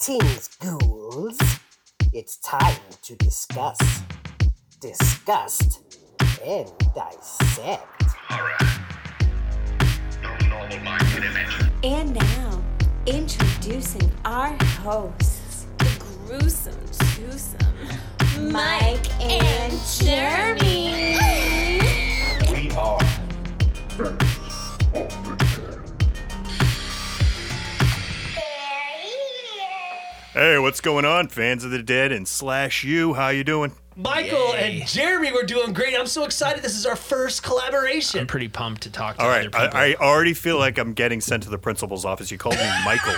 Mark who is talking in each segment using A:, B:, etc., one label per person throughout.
A: Greetings, ghouls. It's time to discuss, disgust, and dissect.
B: And now, introducing our hosts,
C: The gruesome twosome.
B: Mike and Jeremy.
D: We are.
E: Hey, what's going on, fans of the dead and slash you? How you doing?
F: Michael and Jeremy were doing great. I'm so excited. This is our first collaboration.
G: I'm pretty pumped to talk to
E: All
G: other
E: right,
G: people.
E: I, I already feel like I'm getting sent to the principal's office. You called me Michael.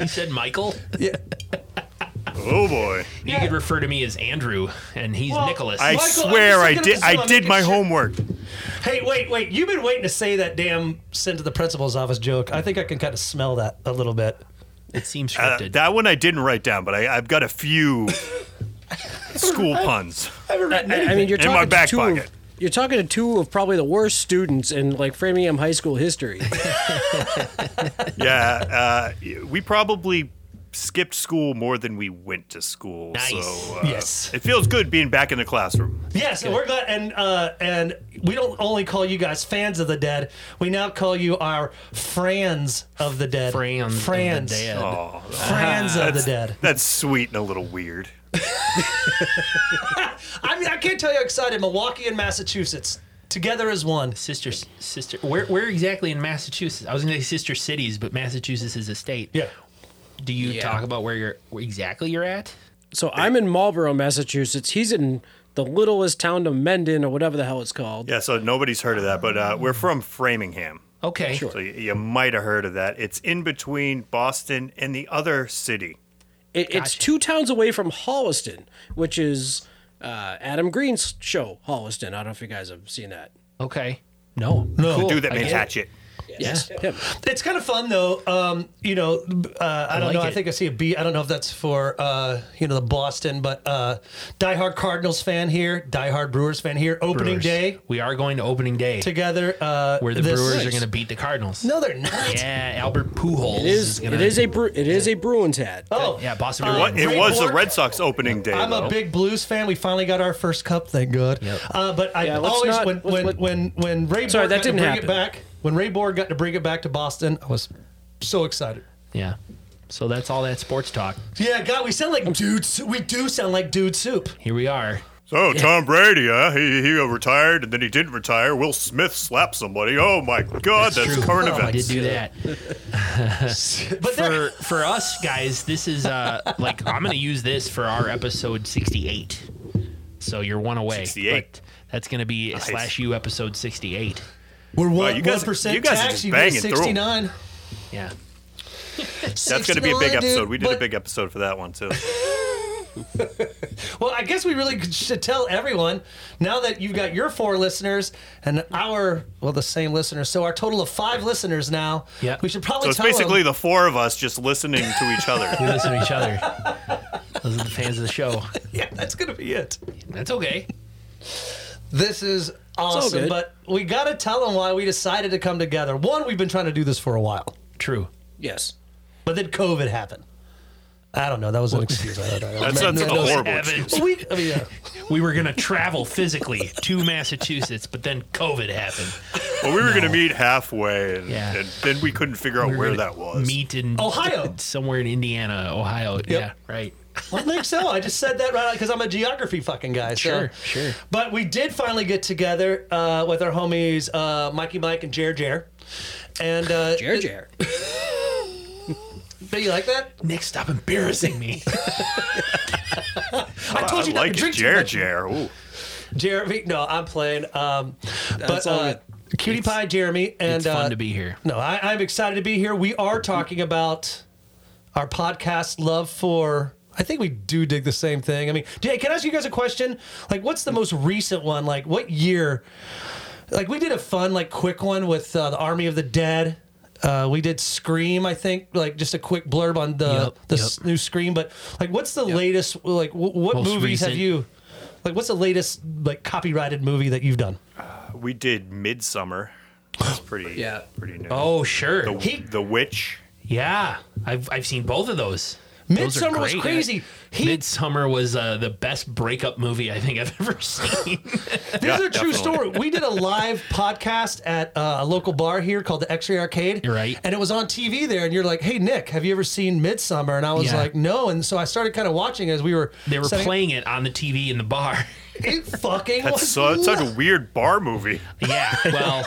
G: you said Michael.
E: oh boy!
G: You could refer to me as Andrew, and he's
F: Well,
G: Nicholas.
E: I
F: Michael, I'm
E: swear
F: just
E: I
F: looking at
E: did.
F: this
E: I
F: one,
E: did my
F: making sure-
E: homework.
F: hey, wait, wait. You've been waiting to say that damn send to the principal's office joke. I think I can kind of smell that a little bit.
G: it seems
E: Uh,
G: scripted.
E: that one I didn't write down, but I, I've got a few school puns.
H: I, I mean, you're
E: In
H: talking
E: my back
H: to two of-
E: pocket.
H: you're talking to two of probably the worst students in like Framingham High School history.
E: Yeah, uh, we probably skipped school more than we went to school.
G: Nice.
E: So, uh,
F: Yes.
E: it feels good being back in the classroom.
F: Yes, and we're glad. And uh, and we don't only call you guys fans of the dead. We now call you our friends of the dead.
G: Friends of the
F: Friends.
G: dead.
E: Oh,
F: Friends of the dead.
E: that's sweet and a little weird.
F: I mean, I can't tell you how excited Milwaukee and Massachusetts together as one.
G: sister, sister. Where, where exactly in Massachusetts? I was gonna say sister cities, but Massachusetts is a state.
F: Yeah.
G: Do you talk about where you're where exactly you're at?
H: so I'm in Marlboro, Massachusetts. He's in the littlest town of Mendon or whatever the hell it's called.
E: Yeah, so nobody's heard of that, but uh, we're from Framingham.
G: Okay. Sure.
E: So you, you might have heard of that. It's in between Boston and the other city.
H: It, it's two towns away from Holliston, which is uh, Adam Green's show, Holliston. I don't know if you guys have seen that.
G: Okay.
F: No, no.
E: Dude that
G: I
E: made
G: get it.
E: Hatchet.
H: Yes, him.
F: It's kind of fun though. Um, you know, uh, I don't
G: like
F: know. I
G: it.
F: think I see a B. I don't know if that's for uh, you know the Boston, but uh, diehard Cardinals fan here, diehard Brewers fan here. Opening
G: Brewers.
F: day
G: We are going to opening day,
F: together. Uh,
G: where the
F: this-
G: Brewers are gonna beat the Cardinals.
F: No, they're not.
G: Yeah, Albert Pujols
H: It is.
G: gonna.
H: It is a. Bru- it is a Bruins hat.
F: Oh,
G: Yeah, Boston.
E: What-
G: Bruins.
E: it
F: Ray
E: was the
F: Bork-
E: Red Sox opening day.
F: I'm
E: though.
F: a big Blues fan. We finally got our first cup, thank God. Uh, but I
H: Yeah, let's
F: always
H: not-
F: when
H: let's-
F: when,
H: let-
F: when when Ray
H: Sorry,
F: Borg
H: that
F: got
H: didn't
F: to bring
H: happen.
F: it back when Ray Borg got to bring it back to Boston, I was so excited.
G: Yeah. So that's all that sports talk.
F: Yeah, God, we sound like dude. Soup. We do sound like dude soup.
G: Here we are.
E: So Tom Brady, huh? He, he retired and then he didn't retire. Will Smith slapped somebody. Oh my God, that's,
G: true.
E: current
F: Oh,
G: I
F: I
E: events.
G: did do that.
F: But they're-
G: for for us guys, this is uh like I'm gonna use this for our episode 68. So you're one away.
E: 68.
G: But That's gonna be slash you episode 68.
F: We're one
E: you guys-
F: one percent
E: you guys are
F: tax.
E: just
F: you pay
E: banging through 'em.
F: sixty nine.
G: Yeah.
E: That's going to be a big episode. We did a big episode for that one too.
F: Well, I guess we really should tell everyone now that you've got your four listeners and our well the same listeners. So our total of five listeners now.
G: Yeah.
F: We should probably
E: So it's
F: tell 'em-
E: basically the four of us just listening to each other.
G: We listen to each other. Those are the fans of the show.
F: yeah that's gonna be it.
G: That's okay.
F: This is awesome,
H: good.
F: but we gotta tell them why we decided to come together. One, we've been trying to do this for a while,
G: True.
H: Yes.
F: but then COVID happened. I don't know. That was an excuse. I don't know.
E: That's, that's a horrible excuse.
G: Heavens.
F: We, I mean, yeah.
G: We were gonna travel physically to Massachusetts, but then COVID happened.
E: Well, we were going to meet halfway, and,
G: Yeah.
E: and then we couldn't figure out
G: We were
E: where
G: gonna
E: that was.
G: Meet in
F: Ohio.
G: somewhere in Indiana, Ohio. Yeah, right.
F: I think so. I just said that right because I'm a geography fucking guy. So.
G: Sure, sure.
F: But we did finally get together uh, with our homies uh, Mikey Mike and Jer Jer. And uh,
H: Jer Jer.
F: Did you like that?
G: Nick, stop embarrassing me.
F: I told you not
E: like
F: to drink too
E: Jer
F: much.
E: Jer. Ooh.
F: Jeremy. No, I'm playing. Um, but
H: all
F: uh, Cutie Pie Jeremy and
G: it's fun
F: uh,
G: to be here.
F: No, I, I'm excited to be here. We are talking about our podcast love for. I think we do dig the same thing. I mean, Jay, can I ask you guys a question? Like, what's the most recent one? Like, what year? Like, we did a fun, like, quick one with uh, the Army of the Dead. Uh, we did Scream, I think, like just a quick blurb on the
G: Yep,
F: the
G: yep.
F: s- new Scream. But like, what's the latest? Like, w- what
G: Most
F: movies have
G: recent.
F: you? Like, what's the latest like copyrighted movie that you've done?
E: We did Midsummer. It's pretty,
H: Yeah.
E: pretty new.
G: Oh, sure.
E: the, the Witch.
G: Yeah, I've I've seen both of those. Those are
F: Midsummer was
G: great.
F: crazy. He,
G: Midsummer was uh, the best breakup movie I think I've ever seen.
F: this is a
E: Yeah,
F: true
E: definitely.
F: story. We did a live podcast at uh, a local bar here called the X-Ray Arcade.
G: You're right.
F: And it was on TV there, and you're like, "Hey Nick, have you ever seen Midsummer?" And I was
G: Yeah.
F: like, "No." And so I started kind of watching as we were
G: they were
F: setting-
G: playing it on the TV in the bar.
F: It fucking
E: That's
F: was
E: so, it's such
F: nuts.
E: a weird bar movie.
G: Yeah, well,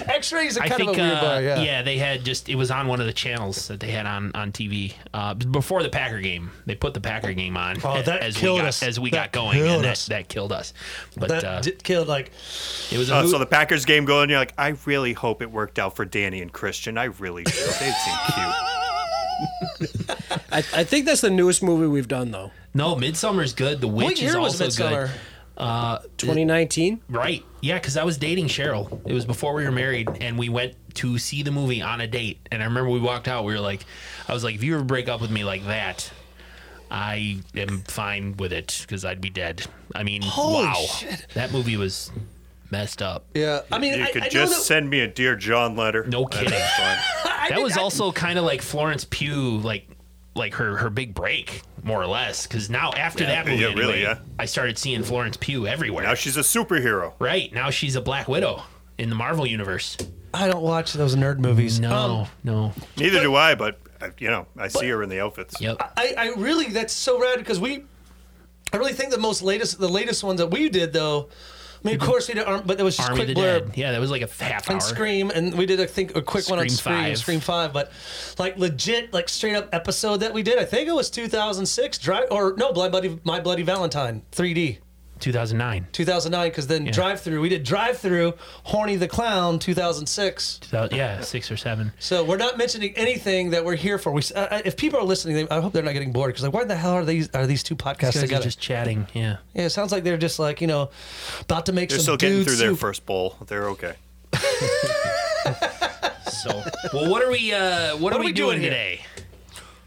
F: X-Ray is a
G: I
F: kind
G: think
F: of a weird
G: uh,
F: bar.
G: yeah.
F: Yeah.
G: they had just it was on one of the channels that they had on on TV uh, b- before the Packer game. They put the Packer game on.
F: Oh, that
G: as
F: killed
G: we got,
F: us.
G: as we
F: That
G: got going, and
F: killed
G: that,
F: us.
G: that killed us. But
F: That
G: uh,
F: did- killed like
G: it was a
E: Uh,
G: mov-
E: so the Packers game going, you're like, I really hope it worked out for Danny and Christian. I really do. They seem cute.
H: I, I think that's the newest movie we've done though.
G: no Midsummer's good. The Witch
F: what
G: is
F: year was
G: also
F: Midsummer?
G: good. Uh,
H: 2019.
G: right? Yeah, because I was dating Cheryl. It was before we were married, and we went to see the movie on a date. And I remember we walked out. We were like, I was like, if you ever break up with me like that. I am fine with it because I'd be dead. I mean,
F: Holy
G: wow,
F: shit.
G: that movie was messed up.
F: Yeah. I mean,
E: You
F: I,
E: could
F: I
E: just
F: know that,
E: send me a Dear John letter.
G: No
E: That'd
G: kidding.
E: be fun.
F: I
G: that
F: think
G: was
F: I-
G: also kind of like Florence Pugh, like like her her big break, more or less. Because now after that movie,
E: yeah, really,
G: anyway,
E: yeah.
G: I started seeing Florence Pugh everywhere.
E: now she's a superhero.
G: right now, she's a Black Widow in the Marvel universe.
F: I don't watch those nerd movies. Um,
G: no.
E: Neither do I, but uh, you know, I see her in the outfits.
G: Yep.
F: I, I really that's so rad because we I really think the most latest the latest ones that we did though I mean of course we did Arm, but that was just
G: Mm-hmm. Army of the
F: quick blurb
G: Dead. Yeah, that was like a half hour.
F: and Scream and we did I think a quick one on
G: Scream
F: Scream
G: five.
F: Scream Five but like legit like straight up episode that we did I think it was 2006 Drive or no Blood Bloody My Bloody Valentine 3D
G: 2009.
F: 2009 because then Drive Through we did Drive Through Horny the Clown 2006
G: So, yeah, six or seven.
F: so we're not mentioning anything that we're here for we s- uh, uh, if people are listening they, I hope they're not getting bored because like why the hell are these are these two podcasts
G: Guys are
F: together
G: just chatting. Yeah.
F: Yeah, it sounds like they're just like you know, about to make
E: They're
F: some
E: still getting
F: dude
E: through their
F: soup.
E: first bowl. They're okay.
G: So, well, what are we? uh What, are, we, doing,
F: here?
G: today?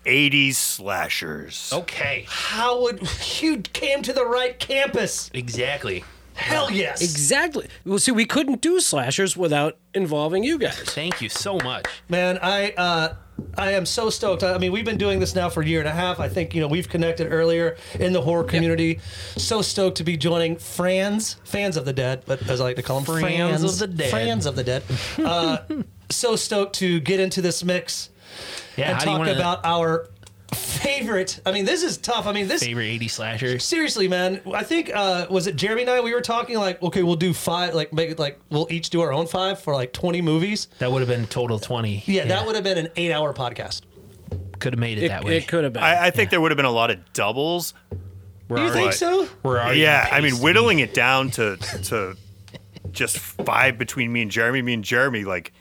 E: 80s slashers.
F: Oh,
G: Okay.
F: How would you came to the right campus?
G: Exactly.
F: Hell yes.
H: Exactly. Well, see, we couldn't do slashers without involving you guys.
G: Thank you so much.
F: Man, I uh, I am so stoked. I I mean, we've been doing this now for a year and a half. I think you know we've connected earlier in the horror community. So stoked to be joining Frans, fans of the dead, but as I like to call them,
G: Frans of the dead.
F: Frans of the dead. Uh, so stoked to get into this mix
G: Yeah.
F: and
G: how do you
F: talk
G: wanna-
F: about our favorite. I mean, this is tough. I mean, this
G: favorite 80 slashers?
F: seriously, man. I think uh, was it Jeremy and I? We were talking like, okay, we'll do five, like make it like we'll each do our own five for like twenty movies.
G: That would have been total 20.
F: Yeah, that would have been an eight-hour podcast.
G: could have made it,
H: It,
G: that way.
H: it could have been.
E: I, I think there would have been a lot of doubles.
G: We're
F: Do you
G: already-
F: think so?
G: We're already
E: Yeah, I
G: paced.
E: mean, whittling it down to to just five between me and Jeremy. Me and Jeremy like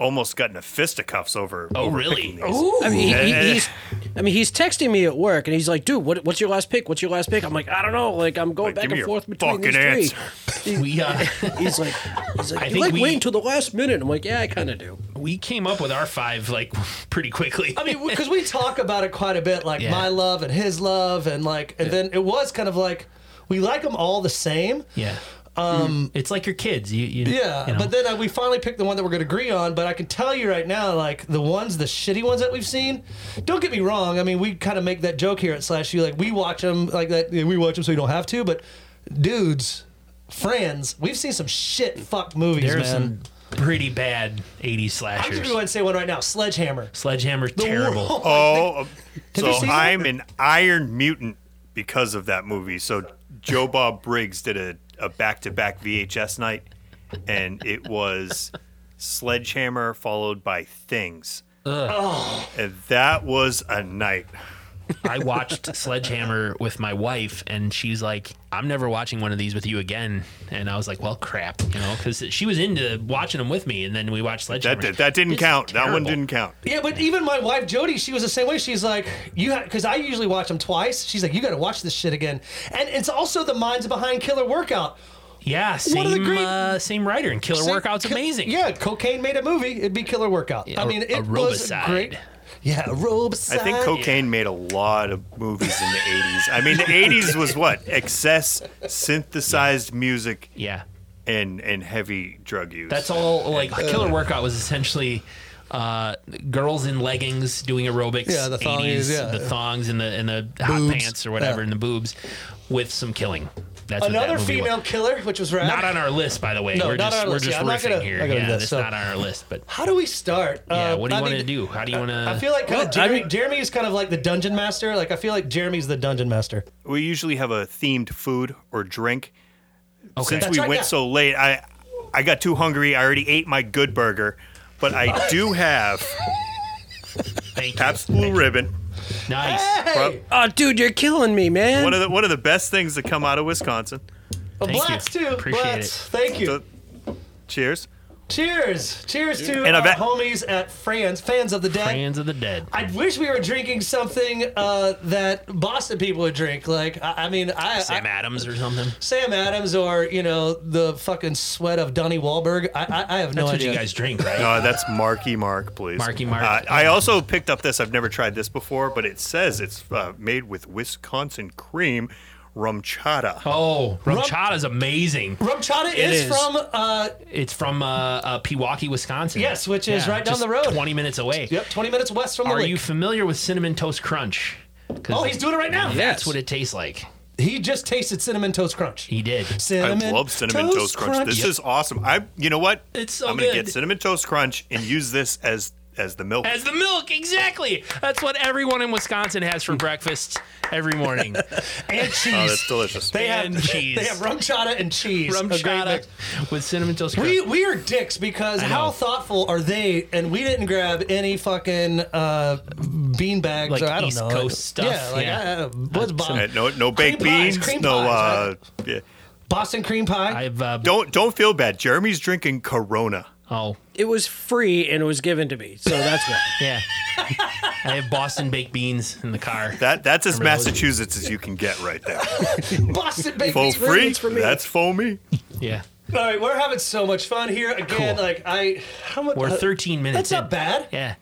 E: almost got into fisticuffs over.
G: Oh,
E: over picking
G: really?
E: these.
H: I mean, he, he-
E: Yeah.
H: he's. I mean, he's texting me at work, and he's like, "Dude, what, what's your last pick? What's your last pick?" I'm like, "I don't know. Like, I'm
E: Like,
H: going back
E: give me
H: and
E: your
H: forth between these
E: fucking
H: three.
G: we uh,
H: He's like, he's like,
G: I
H: "You
G: think
H: like
G: we-
H: waiting till the last minute." I'm like, "Yeah, I kind of do."
G: we came up with our five like pretty quickly.
F: I mean, because we talk about it quite a bit, like
G: Yeah.
F: my love and his love, and like, and then it was kind of like we like them all the same.
G: yeah. Um, it's like your kids. You, you
F: Yeah,
G: you know.
F: but then uh, we finally picked the one that we're going to agree on. But I can tell you right now, like the ones, the shitty ones that we've seen. Don't get me wrong. I mean, we kind of make that joke here at Slash U. Like we watch them, like that. We watch them so you don't have to. But dudes, friends, we've seen some shit fucked movies,
G: there are some
F: man.
G: pretty bad '80s
F: I'm just
G: slashers.
F: going to go ahead and say one right now. Sledgehammer.
G: Sledgehammer, terrible.
F: World-
E: Oh, um,
F: you
E: so
F: seen that?
E: I'm an Iron Mutant because of that movie. So Joe Bob Briggs did a, a back-to-back VHS night, and it was Sledgehammer followed by Things. And that was a night.
G: I watched Sledgehammer with my wife, and she's like, "I'm never watching one of these with you again." And I was like, "Well, crap," you know, because she was into watching them with me, and then we watched Sledgehammer.
E: That did, that didn't
G: It's
E: count. That one
G: terrible.
E: didn't count.
F: Yeah, but even my wife Jody, she was the same way. She's like, you have because I usually watch them twice. She's like, you got to watch this shit again. And it's also the minds behind Killer Workout.
G: Yeah,
F: One of the
G: same
F: great-
G: uh, same writer, and Killer
F: Same-
G: Workout's
F: ki-
G: amazing.
F: Yeah, cocaine made a movie. It'd be Killer Workout. I mean, it was a
G: Aerobicide.
F: great. Yeah, Robicide.
E: I think cocaine made a lot of movies in the 80s. I mean, the 80s was what? Excess synthesized music
G: yeah.
E: and and heavy drug use.
F: uh,
G: That's all. Like Killer Workout was essentially uh, girls in leggings doing aerobics.
F: Yeah, the thongies,
G: 80s,
F: yeah.
G: the thongs and the and the hot
F: Boobs,
G: pants or whatever,
F: yeah.
G: and the boobs, with some killing. That's
F: Another
G: what that movie was.
F: female killer, which was rad.
G: Not on our list, by the way.
F: No,
G: we're
F: not
G: just
F: on our
G: we're
F: list.
G: just
F: Yeah, I'm not
G: riffing
F: gonna-
G: here.
F: not gonna
G: yeah,
F: do that,
G: that's
F: so-
G: not on our list. But
F: How do we start?
G: yeah,
F: Uh,
G: what do you
F: I
G: want to
F: mean,
G: do? How do you want to?
F: I feel like kind of
H: Well, I
F: Jeremy,
H: mean-
F: Jeremy is kind of like the dungeon master. Like I feel like Jeremy's the dungeon master.
E: We usually have a themed food or drink. Since
F: That's
E: we
F: right,
E: went
F: yeah.
E: so late, I I got too hungry. I already ate my good burger, but I do have
G: Thank you.
E: Pabst Blue Ribbon.
G: Nice.
E: Prob-
H: Oh, dude, you're killing me, man.
E: One of the one of the best things that come out of Wisconsin.
F: Oh,
G: Thank you.
F: Blatz too.
G: Appreciate
F: Blatz.
G: it.
F: Thank you.
E: So, cheers.
F: Cheers. Cheers to
E: And I
F: our
E: bet-
F: homies at Fran's, fans of the dead.
G: Hands of the dead.
F: I wish we were drinking something uh, that Boston people would drink. Like, I, I mean, I
G: Sam
F: I-
G: Adams or something.
F: Sam Adams or, you know, the fucking sweat of Donnie Wahlberg. I, I, I have no
G: That's what
F: idea.
G: you guys drink, right?
E: Uh, that's Marky Mark, please.
G: Marky Mark.
E: Uh, I also picked up this. I've never tried this before, but it says it's uh, made with Wisconsin cream rum chata.
G: Oh, rumchata is amazing.
F: Rum Chata is,
H: is.
F: from, uh,
G: It's from uh, uh, Pewaukee, Wisconsin.
F: Yes, which is right down
G: just
F: the road.
G: 20 minutes away.
F: yep, 20 minutes west from the
G: Are
F: lake.
G: you familiar with Cinnamon Toast Crunch? 'Cause
F: oh, he's doing it right now.
H: Yeah.
G: That's what it tastes like.
F: He just tasted Cinnamon Toast Crunch.
G: He did.
E: I
F: Cinnamon
E: love cinnamon toast, crunch. This
F: Yep.
E: is awesome. I, you know what?
G: It's so
E: I'm gonna
G: good.
E: get cinnamon toast crunch and use this as as the milk.
G: As the milk, exactly. That's what everyone in Wisconsin has for breakfast every morning.
F: and
E: oh,
F: cheese.
E: that's delicious.
F: they have
G: and cheese.
F: They have rum chata and cheese.
G: Rum
F: A great
G: chata
F: mix.
G: with cinnamon toast crunch.
F: We we are dicks because how
G: know.
F: thoughtful are they? And we didn't grab any fucking uh, bean bags
G: Like
F: or I don't
G: East
F: know,
G: Coast
F: like-
G: stuff,
F: Yeah, like
G: yeah.
F: uh, what's Boston?
E: Uh, no, no baked
F: Cream pies,
E: beans.
F: cream
E: no,
F: pies,
E: uh, yeah.
F: Boston cream pie.
G: I've uh,
E: don't don't feel bad. Jeremy's drinking Corona.
G: oh
H: it was free and it was given to me, so that's why.
G: yeah. I have Boston baked beans in the car.
E: That that's as
G: Remember those?
E: Massachusetts as you can get right there.
F: Boston baked
E: Full
F: beans
E: free.
F: for me.
E: That's foamy.
G: Yeah,
F: All right, we're having so much fun here again.
G: Cool.
F: Like I, how much?
G: we're
F: uh,
G: 13 minutes.
F: That's not
G: in.
F: bad.
G: Yeah,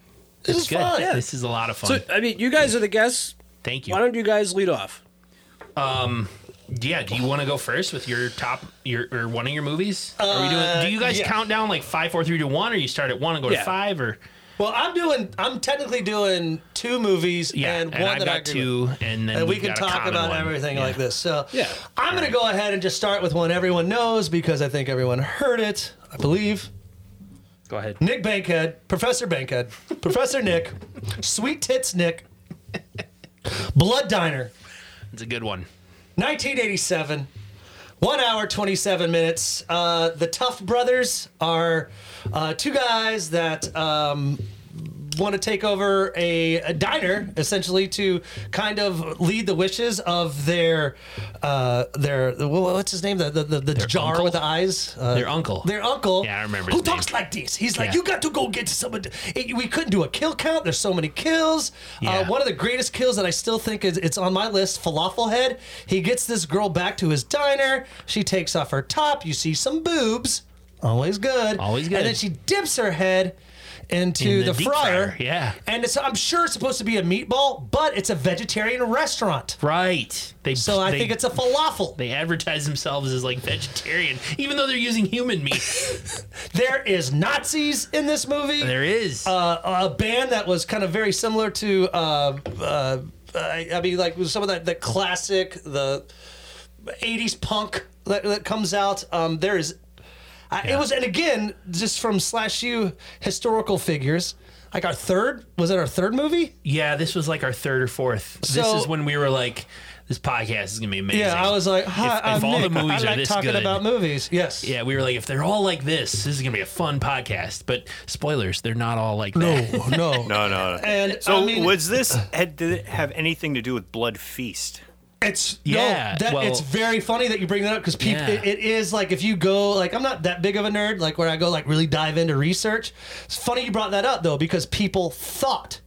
F: This
G: it's
F: is
G: good.
F: fun.
G: This is a lot of fun.
H: So, I mean, you guys are the guests.
G: Thank you.
H: Why don't you guys lead off?
G: Yeah, do you want to go first with your top your or one of your movies? Are we doing? Do you guys
F: Uh, yeah.
G: count down like five, four, three, two, one, or you start at one and go
H: Yeah.
G: to five, or
F: Well, I'm doing. I'm technically doing two movies
G: yeah?
F: and
G: And,
F: one
G: I've
F: that
G: got
F: I agree with.
G: two, and then
F: and we
G: we've
F: can
G: got a
F: talk
G: common
F: about
G: one.
F: everything
G: Yeah.
F: like this. So
H: Yeah.
F: I'm going to go ahead and just start with one everyone knows because I think everyone heard it. I believe
G: Go ahead.
F: Nick Bankhead, Professor Bankhead, Professor Nick, Sweet Tits Nick, Blood Diner,
G: It's a good one.
F: 1987. One hour, 27 minutes. Uh, the Tough Brothers are uh, two guys that um, want to take over a, a diner, essentially, to kind of lead the wishes of their, uh, their well, what's his name? The, the, the, the jar
G: uncle?
F: with the eyes? Uh,
G: Their uncle.
F: Their uncle.
G: Yeah, I remember
F: Who
G: his name.
F: talks like this? He's like,
G: Yeah.
F: you got to go get someone. to-" It- we couldn't do a kill count. There's so many kills. Uh,
G: Yeah.
F: one of the greatest kills that I still think is it's on my list. Falafel Head. He gets this girl back to his diner. She takes off her top. You see some boobs. Always good.
G: Always good.
F: And then she dips her head into
G: In
F: the,
G: the deep
F: fryer.
G: fryer, yeah.
F: And it's, I'm sure it's supposed to be a meatball, but it's a vegetarian restaurant.
G: Right. They
F: So I
G: they-
F: think it's a falafel.
G: they advertise themselves as like vegetarian, even though they're using human meat.
F: there is Nazis in this movie.
G: there is.
F: a band that was kind of very similar to uh, uh, I, I mean like with some of that the classic the 80s punk that, that comes out um, there is I, it was and again just from slash u historical figures like our third was it our third movie
G: yeah, this was like our third or fourth. this
F: So-
G: is when we were like, this podcast is gonna be amazing.
F: yeah i was like hi
G: If-
F: I'm
G: if all the
F: Nick. i
G: movies are
F: like
G: this
F: talking
G: good.
F: about movies yes
G: Yeah, we were like, if they're all like this, this is gonna be a fun podcast. But spoilers, they're not all like that.
F: no Oh, no
E: No, no, no.
F: and
E: so
F: I mean,
E: was this had, did it have anything to do with Blood Feast?
F: It's
G: Yeah,
F: no, that,
G: well-
F: it's very funny that you bring that up because
G: Yeah.
F: it, it is like if you go like I'm not that big of a nerd like where I go like really dive into research. It's funny you brought that up though because people thought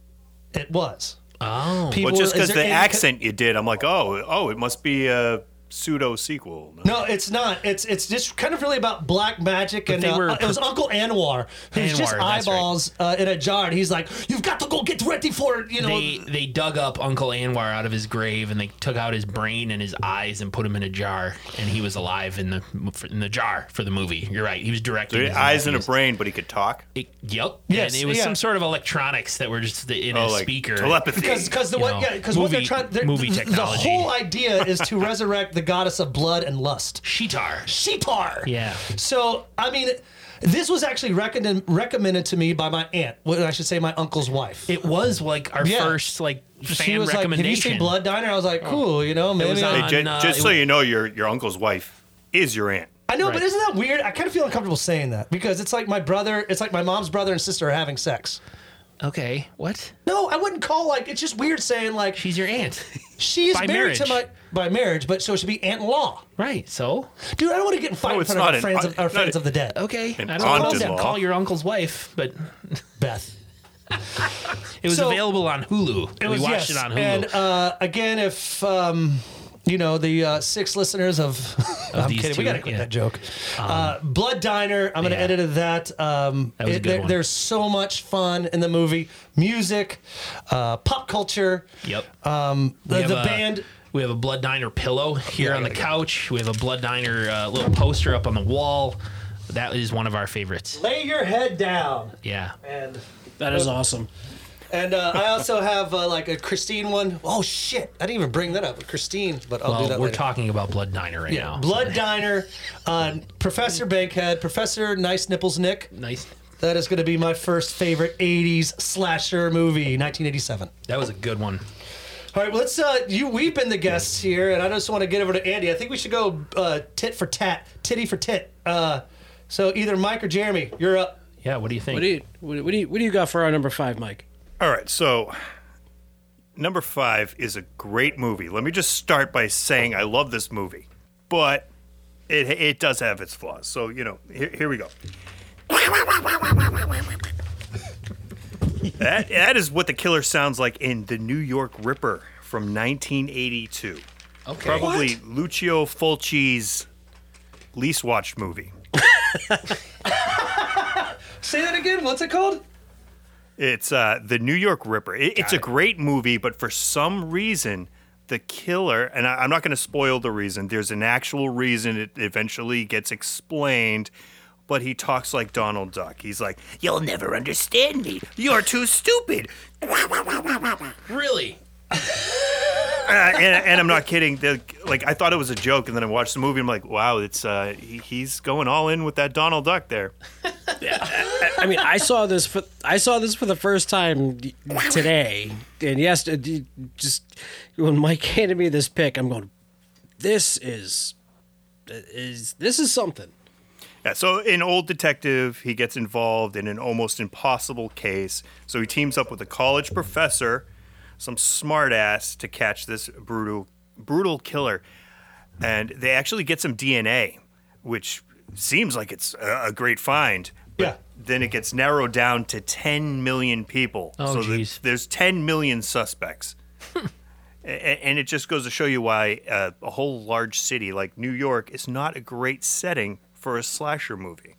F: it was.
G: Oh,
F: People,
E: Well, just
F: is
E: because
F: there
E: the
F: any-
E: accent you did, I'm like, oh, oh, it must be uh, pseudo sequel. No?
F: No, it's not. It's it's just kind of really about black magic and
G: they
F: uh,
G: were-
F: it was Uncle Anwar who's
G: Anwar,
F: just
G: that's right.
F: eyeballs uh, in a jar. And he's like, "You've got to go get ready for you know."
G: They they dug up Uncle Anwar out of his grave and they took out his brain and his eyes and put him in a jar and he was alive in the in the jar for the movie. You're right. He was directing.
E: Three
G: his
E: eyes and a
G: nephews.
E: brain, but he could talk.
G: It- yep.
F: Yes,
G: and it was
F: yeah.
G: some sort of electronics that were just in
E: Oh,
G: his
E: like
G: speaker.
E: telepathy.
F: because because the
G: You
F: what
G: know,
F: yeah, 'cause what they're
G: movie-
F: trying they're,
G: movie
F: th-
G: technology.
F: the whole idea is to resurrect the goddess of blood and lust
G: Sheetar.
F: Sheetar.
G: Yeah.
F: So I mean, this was actually recommended recommended to me by my aunt. Well, I should say my uncle's wife.
G: It was like our
F: Yeah.
G: first like fan
F: she was like, "Have you
G: recommendation. Oh.
F: seen Blood Diner?" I was like, "Cool, you know, maybe."
G: was
F: I-
G: on-
E: Hey, ju-
G: uh,
E: just
G: it
E: so
G: was-
E: you know, your your uncle's wife is your aunt.
F: I know, but
G: Right.
F: isn't that weird? I kind of feel uncomfortable saying that because it's like my brother, it's like my mom's brother and sister are having sex.
G: Okay. What?
F: No, I wouldn't call like it's just weird saying like
G: She's your aunt.
F: she's
G: by
F: married to my
G: marriage.
F: by marriage, but so it should be aunt in law.
G: right. So
F: Dude, I don't want to get in fight
E: No,
F: in
E: it's
F: front of our
E: not an-
F: friends of our
E: not
F: friends
E: an-
F: of the dead.
G: okay.
E: An
G: I don't call,
E: aunt-in-law.
G: call your uncle's wife, but
F: Beth.
G: it was
F: So-
G: available on Hulu.
F: It was,
G: we
F: yes.
G: watched it on Hulu.
F: And uh, again, if um, you know the uh, six listeners of, I'm
G: these
F: kidding, we
G: two,
F: gotta quit
G: yeah. Um,
F: that joke. uh, Blood Diner, I'm gonna
G: yeah.
F: edit that. Um,
G: That was a good
F: there-
G: one.
F: There's so much fun in the movie, music, uh, pop culture.
G: yep.
F: Um, the,
G: We have
F: the
G: a-
F: band.
G: We have a Blood Diner pillow here
F: Yeah,
G: on the
F: yeah, yeah.
G: couch. We have a Blood Diner uh, little poster up on the wall. That is one of our favorites.
F: Lay your head down.
G: Yeah.
F: And
H: That is awesome.
F: and uh, I also have uh, like a Christine one. Oh shit! I didn't even bring that up. Christine, but I'll do
G: Well,
F: that
G: we're
F: later.
G: talking about Blood Diner right now.
F: Blood Diner, uh, Professor Bankhead, Professor Nice Nipples Nick.
G: Nice.
F: That is going to be my first favorite 80s slasher movie, 1987.
G: That was a good one.
F: All right, well, let's. Uh, you, we've been the guests here, and I just want to get over to Andy. I think we should go uh, tit for tat, titty for tit. Uh, so either Mike or Jeremy, you're up.
G: Yeah. What do you think?
H: What do you what, do you what do you got for our number five, Mike?
E: All right, so number five is a great movie. Let me just start by saying I love this movie, but it it does have its flaws. So you know, here, here we go. that that is what the killer sounds like in the New York Ripper from 1982.
G: okay.
E: Probably Lucio Fulci's least watched movie.
F: Say that again. What's it called?
E: It's uh, the New York Ripper. It, it's a great movie, but for some reason, the killer, and I, I'm not going to spoil the reason, there's an actual reason it eventually gets explained, but he talks like Donald Duck. He's like, You'll never understand me. You're too stupid.
G: Really?
E: Uh, and, and I'm not kidding. The, like I thought it was a joke, and then I watched the movie. I'm like, wow, it's uh, he, he's going all in with that Donald Duck there.
H: I mean, I saw this for I saw this for the first time today, and yes, uh, d- just when Mike handed me this pick, I'm going, this is is this is something.
E: Yeah, so an old detective, he gets involved in an almost impossible case. So he teams up with a college professor, some smartass, to catch this brutal, brutal killer. And they actually get some DNA, which seems like it's a a great find. But
F: Yeah.
E: Then it gets narrowed down to 10 million people.
G: Oh,
E: so the-
G: geez.
E: there's 10 million suspects. A- a- and it just goes to show you why uh, a whole large city like New York is not a great setting for a slasher movie.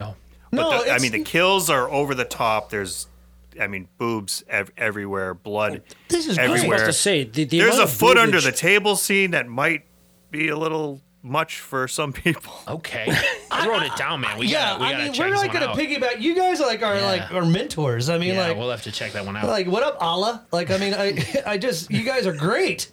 G: No.
F: No,
E: But the- I
F: it's-
E: mean the kills are over the top. There's, I mean, boobs ev- everywhere, blood
F: This is
H: I was
E: everywhere.
H: about to say the, the
E: There's
H: amount
E: a
H: of
E: foot under
H: boobage-
E: the table scene that might be a little much for some people.
G: Okay. I wrote it down, man. We
F: yeah,
G: gotta, we
F: I
G: gotta
F: mean,
G: check
F: we're
G: this
F: like
G: one
F: going
G: out.
F: to piggyback. You guys are like our
G: Yeah.
F: like our mentors. I mean,
G: Yeah,
F: like
G: we'll have to check that one out.
F: like what up, Allah? Like I mean, I I just you guys are great.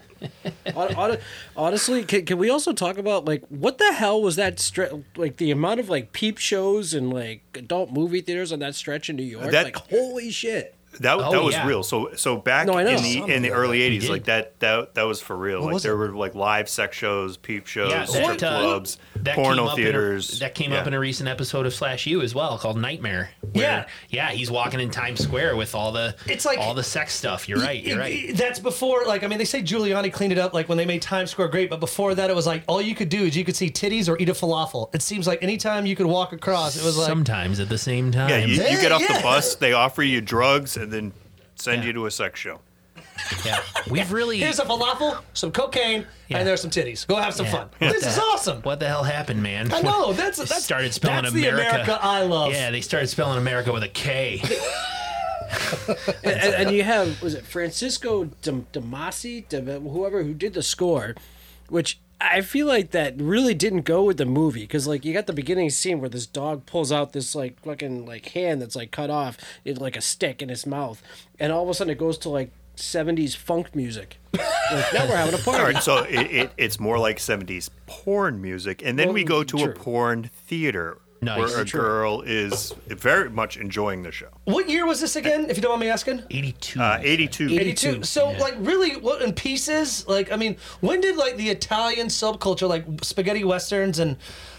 H: Hon- hon- Honestly, can, can we also talk about like what the hell was that stretch? Like the amount of like peep shows and like adult movie theaters on that stretch in New York.
E: That-
H: like holy shit!
E: That, that was
G: Oh, yeah.
E: real. So so back
H: No, I know.
E: in the in the early '80s,
G: did.
E: like that that that was for real. like
F: was
E: there
F: it?
E: were like live sex shows, peep shows,
G: Yeah,
E: strip
G: that, uh,
E: clubs,
G: that came
E: porno
G: up in a-
E: theaters.
G: that came
E: Yeah.
G: up in a recent episode of Slash U as well, called Nightmare. where- yeah, he's walking in Times Square with all the
F: It's like-
G: all the sex stuff. You're right. You're
F: It-
G: right.
F: it- That's before, like, I mean, they say Giuliani cleaned it up, like, when they made Times Square great, but before that, it was like, all you could do is you could see titties or eat a falafel. It seems like anytime you could walk across, it was like,
G: Sometimes at the same time.
E: Yeah, you, you get off
F: Yeah.
E: the bus, they offer you drugs, and then send
G: Yeah.
E: you to a sex show.
G: Yeah. We've really.
F: Here's a falafel, some cocaine,
G: Yeah.
F: and there's some titties. Go have some
G: Yeah.
F: fun.
G: What
F: this
G: the
F: is
G: hell-
F: awesome.
G: What the hell happened, man?
F: I know. That's
G: They
F: that's
G: started spelling
F: that's
G: America.
F: the America I love.
G: Yeah, they started spelling America with a K.
H: and, and- and you have was it Francisco Dem- Demasi, Dem- whoever who did the score, which I feel like that really didn't go with the movie because like you got the beginning scene where this dog pulls out this like fucking like hand that's like cut off in like a stick in his mouth, and all of a sudden it goes to like '70s funk music. Like, now we're having a
E: All
H: party.
E: right, so it, it, it's more like 70s porn music. And then we go to a
H: true.
E: porn theater
G: Oh, Nice.
E: where a
G: True.
E: girl is very much enjoying the show.
F: What year was this again? If you don't mind me asking.
G: 82.
E: Uh, 82.
F: 82. So, like, really, what in pieces? Like, I mean, when did like the Italian subculture, like spaghetti westerns, and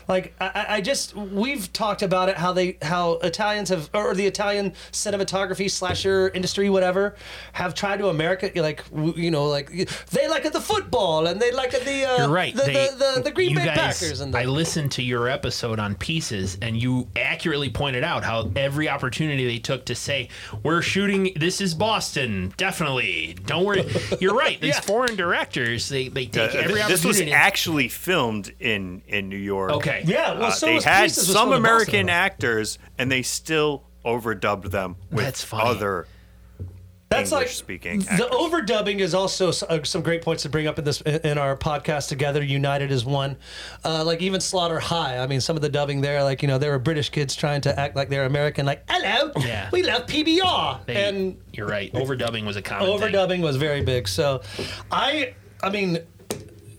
F: like I- I, I just we've talked about it how they how Italians have or the Italian cinematography slasher industry, whatever, have tried to America like w- you know like they like at the football and they like at the uh,
G: You're right.
F: the,
G: They-
F: the, the, the Green
G: you
F: Bay
G: guys-
F: Packers and the,
G: I listened to your episode on pieces, and you accurately pointed out how every opportunity they took to say, "We're shooting. This is Boston. Definitely. Don't worry." You're right. These
F: Yeah.
G: foreign directors, they they
E: Uh,
G: take every
E: th- this was
G: opportunity.
E: actually filmed in, in New York.
G: Okay.
F: yeah. Well,
E: Uh,
F: so
E: they
F: was
E: had
F: Pieces was
E: some
F: from the Boston
E: American
F: Rob.
E: actors, and they still overdubbed them with
G: That's funny.
E: other
F: That's like
E: English-speaking
F: The
E: actors.
F: overdubbing is also s- uh, some great points to bring up in this in our podcast together. United is one. Uh, like even Slaughter High. I mean, some of the dubbing there, like you know, there were British kids trying to act like they're American. Like, hello,
G: Yeah.
F: we love PBR,
G: They-
F: and
G: you're right. Overdubbing was a common thing.
F: overdubbing was very big. So, I, I mean.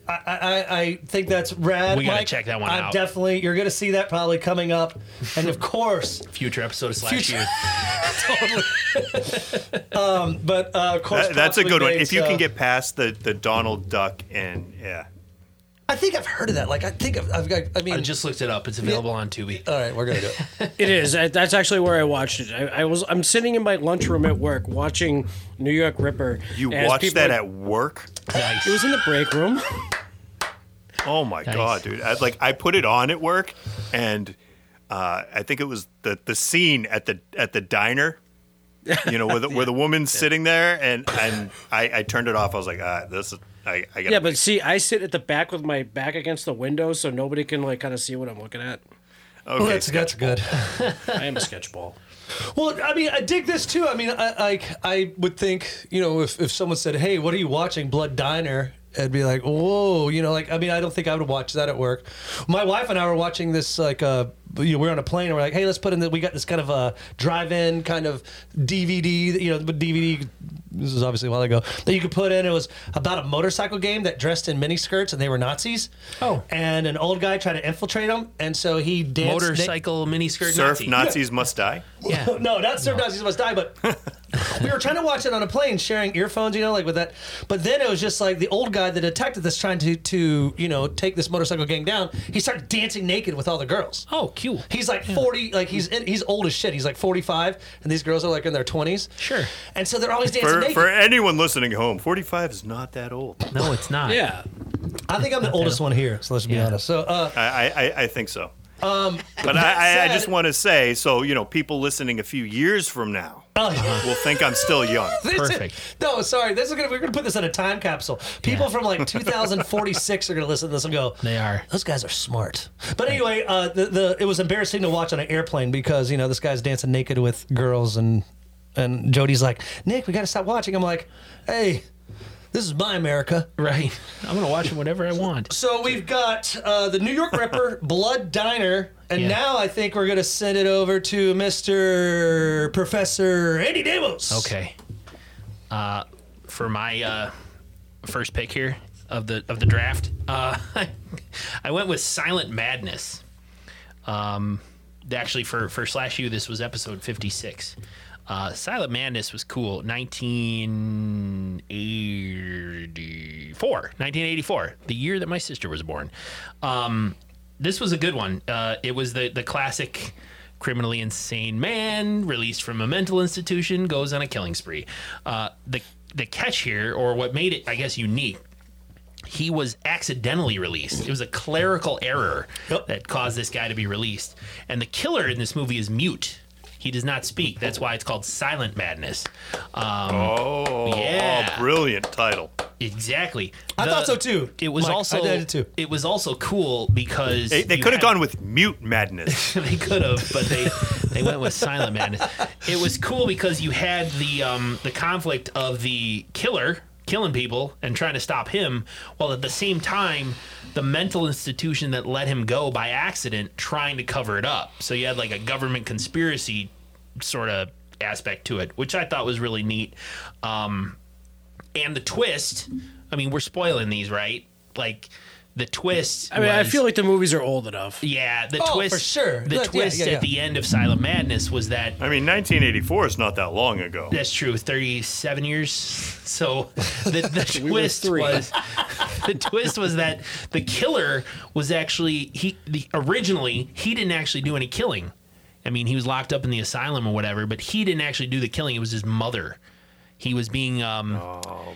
F: I, I, I think that's rad.
G: We gotta
F: Mike.
G: check that one
F: I'm
G: out.
F: Definitely, you're gonna see that probably coming up, and of course,
G: Future episode of Slash
F: Future-
G: U.
F: but uh, of course,
E: That- that's a
F: possibly
E: good one.
F: dates,
E: If you
F: uh,
E: can get past the, the Donald Duck and yeah,
F: I think I've heard of that. Like I think I've, I've got. I mean,
G: I just looked it up. It's available on Tubi.
F: all right, we're gonna do it.
H: It is. That- That's actually where I watched it. I, I was I'm sitting in my lunchroom at work watching New York Ripper.
E: you
H: as
E: watch
H: people
E: that
H: are-
E: at work.
G: Nice.
H: It was in the break room.
E: Oh my god, dude! I, like I put it on at work, and uh, I think it was the the scene at the at the diner. You know, where the, where the woman's sitting there, and and I, I turned it off. I was like, ah, this is I, I got
H: Yeah, but see, I sit at the back with my back against the window, so nobody can like kind of see what I'm looking at.
E: okay,
F: that's that's good.
H: I am a sketchball.
F: Well, I mean, I dig this too. I mean, I like I would think, you know, if if someone said, "Hey, what are you watching, Blood Diner?" I'd be like, "Whoa," you know, like I mean, I don't think I would watch that at work. My wife and I were watching this like uh you know, we're on a plane and we're like, "Hey, let's put in that we got this kind of a drive-in kind of DVD, you know, but DVD this is obviously a while ago that you could put in. It was about a motorcycle game that dressed in mini skirts and they were Nazis.
G: Oh.
F: and an old guy tried to infiltrate them, and so he danced.
G: Motorcycle miniskirt.
E: surf
G: Nazi.
E: Nazis must die.
G: Yeah.
F: No, not Serve Nazis Must Die, but we were trying to watch it on a plane, sharing earphones, you know, like with that. But then it was just like the old guy, the detective that's trying to, to you know, take this motorcycle gang down, he started dancing naked with all the girls.
G: Oh, cute.
F: He's like 40, like he's he's old as shit. He's like 45, and these girls are like in their 20s.
G: Sure.
F: And so they're always dancing
E: For,
F: naked.
E: for anyone listening home, 45 is not that old.
G: No, it's not.
H: Yeah,
F: I think I'm the oldest one here, so let's be
G: Yeah.
F: honest. So, uh,
E: I, I, I- I think so. Um, but I, I, I
F: said-
E: just want to say, so you know, people listening a few years from now
F: Oh,
E: will think I'm still young.
F: This is-
G: Perfect.
F: no, sorry. This is gonna we're gonna put this in a time capsule. People
G: Yeah.
F: from like 2046 are gonna listen to this and go,
G: They are.
F: Those guys are smart. But anyway, uh, the, the it was embarrassing to watch on an airplane because you know this guy's dancing naked with girls and and Jody's like, Nick, we gotta stop watching. I'm like, Hey, this is my America.
G: Right. I'm gonna watch it whenever I want.
F: So we've got uh, the New York Ripper, Blood Diner, and
G: Yeah.
F: now I think we're gonna send it over to Mr. Professor Andy Damos.
G: Okay. Uh, for my uh, first pick here of the of the draft, uh, I went with Silent Madness. Um, actually, for for slash U, this was episode fifty six. Uh, Silent Madness was cool. 1984. 1984, the year that my sister was born. Um, this was a good one. Uh, it was the the classic criminally insane man released from a mental institution goes on a killing spree. Uh, the the catch here, or what made it, I guess, unique. He was accidentally released. It was a clerical error
F: Yep.
G: that caused this guy to be released. And the killer in this movie is mute. He does not speak. That's why it's called silent madness. Um,
E: Oh,
G: Yeah.
E: brilliant title.
G: Exactly.
F: I
G: The-
F: thought so too.
G: It was
F: Mike,
G: also
F: I did too.
G: it was also cool because
E: They, they
G: you
E: could have
G: had-
E: gone with mute madness.
G: they could have, but they they went with silent madness. It was cool because you had the um, the conflict of the killer killing people and trying to stop him, while at the same time the mental institution that let him go by accident trying to cover it up. So you had like a government conspiracy sort of aspect to it, which I thought was really neat. Um, and the twist, I mean, we're spoiling these, right? Like the twist.
H: I mean, I
G: was-
H: feel like the movies are old enough.
G: yeah, the
F: Oh,
G: twist
F: for sure.
G: The
F: Yeah, yeah,
G: twist
F: yeah, yeah.
G: at the end of Silent Madness was that
E: I mean, 1984 is not that long ago.
G: that's true, thirty-seven years. So the, the twist
H: three.
G: was the twist was that the killer was actually he the, originally he didn't actually do any killing. I mean, he was locked up in the asylum or whatever, but he didn't actually do the killing. It was his mother. He was being um,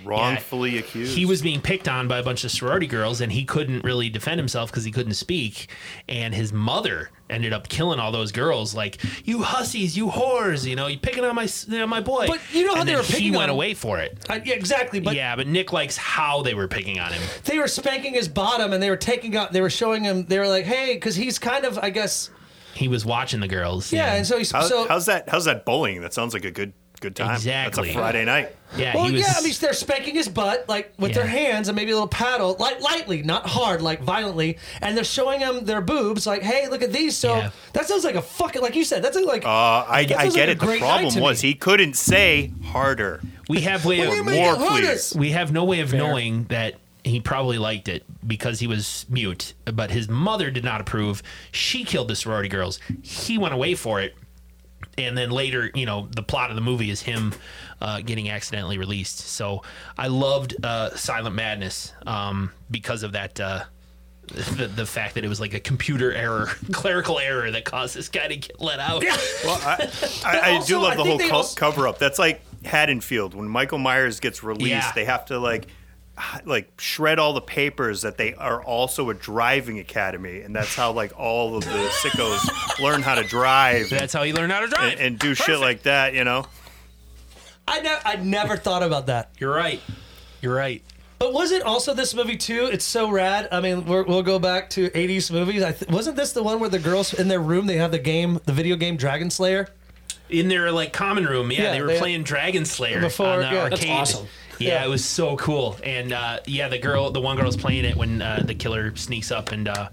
E: Wrongfully accused.
G: he was being picked on by a bunch of sorority girls and he couldn't really defend himself because he couldn't speak and his mother ended up killing all those girls like you hussies you whores you know you picking on my s- you know, my boy
F: But you know how
G: And
F: they
G: then
F: were
G: he
F: picking on
G: went
F: him.
G: away for it
F: I, Uh, yeah, exactly. But
G: yeah but nick likes how they were picking on him
F: they were spanking his bottom, and they were taking out. They were showing him. They were like, "Hey," because he's kind of, I guess,
G: he was watching the girls
F: yeah. And so he's
E: How,
F: so
E: how's that? How's that bowling? That sounds like a good good time.
G: Exactly.
E: That's a Friday night.
G: yeah
F: Well,
G: he was
F: yeah, I mean, they're spanking his butt, like with their
G: Yeah.
F: hands and maybe a little paddle, light, lightly, not hard, like violently. And they're showing him their boobs, like, hey, look at these. So
G: Yeah.
F: that sounds like a fucking, like you said, that's like.
E: Uh, I,
F: that
E: I
F: sounds
E: get
F: like a
E: it. The
F: great night
E: problem
F: to
E: was
F: me.
E: he couldn't say harder.
G: we have way
F: What do you
G: of,
F: mean
E: more
F: it hurt
E: please.
F: us?
G: we have no way of knowing that he probably liked it because he was mute, but his mother did not approve. She killed the sorority girls. He went away for it. And then later, you know, the plot of the movie is him uh, getting accidentally released. So I loved uh, Silent Madness um, because of that. Uh, the, the fact that it was like a computer error, clerical error that caused this guy to get let out.
E: Well, I, I, I
F: also,
E: do love
F: I
E: the
F: think
E: whole
F: they
E: co-
F: also-
E: cover up. That's like Haddonfield when Michael Myers gets released.
G: Yeah.
E: They have to like h- like shred all the papers that they are also a driving academy, and that's how like all of the sickos learn how to drive
G: That's how he learned how to drive.
E: and, and do shit like that. You know,
F: I, ne- I never thought about that.
G: You're right. You're right.
F: But wasn't also this movie too? It's so rad. I mean, we're, we'll go back to '80s movies. I th- wasn't this the one where the girls in their room they have the game, the video game Dragon Slayer?
G: in their like common room. Yeah,
F: Yeah,
G: they were
F: they-
G: playing Dragon Slayer
F: Before,
G: on the
F: yeah. That's
G: arcade.
H: awesome.
G: Yeah,
F: Yeah.
G: it was so cool. And uh, yeah, the girl, the one girl's playing it when uh, the killer sneaks up and uh,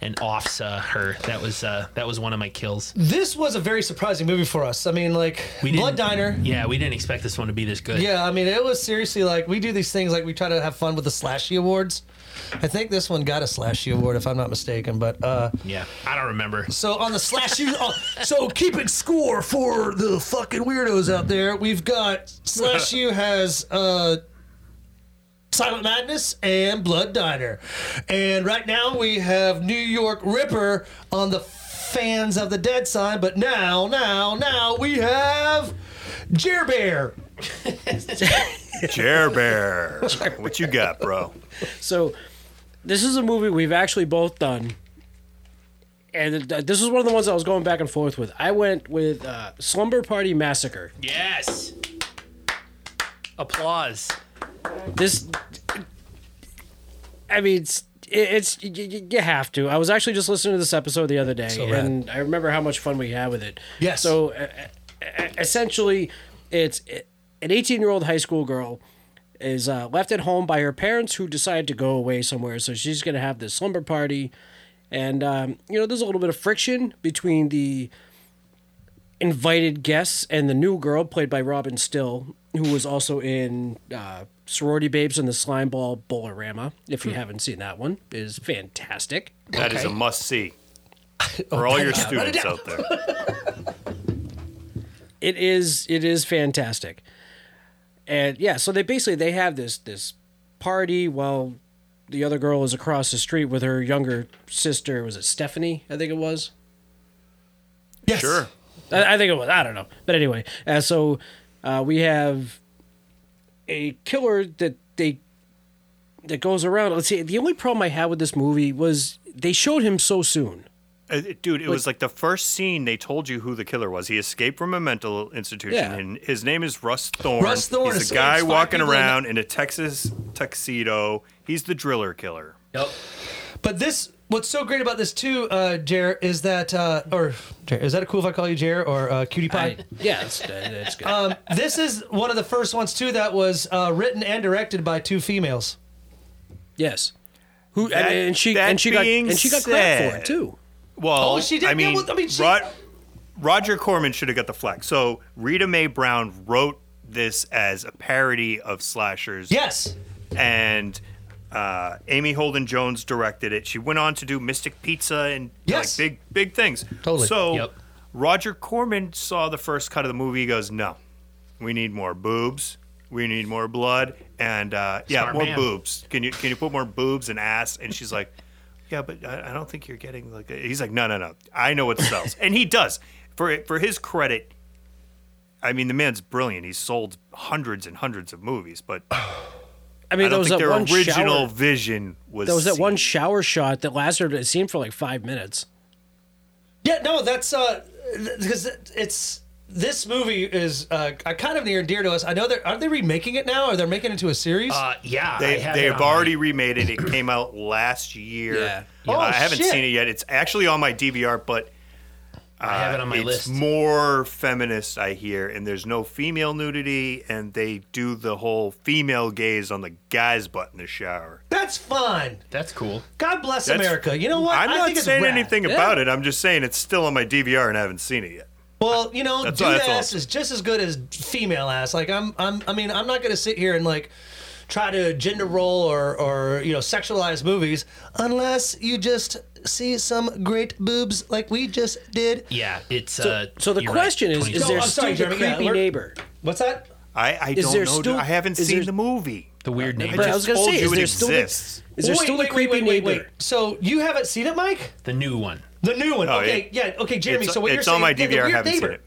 G: and offs uh, her. That was uh, that was one of my kills.
F: This was a very surprising movie for us. I mean, like
G: We didn't-
F: Blood Diner.
G: Yeah, we didn't expect this one to be this good.
F: Yeah, I mean, it was seriously like we do these things like we try to have fun with the slashy awards. I think this one got a slashy award if I'm not mistaken, but uh
G: yeah, I don't remember.
F: so on the slashy oh, so keeping score for the fucking weirdos out there. We've got Slash U has uh Silent Madness and Blood Diner. And right now we have New York Ripper on the fans of the dead side, but now, now, now we have Jer Bear.
E: Jer Bear, what you got, bro?
H: So, this is a movie we've actually both done, and th- this was one of the ones I was going back and forth with. I went with uh, Slumber Party Massacre.
G: Yes. Applause.
H: This, I mean, it's, it's y- y- you have to. I was actually just listening to this episode the other day,
F: rad.
H: and I remember how much fun we had with it.
F: Yes.
H: So uh, uh, essentially, it's e, an 18 year old high school girl is uh, left at home by her parents who decide to go away somewhere. So she's going to have this slumber party. And, um, you know, there's a little bit of friction between the invited guests and the new girl, played by Robin Still, who was also in uh, Sorority Babes and the Slimeball Bolorama. If you haven't seen that one, it is fantastic.
E: That is a must see for all your students out there.
H: it is it is fantastic and yeah so they basically they have this this party while the other girl is across the street with her younger sister was it stephanie i think it was
F: Yes.
E: Sure.
H: I, I think it was. I don't know. But anyway, uh, so uh, we have a killer that they that goes around. Let's see. The only problem I had with this movie was they showed him so soon.
E: Uh, dude, it was like the first scene they told you who the killer was. He escaped from a mental institution,
H: Yeah.
E: and his name is Russ Thorne.
F: Russ Thorne
E: He's
F: is-
E: a guy
F: it's five
E: walking
F: people in
E: around in a Texas tuxedo. He's the driller killer.
G: Yep.
F: But this, what's so great about this too, uh, Jer, is that, uh, or Jer, is that cool if I call you Jer or uh, Cutie Pie?
H: Yeah, that's, that's good.
F: um, this is one of the first ones too that was uh, written and directed by two females.
H: yes. Who
E: That-
H: and, and she
E: that
H: and she got
E: being
H: and she got credit for
E: said-
H: it too.
E: Well,
F: Oh, she did-
E: I
F: yeah,
E: mean,
F: well, I mean, she-
E: Rod- Roger Corman should have got the flack. So Rita Mae Brown wrote this as a parody of slashers.
F: Yes.
E: and uh, Amy Holden Jones directed it. She went on to do Mystic Pizza and
F: Yes.
E: like big big things.
F: Totally.
E: So
G: Yep.
E: Roger Corman saw the first cut of the movie. He goes, "No, we need more boobs. We need more blood, and uh, yeah,
G: Smart
E: more
G: man.
E: boobs. Can you can you put more boobs and ass?" And she's like, "Yeah, but I, I don't think you're getting like." a-" He's like, "No, no, no. I know what sells," and he does. For for his credit, I mean, the man's brilliant. He's sold hundreds and hundreds of movies, but
H: I mean,
E: I
H: there
E: don't
H: was
E: think
H: that
E: their
H: one
E: original
H: shower.
E: vision was.
H: There was that one
E: seen.
H: shower shot that lasted. It seemed for like five minutes.
F: Yeah, no, that's uh, because it's this movie is uh, kind of near and dear to us. I know they're aren't they remaking it now, or they're making it into a series?
G: Uh, yeah.
E: They,
G: I have
E: they
G: it
E: have
G: on my-
E: already remade it. It came out last year. Uh,
H: Yeah.
F: Oh,
E: I haven't
F: shit.
E: seen it yet. It's actually on my DVR, but
G: I have it on my
E: uh, it's
G: list.
E: more feminist, I hear, and there's no female nudity, and they do the whole female gaze on the guy's butt in the shower.
F: that's fine.
G: That's cool.
F: God bless
E: That's-
F: America. You know what?
E: I'm
F: I
E: not
F: think it's
E: saying
F: rad.
E: anything
F: Yeah.
E: about it. I'm just saying it's still on my DVR, and I haven't seen it yet.
F: Well, you know,
E: That's
F: dude
E: all- that's
F: ass
E: all.
F: is just as good as female ass. Like I'm, I'm, I mean, I'm not gonna sit here and like try to gender roll or, or you know, sexualize movies unless you just see some great boobs like we just did.
G: Yeah. It's uh.
H: So the
G: you're right,
H: question is:
G: 22.
H: Is there
F: I'm
H: still
F: sorry,
H: the
F: Jeremy, yeah,
H: creepy
F: we're-
H: neighbor?
F: What's that?
E: I, I don't
H: there
E: know.
H: still-
E: dude. I haven't
H: is
E: seen
H: there-
E: the movie.
G: the weird name?
H: But I was gonna
E: told
H: say,
E: you
H: is
E: it
H: there still
E: existll
H: the, is there
F: Wait,
H: still
F: wait,
H: the creepy
F: wait, wait, wait,
H: neighbor?
F: wait. So you haven't seen it, Mike?
G: The new one.
F: The new one.
E: Oh,
F: okay, yeah. Okay, Jeremy.
E: it's
F: so what
E: it's
F: you're saying?
E: on my
F: yeah, the
E: DVR. I
F: weird
E: haven't
F: neighbor.
E: seen it.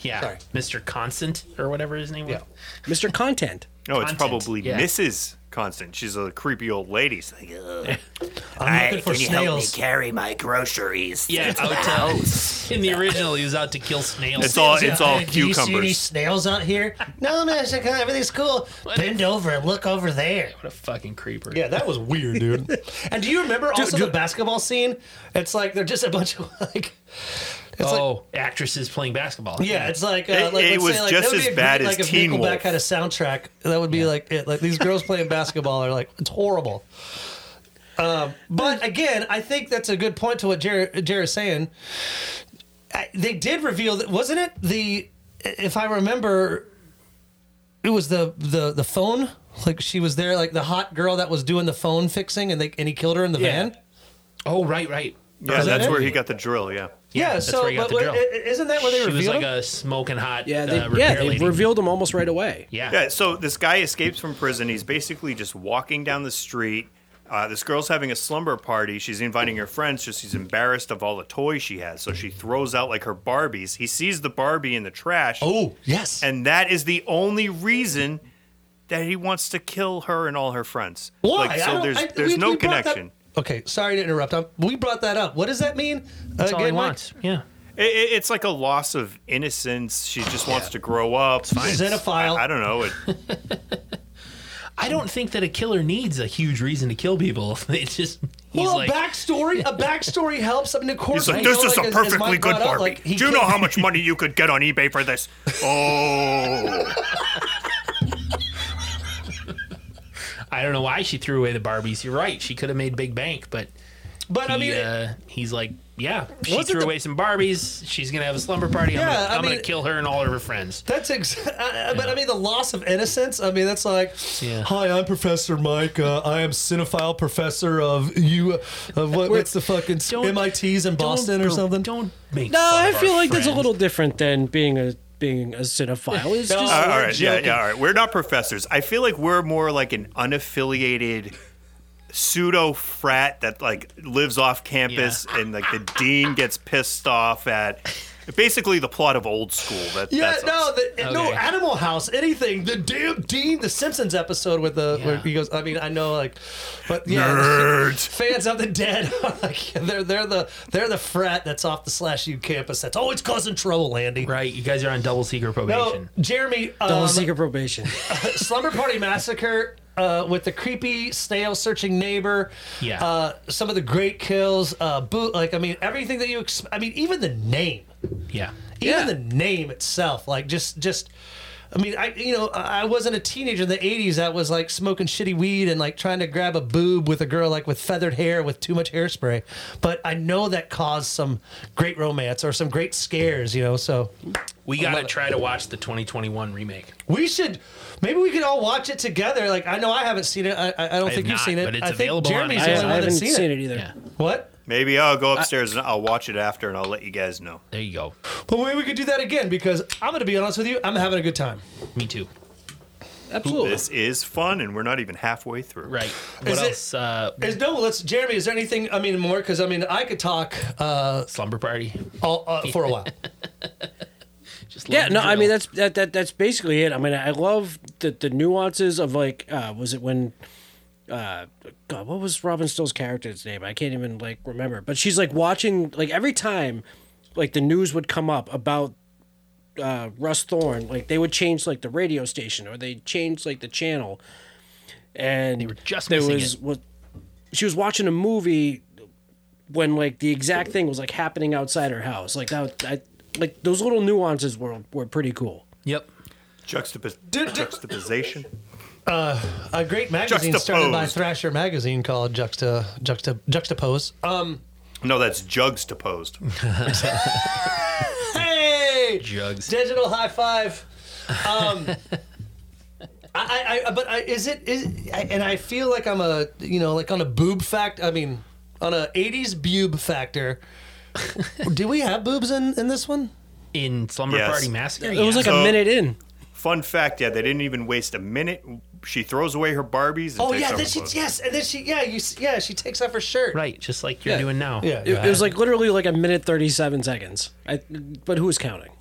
G: Yeah.
F: Sorry.
G: Mr. Constant or whatever his name was.
F: Yeah.
H: Mr. Content.
E: No, it's
G: Content,
E: probably
G: yeah.
E: Mrs. Constant. She's a creepy old lady. She's like, "Ugh."
F: I'm looking for snails.
A: carry my groceries?
G: Yeah, out to, in the original, he was out to kill snails.
E: It's all
F: Yeah,
E: it's all
F: hey, do you see any
E: cucumbers.
F: snails out here? no, no, it's okay, everything's cool. Bend over and look over there.
G: what a fucking creeper.
F: Yeah, that was weird, dude. and do you remember also the basketball scene? It's like they're just a bunch of like. It's like,
G: oh, actresses playing basketball.
F: yeah, it's like uh,
E: It-
F: like
E: it
F: let's
E: was
F: say, like,
E: just
F: that would
E: as
F: be a
E: bad
F: great,
E: as
F: like,
E: Teen
F: if Nickelback
E: Wolf.
F: had a soundtrack. That would be like it. Like these girls playing basketball are like it's horrible. Um, but again, I think that's a good point to what Jared Jer is saying. I, they did reveal that wasn't it the if I remember it was the the the phone like she was there like the hot girl that was doing the phone fixing and they and he killed her in the
H: Yeah.
F: van.
G: Oh, right, right.
E: Yeah,
F: Is that
E: that's
F: it?
E: where he got the drill. Yeah.
F: Yeah,
G: that's
F: so
G: where he got
F: but
G: the
F: what-
G: drill.
F: i- isn't that where they
G: She was
F: revealed
G: like
F: him?
G: a smoking hot.
H: Yeah, they,
G: uh,
H: yeah,
G: repair
H: they
G: lady.
H: revealed them almost right away.
G: Yeah.
E: Yeah. So this guy escapes from prison. He's basically just walking down the street. Uh, this girl's having a slumber party. She's inviting her friends. Just she's embarrassed of all the toys she has, so she throws out like her Barbies. He sees the Barbie in the trash.
F: Oh yes,
E: and that is the only reason that he wants to kill her and all her friends.
F: Why?
E: Like,
F: I
E: so
F: don't-
E: there's
F: I-
E: there's
F: we-
E: no
F: we brought that-
E: connection.
F: okay, sorry to interrupt. i we brought that up. What does that mean?
G: That's all he wants. Yeah.
E: It, it- it's like a loss of innocence. She just wants to grow up. It's-
F: Xenophile.
E: I, I don't know. It,
G: I don't think that a killer needs a huge reason to kill people. It just he's
F: well,
G: like
F: a backstory. A backstory helps. I mean, of course.
E: He's like,
F: you
E: this
F: know,
E: is
F: like,
E: a
F: as- as
E: perfectly
F: Mike
E: good
F: brought up,
E: Barbie.
F: like, he
E: Do you know
F: can't-
E: how much money you could get on eBay for this? Oh,
G: I don't know why she threw away the Barbies. You're right. She could have made big bank, but
F: But
G: he,
F: I mean,
G: uh, he's like, yeah, she
F: Wasn't
G: threw
F: the-
G: away some Barbies. She's gonna have a slumber party. I'm,
F: Yeah,
G: gonna,
F: I
G: I'm
F: mean-
G: gonna kill her and all of her friends.
F: that's ex- I- I- But I mean, the loss of innocence. I mean, that's like,
G: Yeah.
F: hi, I'm Professor Mike. Uh, I am cinephile professor of you of what, what's the fucking
G: Don't-
F: MITs in Boston
G: don't,
F: or something.
G: Don't make.
H: No,
G: fun
H: I
G: of
H: feel
G: our
H: like that's a
G: friends.
H: little different than being a being a cinephile. It's just
E: all right, yeah, yeah, all right. We're not professors. I feel like we're more like an unaffiliated pseudo frat that like lives off campus, and like the dean gets pissed off at. Basically, the plot of Old School. That,
F: Yeah,
E: that's
F: no,
E: us.
F: the, no
G: Okay.
F: Animal House, anything. The damn Dean, the Simpsons episode with the where
G: Yeah.
F: he goes. I mean, I know, like, but yeah,
E: Nerd.
F: fans of the dead, are like they're they're the they're the frat that's off the slash U campus that's always causing trouble, Andy.
G: Right, you guys are on double secret
F: No,
G: probation.
F: Jeremy,
H: Double
F: um,
H: secret probation.
F: Slumber Party Massacre. Uh, with the creepy snail searching neighbor,
G: Yeah.
F: Uh, some of the great kills, uh, boot. Like I mean, everything that you. Ex- I mean, even the name.
G: Yeah.
F: even
H: Yeah.
F: the name itself like just just i mean i you know i I wasn't a teenager in the 80s that was like smoking shitty weed and like trying to grab a boob with a girl like with feathered hair with too much hairspray but i know that caused some great romance or some great scares you know so
G: We got to try to watch the 2021 remake.
F: we should maybe we could all watch it together like i know i haven't seen it i, I I don't
G: have
F: think you've
G: not,
F: seen it
G: but it's
F: i think
G: available on
F: jeremy's
H: I,
G: He's
F: the
H: I
F: only one
H: haven't
F: that's seen,
H: seen
F: it.
H: it, either.
G: Yeah.
F: what
E: Maybe I'll go upstairs and I'll watch it after, and I'll let you guys know.
G: There you go.
F: but maybe we could do that again because i'm gonna be honest with you i'm having a good time
G: Me too.
H: Absolutely.
E: This is fun, and we're not even halfway through.
G: Right. What
F: Is it-
G: else? uh,
F: Is no, let's Jeremy. Is there anything? I mean, more because I mean, I could talk uh,
G: slumber party.
F: all, uh for a while.
G: Just
H: Yeah,
G: let it
H: no, I
G: drill.
H: mean that's that, that that's basically it. I mean, I love the the nuances of like, uh, was it when, uh, God, what was Robin Still's character's name? I can't even like remember. But she's like watching like every time, like the news would come up about uh, Russ Thorne. Like they would change like the radio station or they change like the channel, and they were
G: just
H: there
G: missing
H: was
G: it.
H: what she was watching a movie when like the exact thing was like happening outside her house. Like that, I, like those little nuances were were pretty cool.
G: Yep.
E: Juxtapos- juxtaposition.
F: A great magazine started by
E: Juxtaposed.
F: Thrasher magazine called Juxta Juxta Juxtapose. Um,
E: No, that's juxtaposed.
F: hey,
G: Jugs.
F: digital high five. Um, I, I, I, but I, is it is, I, and I feel like I'm a you know like on a boob fact. I mean, on a '80s boob factor. Do we have boobs in in this one?
G: In slumber
E: Yes.
G: party massacre.
H: It was like
E: So-
H: a minute in.
E: Fun fact, yeah, they didn't even waste a minute. She throws away her Barbies. And
F: Oh
E: takes
F: yeah,
E: off
F: then
E: her
F: she
E: clothes.
F: yes, and then she yeah you s- yeah she takes off her shirt.
G: right, just like you're
F: Yeah.
G: doing now.
F: Yeah.
H: It, it was like literally like a minute thirty seven seconds. I, but who's counting?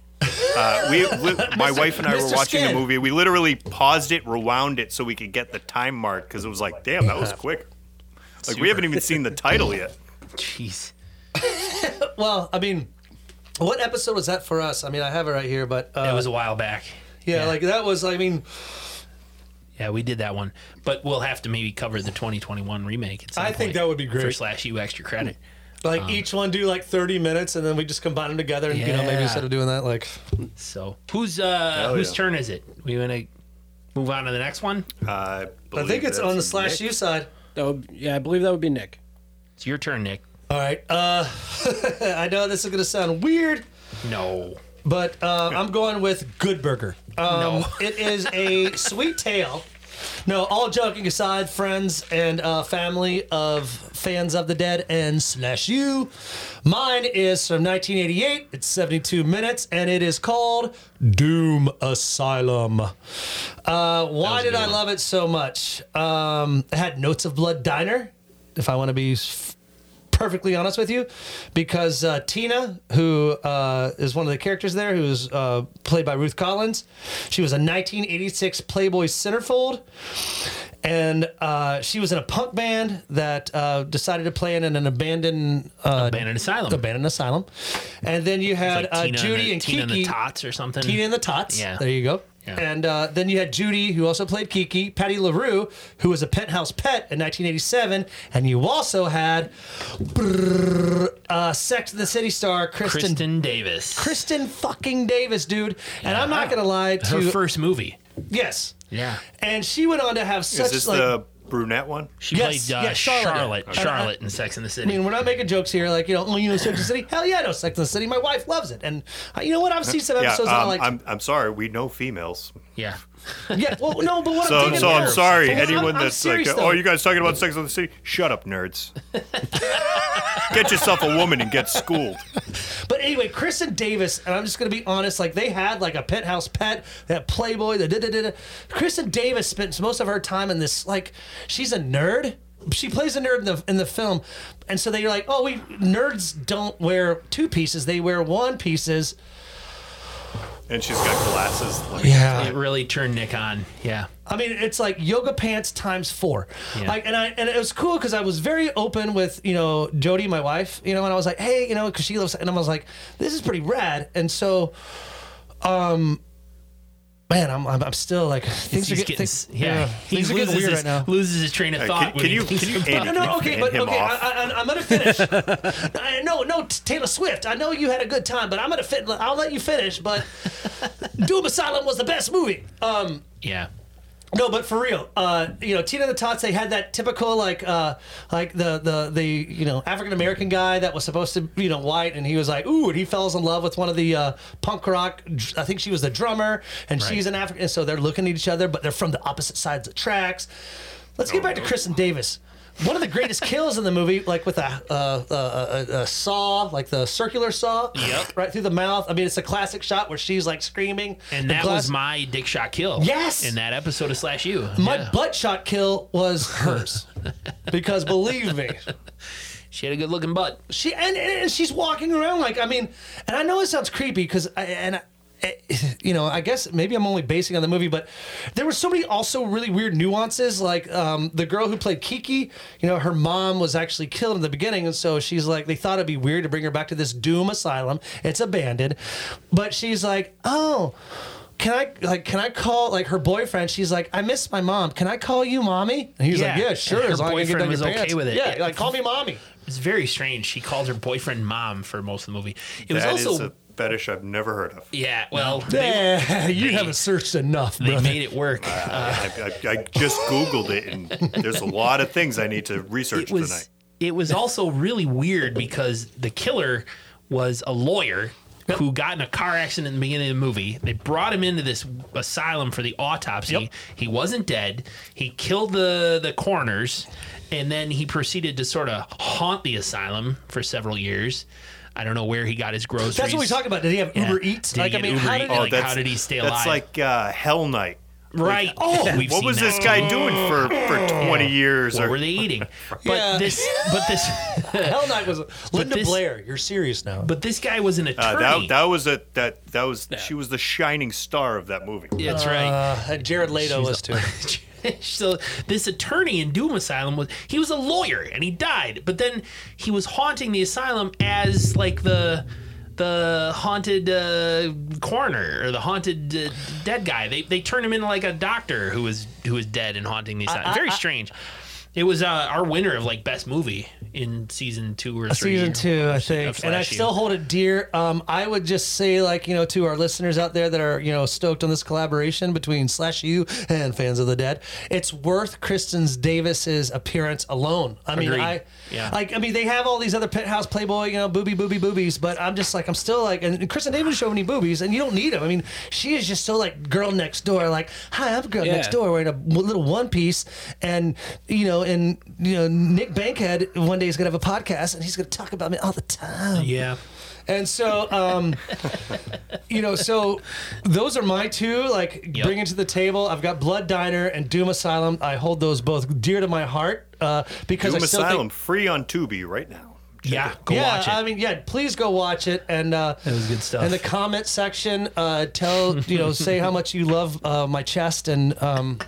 E: Uh, we, li- my wife and I were
F: Mr.
E: watching
F: Skid.
E: the movie. We literally paused it, rewound it, so we could get the time mark because it was like, damn, that was quick. Like we haven't even seen the title yet.
G: Jeez.
F: Well, I mean, what episode was that for us? I mean, I have it right here, but uh,
G: That was a while back.
F: yeah, like that was. I mean,
G: Yeah, we did that one, but we'll have to maybe cover the 2021 remake. At some
F: I think
G: point
F: that would be
G: for
F: great.
G: slash you extra credit.
F: like each one do like thirty minutes, and then we just combine them together, and you know maybe
G: Yeah.
F: instead of doing that, like
G: So whose uh,
E: Hell
G: whose
E: yeah.
G: turn is it? We want to move on to the next one.
E: I,
F: I think it's on the slash
E: you.
F: U side.
H: That would, yeah, I believe that would be Nick.
G: It's your turn, Nick.
F: All right, uh, I know this is gonna sound weird,
G: No.
F: but uh, I'm going with Good Burger. Um,
G: No.
F: it is a sweet tale. No, all joking aside, friends and uh, family of fans of the dead and slash you, mine is from 1988. It's 72 minutes, and it is called Doom Asylum. Uh, why did I love it so much? Um, it had notes of Blood Diner, if I want to be f- perfectly honest with you, because uh, Tina, who uh, is one of the characters there, who's uh, played by Ruth Collins, she was a 1986 Playboy centerfold, and uh, she was in a punk band that uh, decided to play in an abandoned uh,
G: Abandoned Asylum.
F: abandoned asylum. And then you had
G: Like
F: uh,
G: Tina
F: Judy
G: the,
F: and
G: Tina
F: Kiki.
G: the Tots or something.
F: Tina and the Tots.
G: Yeah.
F: There you go.
G: Yeah.
F: And uh, then you had Judy, who also played Kiki, Patty LaRue, who was a penthouse pet in 1987, and you also had brrr, uh, Sex and the City star Kristen Kristen,
G: Kristen Davis.
F: fucking Davis, dude. And I'm not gonna lie to
G: her first movie.
F: yes,
G: Yeah.
F: and she went on to have such
E: Is this
F: like
E: the brunette one?
G: She
F: Yes,
G: played uh,
F: yes, Charlotte.
G: Charlotte.
F: Okay.
G: Charlotte, in Sex and the City.
F: I mean, we're not making jokes here, like you know, oh, you know, Sex and the City. Hell yeah, I know Sex and the City. My wife loves it, and uh, you know what? I've seen some
E: Yeah,
F: episodes. and I
E: um,
F: like,
E: I'm, I'm sorry. We know females.
G: yeah.
F: yeah, well, no, but what I'm
E: So,
F: thinking
E: so I'm
F: is-
E: sorry.
F: Well, I'm-
E: Anyone
F: I'm
E: that's
F: serious,
E: like,
F: though.
E: oh, you guys talking about Sex on the City? Shut up, nerds. get yourself a woman and get schooled.
F: But anyway, Chris and Davis, and I'm just gonna be honest, like they had like a penthouse pet, that Playboy, the da da da. Chris and Davis spent most of her time in this. Like, she's a nerd. she plays a nerd in the in the film, and so they're like, oh, we nerds don't wear two pieces; they wear one pieces.
E: and she's got glasses. Like,
G: It
F: Yeah,
G: really turned Nick on. Yeah.
F: I mean, it's like yoga pants times four.
G: Yeah.
F: Like, and I and it was cool because I was very open with you know Jody, my wife, you know, and I was like, hey, you know, because she loves, and I was like, this is pretty rad, and so, um. Man, I'm, I'm, I'm still like things are getting,
G: He's getting,
F: things-
G: yeah,
F: things
G: He
F: are getting
G: loses
F: weird
G: his,
F: right now.
G: Loses his train of
E: Hey,
G: thought.
E: can-
G: when
E: can
G: he
E: you-
G: thinks
E: can you-
G: about
E: Andy,
F: No,
G: it.
E: can
F: no,
E: you
F: okay,
E: fan
F: but
E: him
F: okay,
E: off?
F: I, I, I'm gonna finish. I- no, no, t- Taylor Swift. I know you had a good time, but I'm gonna fit. I'll let you finish. But Doom Asylum was the best movie. Um,
G: Yeah.
F: no, but for real, uh, you know, Tina and the Tots, they had that typical like, uh, like the the the you know African American guy that was supposed to you know white, and he was like, ooh, and he falls in love with one of the uh, punk rock. I think she was the drummer, and she's an African, and so they're looking at each other, but they're from the opposite sides of the tracks. Let's
G: Oh,
F: get back to Kristen Davis. One of the greatest kills in the movie, like with a, uh, uh, a, a saw, like the circular saw,
G: Yep.
F: right through the mouth. I mean, it's a classic shot where she's like screaming,
G: And
F: the
G: that
F: glass-
G: was my dick shot kill.
F: Yes!
G: In that episode of Slash U.
F: my
G: Yeah.
F: butt shot kill was hers. because believe me,
G: She had a good looking butt.
F: she and, and she's walking around like I mean, and I know it sounds creepy because I and. I, eh, you know, I guess maybe I'm only basing on the movie, but there were so many also really weird nuances. Like um, the girl who played Kiki, you know, her mom was actually killed in the beginning, and so she's like, they thought it'd be weird to bring her back to this doom asylum. It's abandoned, but she's like, oh, can I like can I call like her boyfriend? She's like, I miss my mom. Can I call you mommy? And he's like,
G: Yeah.
F: Yeah, sure.
G: Her
F: as long as you get
G: boyfriend
F: down
G: was
F: your
G: okay
F: pants.
G: with it.
F: Yeah,
G: It-
F: like call me mommy.
G: It's very strange. She called her boyfriend mom for most of the movie. It was
E: That is
G: also
E: a fetish I've never heard of.
G: yeah. Well, they,
F: Yeah, Eh, you
G: they-
F: haven't searched enough,
G: they
F: brother.
G: made it work.
E: I, I, I just Googled it, and there's a lot of things I need to research
G: it was
E: tonight.
G: it was also really weird because the killer was a lawyer who got in a car accident in the beginning of the movie. They brought him into this asylum for the autopsy.
F: Yep.
G: He wasn't dead. He killed the the coroners, and then he proceeded to sort of haunt the asylum for several years. I don't know where he got his groceries.
F: That's what we talk about. Did he have
G: Yeah.
F: Uber Eats?
G: Did he
F: like, I
G: get
F: mean,
G: Uber
F: how
G: Eats?
F: did
G: Oh,
F: he,
G: like, how did he stay alive?
E: That's like uh, Hell Night.
G: Right. Oh, we've
E: What
G: seen
E: was
G: that.
E: this guy doing for, for 20 years?
G: What
E: Or,
G: were they eating? But
F: Yeah.
G: this, but this,
F: Hell Night was Linda
G: this-
F: Blair. You're serious now.
G: but this guy was an attorney.
E: uh, that, that was a that that was she was the shining star of that movie.
G: That's right.
F: Uh, and Jared Leto was too.
G: so this attorney in Doom Asylum was he was a lawyer and he died, but then he was haunting the asylum as like the the haunted uh, coroner or the haunted uh, dead guy. They they turned him into like a doctor who was who was dead and haunting the asylum. Very strange. It was uh, our winner of like best movie in season two or three.
F: Season two, I think, and I
G: Flash U.
F: still hold it dear. Um, I would just say, like you know, to our listeners out there that are you know stoked on this collaboration between Slash U and Fans of the Dead, it's worth Kristen's Davis's appearance alone. I mean,
G: Agreed.
F: I
G: Yeah.
F: like I mean they have all these other penthouse Playboy, you know, booby booby boobies, but I'm just like I'm still like, and Kristen Davis show any boobies, and you don't need them. I mean, she is just so like girl next door, like hi, I'm girl
H: Yeah.
F: next door wearing a w- little one piece, and you know, and you know, Nick Bankhead one day is gonna have a podcast, and he's gonna talk about me all the time.
G: Yeah.
F: And so, um, you know, so those are my two, like
G: Yep.
F: bringing to the table. I've got Blood Diner and Doom Asylum. I hold those both dear to my heart uh, because
E: Doom
F: I still think-
E: Asylum free on Tubi right now.
G: Yeah. Go
F: yeah,
G: watch it.
F: I mean, yeah, please go watch it. And uh, that
G: was good stuff.
F: In the comment section, uh, tell you know, say how much you love uh, my chest and um,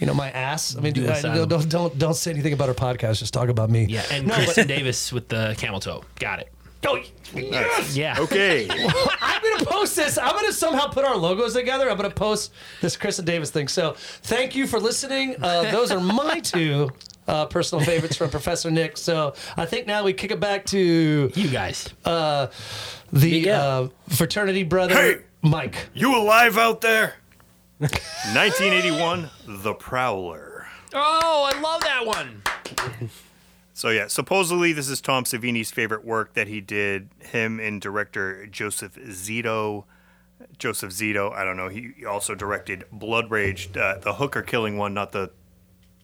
F: you know my ass. I mean,
G: Do
F: I,
G: us,
F: don't,
G: Adam.
F: don't don't don't say anything about our podcast. Just talk about me.
G: yeah. And
F: no, but,
G: Kristen Davis with the camel toe. Got it.
F: oh,
G: Yeah.
E: Okay,
F: I'm gonna post this. I'm gonna somehow put our logos together. I'm gonna post this Chris and Davis thing. So thank you for listening. Uh, those are my two. Uh, personal favorites from Professor Nick. So I think now we kick it back to
G: You guys.
F: uh, the
H: Miguel.
F: uh, fraternity brother
E: Hey!
F: Mike.
E: you alive out there? 1981, The Prowler.
G: Oh, I love that one.
E: So yeah, supposedly this is Tom Savini's favorite work that he did. Him and director Joseph Zito. Joseph Zito. I don't know. He also directed Blood Rage, uh, the hooker killing one, not the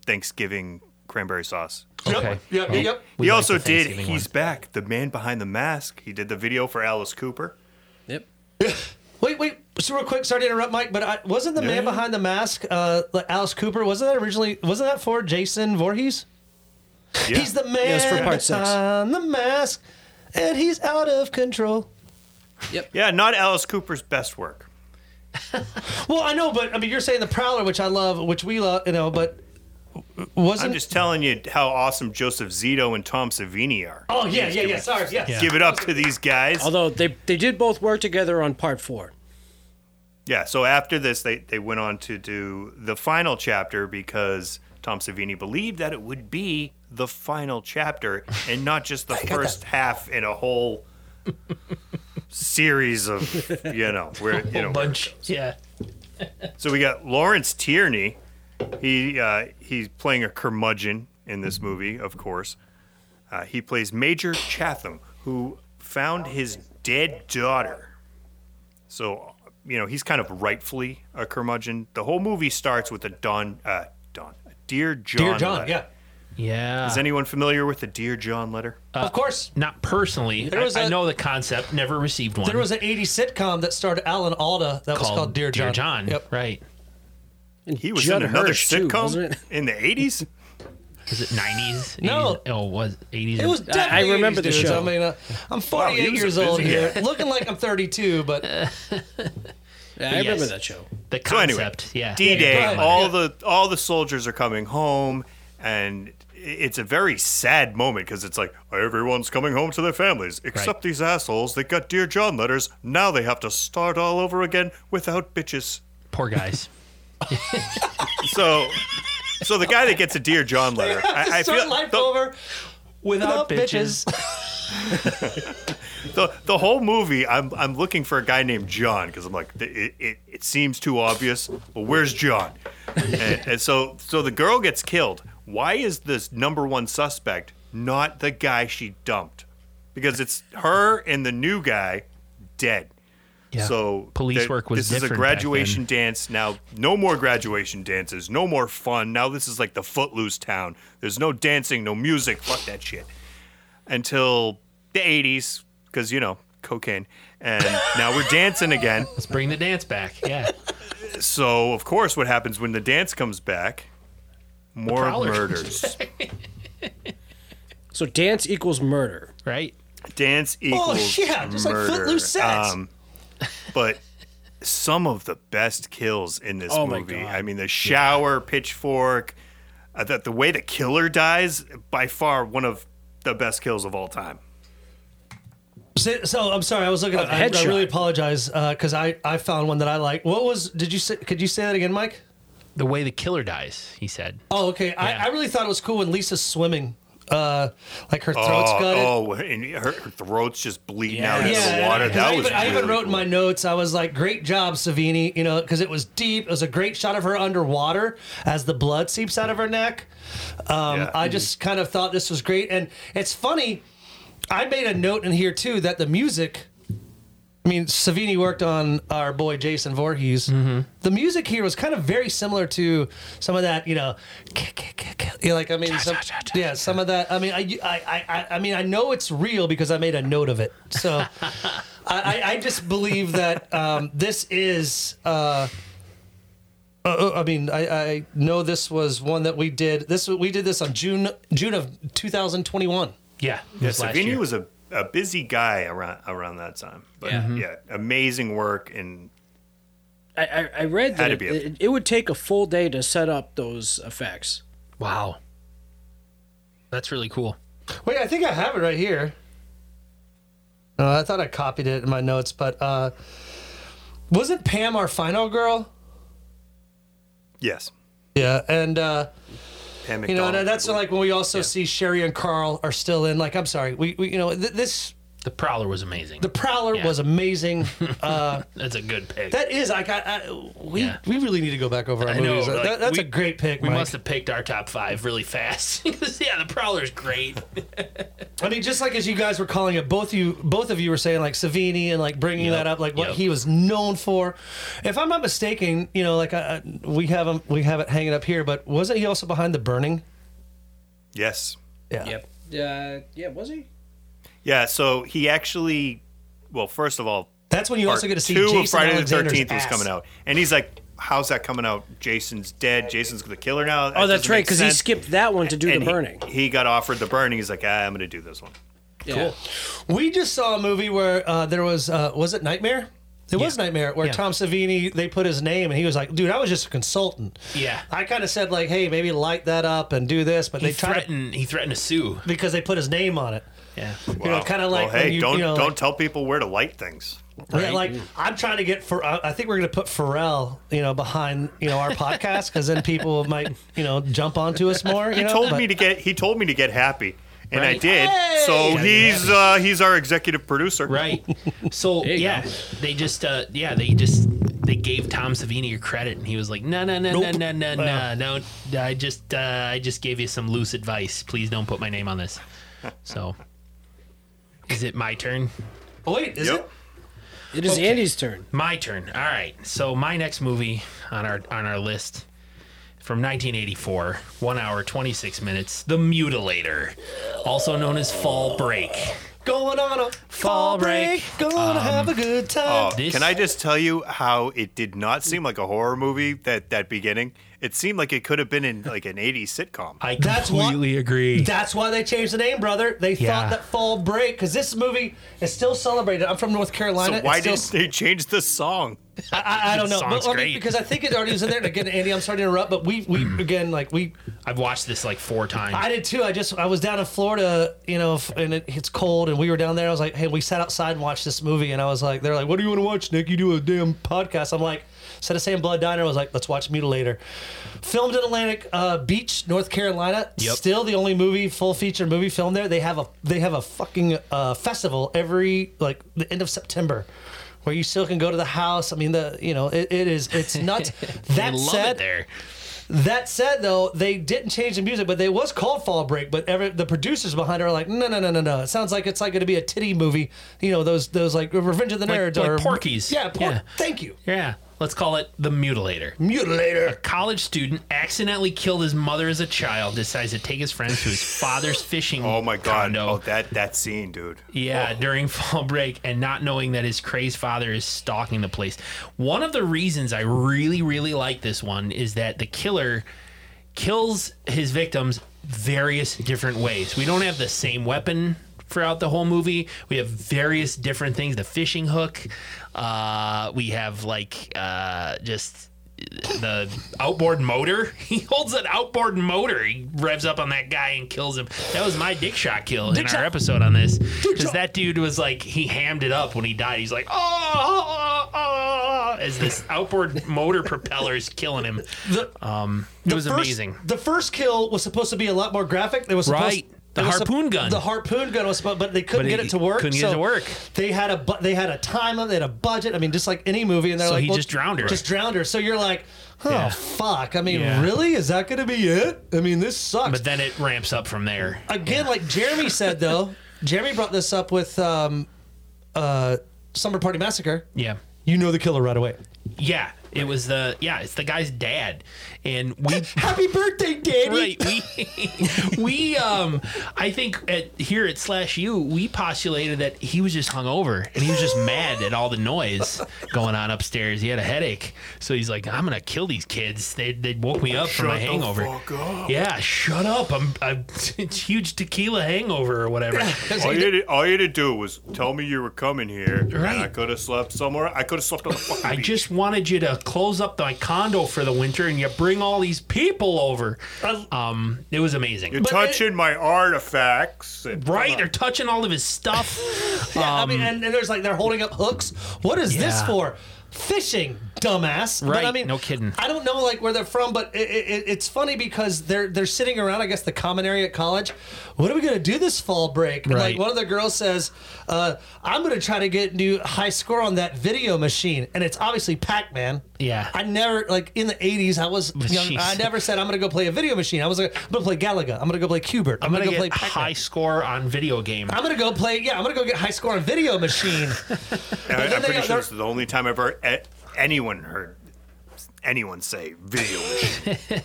E: Thanksgiving cranberry sauce.
G: Okay.
F: Yep. Yep. yep.
G: We
E: he
G: like
E: also
G: the
E: did
G: Thanksgiving
E: He's Back, the man behind the mask. He did the video for Alice Cooper.
H: Yep.
F: Wait. Wait. just real quick, sorry to interrupt, Mike, but I, wasn't the
E: Yeah,
F: man
E: yeah.
F: behind the mask uh, like Alice Cooper? Wasn't that originally? Wasn't that for Jason Voorhees?
E: Yeah.
F: He's the man
H: it's for part six.
F: behind the mask, and he's out of control.
E: yeah, not Alice Cooper's best work.
F: Well, I know, but I mean, you're saying the Prowler, which I love, which we love, you know, but w- wasn't?
E: I'm just telling you how awesome Joseph Zito and Tom Savini are.
F: oh yeah, yeah, yeah. Sorry, yeah.
G: Yeah.
E: Give it up to these guys.
H: Although they they did both work together on part four.
E: Yeah, so after this, they, they went on to do the final chapter because Tom Savini believed that it would be the final chapter and not just the first half in a whole series of, you know, where, you
G: Whole
E: know.
G: bunch. Yeah.
E: So we got Lawrence Tierney. He uh, He's playing a curmudgeon in this movie, of course. Uh, he plays Major Chatham, who found his dead daughter. So, you know, he's kind of rightfully a curmudgeon. The whole movie starts with a Don, uh, Don, a Dear John.
F: Dear John,
E: letter.
F: yeah.
G: Yeah.
E: Is anyone familiar with the Dear John letter?
H: Uh,
F: of course,
G: Not personally. I
F: was
G: I
F: a-
G: know the concept. Never received one.
F: there was an '80s sitcom that starred Alan Alda that was called Dear John. Yep.
G: Right.
E: He was
H: Judd
E: in another
H: Hirsch, too,
E: sitcom
H: wasn't it?
E: in the 80s?
G: Was it 90s?
F: No.
G: 80s? Oh, it was 80s.
F: It was
G: It
F: definitely
H: I remember
F: 80s
H: the
F: dudes.
H: show.
F: I mean, uh, I'm 48
E: Wow, he was
F: years
E: a
F: old
E: busy
F: here,
E: guy.
F: looking like I'm 32, but
H: Yeah, I
G: Yes.
H: remember that show.
G: the
E: So anyway,
G: concept. yeah.
E: D-Day,
F: Yeah.
E: all the all the soldiers are coming home, and it's a very sad moment because it's like everyone's coming home to their families except these assholes that got Dear John letters. Now they have to start all over again without bitches.
G: Poor guys.
E: So, so the guy that gets a Dear John letter, I, I
F: start
E: feel
F: life
E: the,
F: over without bitches.
E: the the whole movie. I'm I'm looking for a guy named John because I'm like it, it it seems too obvious. Well, where's John? and, and so so the girl gets killed. Why is this number one suspect not the guy she dumped? Because it's her and the new guy dead.
G: Yeah.
E: So
G: Police work was
E: This is a
G: different back
E: graduation dance now. No more graduation dances. No more fun. Now this is like the footloose town. There's no dancing, no music. Fuck that shit. Until the '80s, because you know cocaine, and now we're dancing again.
G: Let's bring the dance back. Yeah.
E: So of course, what happens when the dance comes back? More
G: prowler.
E: murders.
H: So dance equals murder.
G: Right.
E: dance equals
F: Oh, yeah, just like
E: murder. Um,
F: Footloose sex.
E: but some of the best kills in this
H: Oh my
E: movie.
H: God.
E: I mean, the shower, pitchfork, uh, that the way the killer dies, by far one of the best kills of all time.
F: So, so, I'm sorry, I was looking. At, I, I
H: headshot.
F: really apologize because I I found one that I like. What was? Did you say? Could you say that again, Mike?
G: The way the killer dies, he said.
F: Oh, okay.
G: Yeah.
F: I, I really thought it was cool when Lisa's swimming, uh, like her throat's
E: oh,
F: gutted.
E: oh, and her, her throat's just bleeding out
H: Yeah,
E: in
F: and
E: the water.
F: I,
E: that
F: I
E: was.
F: even, I even
E: really
F: wrote in my
E: cool.
F: notes. I was like, "Great job, Savini," you know, because it was deep. It was a great shot of her underwater as the blood seeps out of her neck. Um,
E: Yeah.
F: I just kind of thought this was great, and it's funny. I made a note in here too that the music. I mean, Savini worked on our boy Jason Voorhees. The music here was kind of very similar to some of that, you know, k- k- k- k- you know, like I mean, some, yeah, some of that. I mean, I, I, I, I mean, I know it's real because I made a note of it. So, I, I, I just believe that um, this is. Uh, uh, I mean, I, I know this was one that we did. This we did this on June June of 2021.
G: Yeah.
E: Yeah,
G: this last
E: Savini
G: year.
E: was a, a busy guy around around that time. But
G: Yeah.
E: yeah,
G: Mhm.
E: amazing work and
H: I, I, I read that
E: Had to be
H: it,
E: a-
H: it, it would take a full day to set up those effects.
G: Wow. That's really cool.
F: Wait, I think I have it right here. No, I thought I copied it in my notes, but uh, wasn't Pam our final girl?
E: yes,
F: Yeah, and uh,
E: Pam
F: you know
E: McDonald.
F: and that's like when we also see Sherry and Carl are still in. Like, I'm sorry, we, we you know th- this
G: The Prowler was amazing.
F: the Prowler was amazing. uh,
G: That's a good pick.
F: that is, like, I, I we
G: Yeah.
F: we really need to go back over our
G: I know,
F: movies.
G: like,
F: that, that's
G: we-
F: a great pick,
G: we
F: Mike.
G: must have picked our top five really fast. 'Cause, yeah, the Prowler's great.
F: I mean, just like as you guys were calling it, both you both of you were saying like Savini and like bringing that up, like what
G: yep.
F: he was known for. If I'm not mistaken, you know, like I, I- we have him, we have it hanging up here, but wasn't he also behind the burning?
E: yes.
F: Yeah.
H: Uh, yeah, was he?
E: Yeah, so he actually, well, first of all,
F: That's when you also
E: Part
F: get to see
E: two
F: Jason
E: of Friday the
F: Alexander's
E: Thirteenth was
F: ass.
E: coming out, and he's like, "How's that coming out? Jason's dead. Jason's the killer now." That
H: Oh, that's
E: doesn't
H: right,
E: make
H: because he
E: sense.
H: skipped that one to do
E: And
H: the
E: he-
H: burning.
E: He, got offered the burning. He's like, ah, "I'm going to do this one."
H: Cool.
F: We just saw a movie where uh, there was uh, was it Nightmare? It was Nightmare where
G: Yeah.
F: Tom Savini they put his name and he was like, "Dude, I was just a consultant."
G: Yeah.
F: I kind of said like, "Hey, maybe light that up and do this," but
G: He
F: they tried to,
G: threatened. He threatened to sue.
F: because they put his name on it.
G: Yeah.
F: You know, kind of like
E: well, hey,
F: when you,
E: don't
F: you know,
E: don't
F: like-
E: tell people where to light things.
F: Yeah, like I'm trying to get for. I I think we're going to put Pharrell, you know, behind you know our podcast because then people might you know jump onto us more. You
E: He
F: know,
E: told
F: but-
E: me to get. He told me to get happy, and I
G: Right.
E: did. so
G: Gotta get
E: he's uh, he's our executive producer.
G: Right. So
H: you
G: yeah,
H: go.
G: they just uh yeah they just they gave Tom Savini credit and he was like no no no
F: Nope.
G: no no no
F: Wow.
G: no don't I just uh, I just gave you some loose advice please don't put my name on this. So is it my turn?
F: Oh, wait, is it?
E: Yep.
H: It is Andy's turn.
G: My turn. All right. So my next movie on our on our list from 1984, one hour 26 minutes, The Mutilator, also known as Fall Break.
F: Going on a
G: Fall break.
F: Going to have a good time.
E: Um, Oh,
G: This-
E: can I just tell you how it did not seem like a horror movie that that beginning? It seemed like it could have been in like an 80s sitcom.
G: I
F: That's what-
G: completely agree.
F: That's why they changed the name, brother. They
G: Yeah.
F: thought that fall break because this movie is still celebrated. I'm from North Carolina.
E: so why
F: It's
E: didn't
F: still-
E: they change the song?
F: I, I don't know?
G: Song's
F: But, I mean,
G: great.
F: because I think it already was in there. And again, Andy, I'm sorry to interrupt, but we we again like we
G: I've watched this like four times.
F: I did too. I just I was down in Florida, you know, f- and it, it's cold, and we were down there. I was like, hey, we sat outside and watched this movie, and I was like, they're like, what do you want to watch, Nick? You do a damn podcast. I'm like, instead of saying Blood Diner, I was like, let's watch Mutilator. Filmed in Atlantic uh, Beach, North Carolina.
G: Yep.
F: Still the only movie full feature movie filmed there. They have a they have a fucking uh, festival every like the end of September. Where you still can go to the house. I mean, the you know it, it is it's nuts.
G: I
F: that
G: love
F: said,
G: it there.
F: that said, though, they didn't change the music, but they was called Fall Break. But ever, the producers behind it are like, no, no, no, no, no. It sounds like it's like going to be a titty movie. You know, those those like Revenge of the
G: Like-
F: Nerds
G: like
F: or
G: Porky's.
F: Yeah, por-
G: Yeah.
F: thank you.
G: Yeah. Let's call it the mutilator.
F: Mutilator.
G: College student accidentally killed his mother as a child, decides to take his friends to his father's fishing
E: Oh my god.
G: condo.
E: Oh that that scene, dude.
G: Yeah, during fall break and not knowing that his crazed father is stalking the place. One of the reasons I really, really like this one is that the killer kills his victims various different ways. We don't have the same weapon throughout the whole movie. We have various different things the fishing hook, uh, we have like uh, just the outboard motor. He holds an outboard motor. He revs up on that guy and kills him. That was my dick shot kill in our episode on this. Because that dude was like, he hammed it up when he died. He's like, oh, oh, oh," as this outboard motor propeller is killing him.
F: The,
G: Um, it
F: the
G: was
F: first-
G: amazing.
F: The first kill was supposed to be a lot more graphic. They was supposed,
G: Right. The
F: it was
G: harpoon gun.
F: The harpoon gun was supposed, but they couldn't
G: But
F: get
G: it-
F: it to work.
G: couldn't get
F: so
G: it to work.
F: They had a bu- they had a time limit, they had a budget. I mean, just like any movie, and they're
G: So
F: like,
G: he
F: well,
G: just drowned her.
F: Just drowned her. So you're like, oh
G: Yeah.
F: fuck. I mean,
G: Yeah.
F: really? Is that going to be it? I mean, this sucks
G: But then it ramps up from there.
F: again, like Jeremy said though, Jeremy brought this up with um, uh, Summer Party Massacre.
G: Yeah.
F: You know the killer right away.
G: Yeah. It was the, yeah, it's the guy's dad. And we.
F: Happy birthday, Daddy!
G: Right. We, we um, I think at here at Slash U, we postulated that he was just hungover and he was just mad at all the noise going on upstairs. He had a headache, so he's like, "I'm gonna kill these kids. They they woke me up from my hangover." Yeah, shut up. I'm I'm it's huge tequila hangover or whatever.
E: All you, had to, all you had to do was tell me you were coming here. and
G: Right.
E: I could have slept somewhere. I could have slept on the fucking
G: I
E: beach.
G: just wanted you to close up my condo for the winter, and you bring all these people over. Um, it was amazing.
E: You're touching my artifacts. And
G: right? They're touching all of his stuff.
F: Yeah, I mean, and, and there's like they're holding up hooks. What is this
G: Um, Yeah.
F: for? Fishing, dumbass. But, I
G: Right,
F: mean,
G: no kidding.
F: I don't know like where they're from, but it, it, it's funny because they're they're sitting around. I guess the common area at college. What are we gonna do this fall break? And, Like
G: Right.
F: one of the girls says, uh, "I'm gonna try to get new high score on that video machine," and it's obviously Pac Man.
G: Yeah.
F: I never like in the '80s. I was young.
G: jeez.
F: I never said I'm gonna go play a video machine. I was like, I'm gonna play Galaga. I'm gonna go play Cubert. I'm,
G: I'm gonna,
F: go play
G: get
F: Pac-Man.
G: high score on video game.
F: I'm gonna go play. Yeah, I'm gonna go get high score on video machine.
E: And I,
F: then
E: am
F: they
E: pretty
F: got-
E: sure this is the only time I've ever a- anyone heard anyone say video. machine.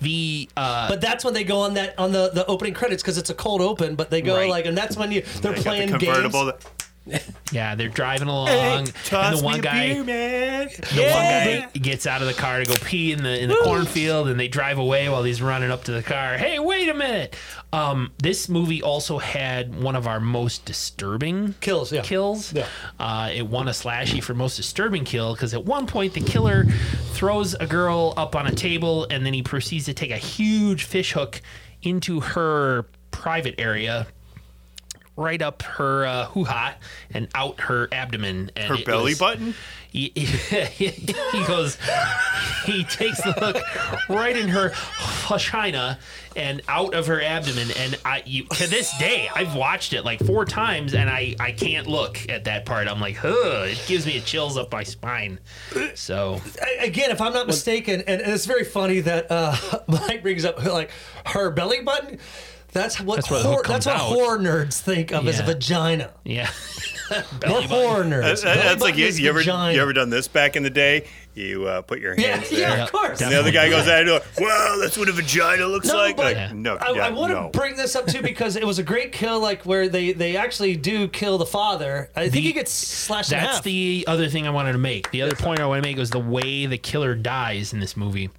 G: The uh,
F: But that's when they go on that on the, the opening credits because it's a cold open. But they go
G: Right.
F: like, and that's when you they're
E: They got
F: playing
E: the
F: games.
E: convertible. that-
G: Yeah, they're driving along, and the one guy,
E: man.
G: the one guy gets out of the car to go pee in the in the cornfield, and they drive away while he's running up to the car. Hey, wait a minute! Um, this movie also had one of our most disturbing
F: Kills, yeah.
G: kills.
F: Yeah.
G: Uh, it won a slashy for most disturbing kill because at one point the killer throws a girl up on a table and then he proceeds to take a huge fish hook into her private area. Right up her uh, hoo ha and out her abdomen and
E: Her
G: it
E: belly
G: was-
E: button?
G: he, he, he goes, he takes the hook right in her vagina and out of her abdomen. And I, you, to this day, I've watched it like four times and I, I can't look at that part. I'm like, ugh, it gives me chills up my spine. So,
F: I- again, if I'm not mistaken, and, and it's very funny that uh, Mike brings up like her belly button. That's what
G: where the hook
F: horror, that's
G: comes
F: what
G: out.
F: horror nerds think of as
G: Yeah.
F: vagina.
G: yeah.
F: We're horror
E: That's,
F: nerds. Belly
E: that's like
F: button
E: you,
F: is
E: you ever
F: vagina.
E: you ever done this back in the day? You uh, put your
F: yeah,
E: hands
F: yeah,
E: there.
F: of course.
E: And the other guy goes out and goes, "Wow, that's what a vagina looks
F: No,
E: like."
F: but-
E: Like, no,
F: I,
E: yeah,
F: I want to
E: no.
F: bring this up too because it was a great kill, like where they they actually do kill the father. I think
G: The-
F: he gets slashed in
G: That's
F: half.
G: the other thing I wanted to make. The other point I want to make was the way the killer dies in this movie.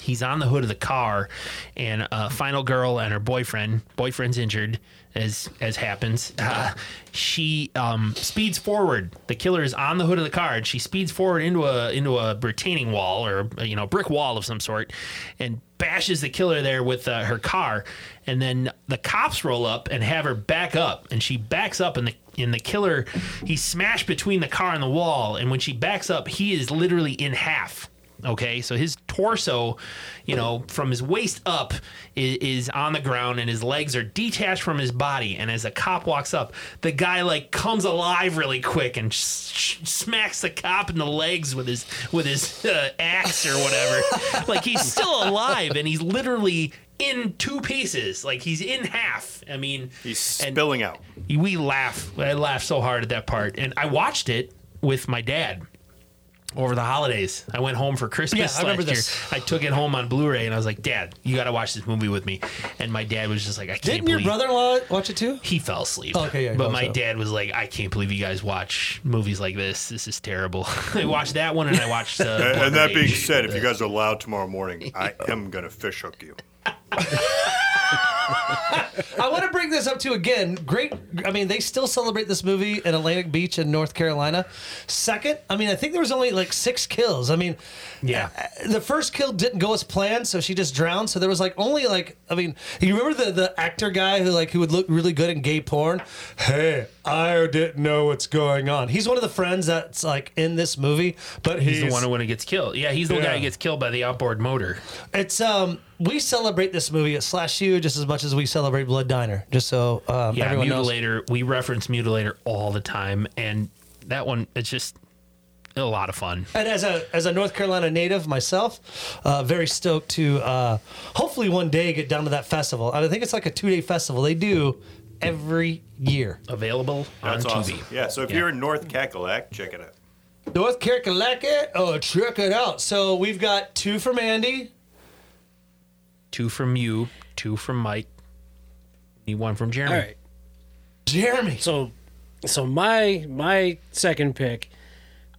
G: He's on the hood of the car, and a final girl and her boyfriend. Boyfriend's injured, as as happens. Uh, she um, speeds forward. The killer is on the hood of the car, and she speeds forward into a into a retaining wall or you know brick wall of some sort, and bashes the killer there with uh, her car. And then the cops roll up and have her back up, and she backs up, and the and the killer he's smashed between the car and the wall. And when she backs up, he is literally in half. Okay, so his torso, you know, from his waist up is, is on the ground and his legs are detached from his body. And as a cop walks up, the guy like comes alive really quick and sh- sh- smacks the cop in the legs with his with his uh, axe or whatever. like he's still alive and he's literally in two pieces. Like he's in half. I mean,
E: He's
G: and-
E: spilling out.
G: we laugh. I laughed so hard at that part, and I watched it with my dad over the holidays. I went home for Christmas
F: Yeah, I remember
G: last year.
F: this.
G: I took it home on Blu-ray, and I was like, "Dad, you got to watch this movie with me." And my dad was just like, "I can't."
F: Didn't your
G: believe
F: brother-in-law watch it too?
G: He fell asleep.
F: Okay, yeah, he
G: but
F: fell
G: my
F: asleep.
G: dad was like, "I can't believe you guys watch movies like this. This is terrible." I watched that one, and I watched. Uh,
E: And,
G: Blood
E: and that being
G: Rage.
E: said, if you guys are loud tomorrow morning, I am gonna fish hook you.
F: I want to bring this up too again. Great. I mean, they still celebrate this movie in Atlantic Beach in North Carolina. Second, I mean, I think there was only like six kills. I mean,
G: Yeah.
F: the first kill didn't go as planned, so she just drowned. So there was like only like I mean, you remember the the actor guy who like who would look really good in gay porn? Hey, I didn't know what's going on. He's one of the friends that's like in this movie, but he's,
G: He's the one who when it gets killed. Yeah, he's the guy
F: Yeah.
G: who gets killed by the outboard motor.
F: It's um we celebrate this movie at Slash U just as much as we celebrate Blood Diner. Just so um,
G: Yeah,
F: everyone knows.
G: Mutilator. We reference Mutilator all the time, and that one it's just a lot of fun.
F: And as a as a North Carolina native myself, uh, very stoked to uh, hopefully one day get down to that festival. I think it's like a two day festival they do every year.
G: Available
E: That's
G: on
E: awesome.
G: TV.
E: Yeah. So if you're in North Cackalack, check it out.
F: North Carolina, oh check it out. So we've got two from Andy.
G: Two from you, two from Mike, and one from Jeremy.
H: All right.
F: Jeremy.
H: So, so my my second pick.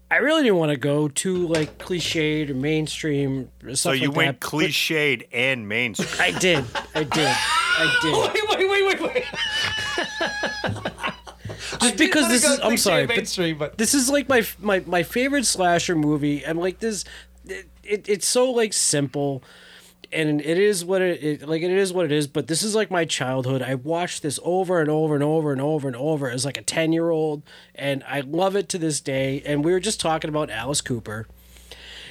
H: I really didn't want to go too like cliched or mainstream. Or
E: So
H: stuff
E: you
H: like
E: went
H: that, but
E: cliched and mainstream.
H: I did. I did. I did.
F: Wait, wait, wait, wait, wait.
H: Just because
F: wanna
H: this
F: go
H: is. I'm
F: cliche
H: sorry. But
F: mainstream, but-
H: this is like my my my favorite slasher movie. I'm like this. It, it's so like simple. and it is what it, it like it is what it is but this is like my childhood i watched this over and over and over and over and over as like a 10 year old and i love it to this day and we were just talking about alice cooper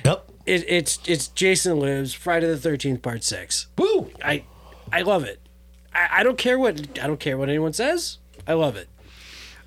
F: Yep.
H: it, it's it's jason lives friday the 13th part 6
F: Woo.
H: i i love it I, I don't care what i don't care what anyone says i love it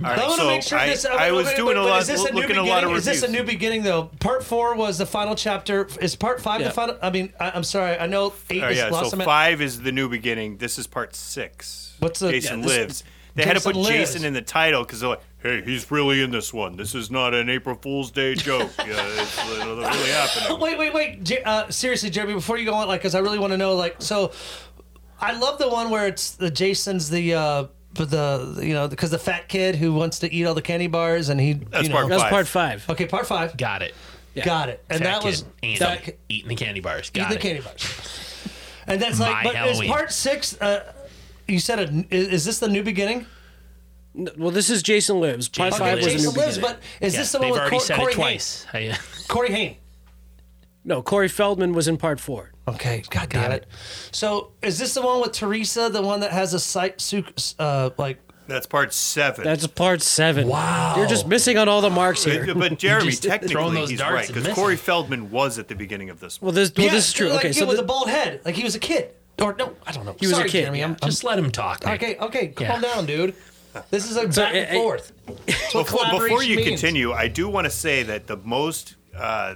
E: All right,
F: I want to
E: so
F: make sure
E: I,
F: this.
E: I was
F: wait,
E: doing
F: wait,
E: a
F: wait,
E: lot,
F: Is this a new
E: looking
F: beginning?
E: a lot of reviews.
F: Is this a new beginning though? Part four was the final chapter. Is part five
H: Yeah.
F: the final? I mean, I, I'm sorry. I know eight
E: Oh,
F: is
E: yeah,
F: lost.
E: so
F: I'm at-
E: five is the new beginning. This is part six.
F: What's the-
E: Jason
F: yeah, this-
E: Lives? They had to
F: Jason
E: put
F: Lives.
E: Jason in the title because they're like, hey, he's really in this one. This is not an April Fool's Day joke. yeah, it's it'll really happening.
F: Wait, wait, wait. Jer- uh, seriously, Jeremy, before you go on, like, because I really want to know, like, so I love the one where it's the Jason's the uh, for the you know because the fat kid who wants to eat all the candy bars and he
E: That's
F: you know,
E: part
H: That's
E: Five.
H: part five.
F: okay part five
G: Got it.
F: got it and
G: Fat
F: that
G: kid,
F: was
G: Andy,
F: that- eat
G: eating the candy bars. Got
F: the
G: it.
F: candy bars and that's like
G: My
F: but is
G: Halloween.
F: part six uh, you said a, is, is this the new beginning
H: N- Well, this is Jason Lives. Part
G: Jason
H: five
G: Lives.
H: was a new
F: Jason lives
H: beginning.
F: but is
G: Yeah,
F: this the one
G: they've
F: with
G: already
F: Cor-
G: said
F: Corey
G: it twice. I-
F: Haim? Corey Haim
H: No, Corey Feldman was in part four.
F: okay god damn it. so is this the one with Teresa the one that has a site su- uh, like
E: That's part seven.
H: That's part seven.
G: Wow.
H: You're just missing on all the marks here.
E: but, but Jeremy,
G: just throwing
E: technically,
G: those
E: he's
G: darts
E: right
G: and
E: because
G: missing.
E: Corey Feldman was at the beginning of this one.
H: Well, this, well,
F: Yeah,
H: this is true.
F: like
H: okay,
F: it
H: so
F: was
H: the-
F: a bald head like he was a kid or no I don't know
H: was a
F: Sorry,
H: kid,
F: Jeremy, I'm, I'm
G: uh, Just let him talk. Nick.
F: Okay, okay, calm
G: Yeah.
F: down, dude. This is a back
H: I-
F: and
H: I-
F: forth. That's
E: before,
F: what
E: before
F: collaboration
E: you
F: means.
E: continue, I do want to say that the most uh,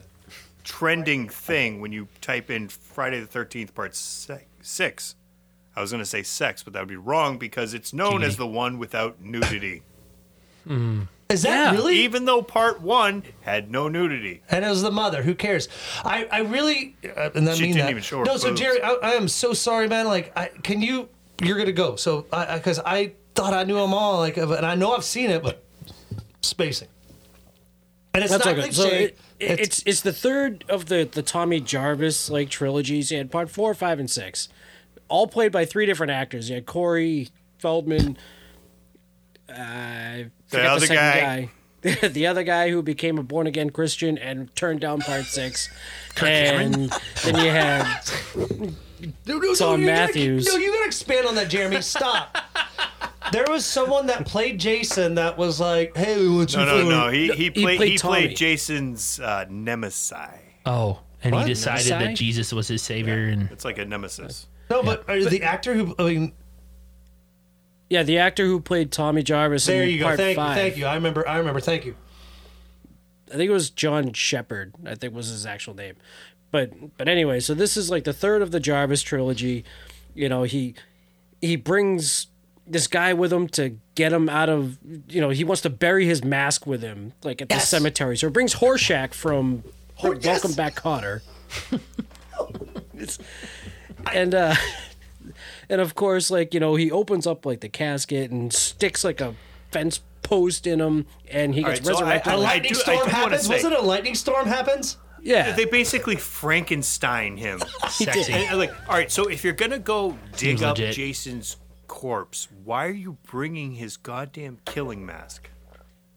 E: trending thing when you type in Friday the Thirteenth Part se- Six, I was going to say sex, but that would be wrong because it's known
G: Giggity.
E: as the one without nudity.
F: is that
H: Yeah.
F: really?
E: Even though Part One had no nudity,
F: and it was the mother. Who cares? I, I really, uh, and I
E: She
F: mean
E: didn't
F: that.
E: even show her
F: no, so
E: boobs.
F: Jerry, I, I am so sorry, man. Like, I, can you? You're gonna go. So, because I, because I thought I knew them all, like, and I know I've seen it, but spacing. And it's
H: That's
F: not
H: okay.
F: cliche.
H: So it,
F: it's,
H: it's it's the third of the the Tommy Jarvis like trilogies. You had part four, five, and six, all played by three different actors. You had Corey Feldman, uh, forget
E: other
H: second
E: guy.
H: guy. the other guy who became a born again Christian and turned down part six, and then you had
F: No, no,
H: Tom
F: you gotta-
H: Matthews.
F: no, you gotta expand on that, Jeremy. Stop. there was someone that played Jason that was like, "Hey, we want you
E: no, no,
F: for-
E: no. He he played he played,
H: played Tommy.
E: Jason's uh, nemesis.
G: Oh, and he decided
H: Messiah?
G: that Jesus was his savior, and
E: It's like a nemesis.
F: No, but uh, the actor who I mean,
H: yeah the actor who played Tommy Jarvis.
F: there
H: in
F: you go.
H: part
F: Thank,
H: five.
F: thank you. I remember. I remember. Thank you.
H: I think it was John Shepard. I think was his actual name. But but anyway, so this is like the third of the Jarvis trilogy. You know, he he brings this guy with him to get him out of you know, he wants to bury his mask with him like at the
F: Yes.
H: cemetery. So it brings Horshack from
F: Hor- yes.
H: Welcome Back Cotter. It's- and uh and of course like you know he opens up like the casket and sticks like a fence post in him and he
E: All
H: gets
E: right, so I-
H: resurrected
E: I
F: A
E: like-
F: lightning
E: do- I
F: storm
E: do wanna
F: happens.
E: say-
F: Was it a lightning storm happens?
H: yeah
E: They basically Frankenstein him.
G: sexy.
E: And, and, like, all right, so if you're gonna go dig
G: Seems
E: up
G: legit.
E: Jason's corpse, why are you bringing his goddamn killing mask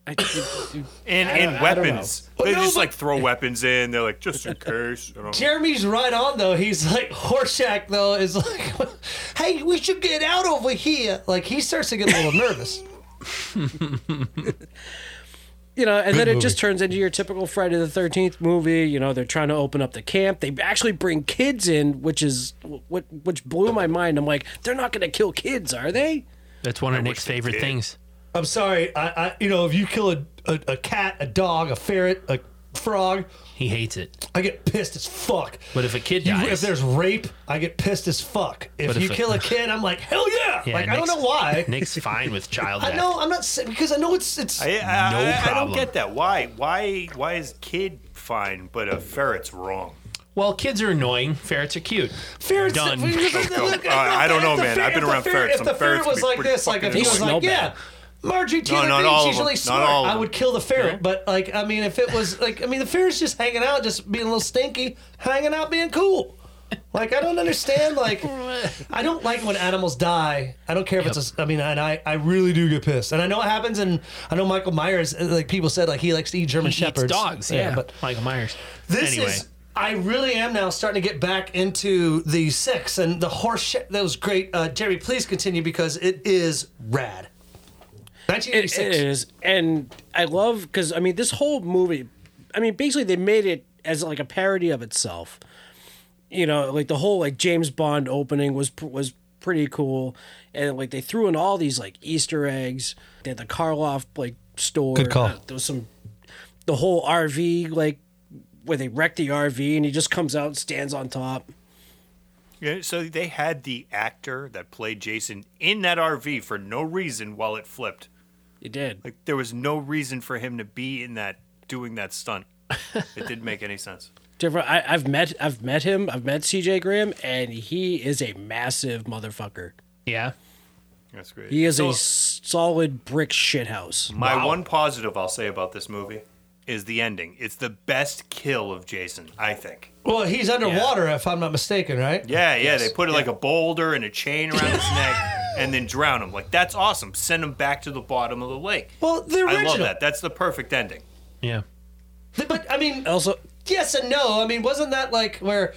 H: I,
E: and and
H: I don't know.
E: weapons? They
F: Well, no,
E: just
F: but-
E: like throw weapons in. They're like just in case. You know.
F: Jeremy's right on though. He's like Horshack though is like, "Hey, we should get out over here." Like he starts to get a little nervous.
H: you know, and then it just turns into your typical Friday the Thirteenth movie. You know, they're trying to open up the camp. They actually bring kids in, which is what which blew my mind. I'm like, they're not going to kill kids, are they?
G: That's one of Nick's favorite things.
F: I'm sorry. I, I you know if you kill a, a a cat, a dog, a ferret, a frog,
G: He hates it.
F: I get pissed as fuck.
G: But if a kid
F: You-
G: dies,
F: if there's rape, I get pissed as fuck. If
G: But
F: you
G: if it-
F: kill a kid, I'm like, hell yeah!
G: Yeah,
F: like I don't
G: Nick's-
F: know why.
G: Nick's fine with child
F: I
G: death.
F: know I'm not sa- because I know it's it's.
E: I, I,
G: No
E: I- I don't
G: problem.
E: get that. Why? Why? Why is kid fine but a ferret's wrong?
G: Well, kids are annoying. Ferrets are cute.
F: Ferrets.
G: Done.
F: Look, look,
E: Uh, I don't
F: if
E: know,
F: the
E: man.
F: fer-
E: I've been
F: if the
E: around
F: fer-
E: ferrets.
F: If
E: Some
F: the ferret
E: ferrets
F: was
E: be
F: like
E: pretty
F: this, like if
E: fucking
F: he was
H: annoying.
F: like,
H: Smell
F: yeah,
H: bad.
F: Marjorie Taylor
E: not
F: Greene,
E: all of
F: she's
E: them.
F: really
E: Not
F: smart.
E: all of
F: I
E: them.
F: would kill the ferret, but like I mean, if it was like I mean, the ferret's just hanging out, just being a little stinky, hanging out, being cool. Like I don't understand. Like I don't like when animals die. I don't care if it's. A, I mean, and I, I really do get pissed. And I know it happens. And I know Michael Myers. uh, Like people said, like he likes to eat German
G: He eats
F: shepherds,
G: dogs. Yeah,
F: but
G: Michael Myers.
F: this
G: anyway,
F: is. I really am now starting to get back into the six and the horse shit. That was great, uh, Jerry. Please continue because it is rad.
H: It,
F: 1986.
H: it is, and I love because I mean, this whole movie. I mean, basically, they made it as like a parody of itself. You know, like the whole like James Bond opening was was pretty cool, and like they threw in all these like Easter eggs. They had the Karloff like store.
F: Good call.
H: Uh, there was some the whole RV like where they wrecked the RV, and he just comes out and stands on top.
E: Yeah, so they had the actor that played Jason in that RV for no reason while it flipped.
H: It did.
E: Like there was no reason for him to be in that doing that stunt. It didn't make any sense.
H: different. I, I've met I've met him. I've met CJ Graham, and he is a massive motherfucker.
G: yeah.
E: That's great.
H: He is
E: So-
H: a solid brick shithouse.
E: My one positive I'll say about this movie is the ending. It's the best kill of Jason, I think.
F: Well, he's underwater, if I'm not mistaken, right?
E: Yeah, yeah. They put like a boulder and a chain around his neck and then drown him. Like that's awesome. Send him back to the bottom of the lake.
F: Well, the original.
E: I love that. That's the perfect ending.
G: Yeah.
F: But I mean,
H: Also,
F: yes and no. I mean, wasn't that like where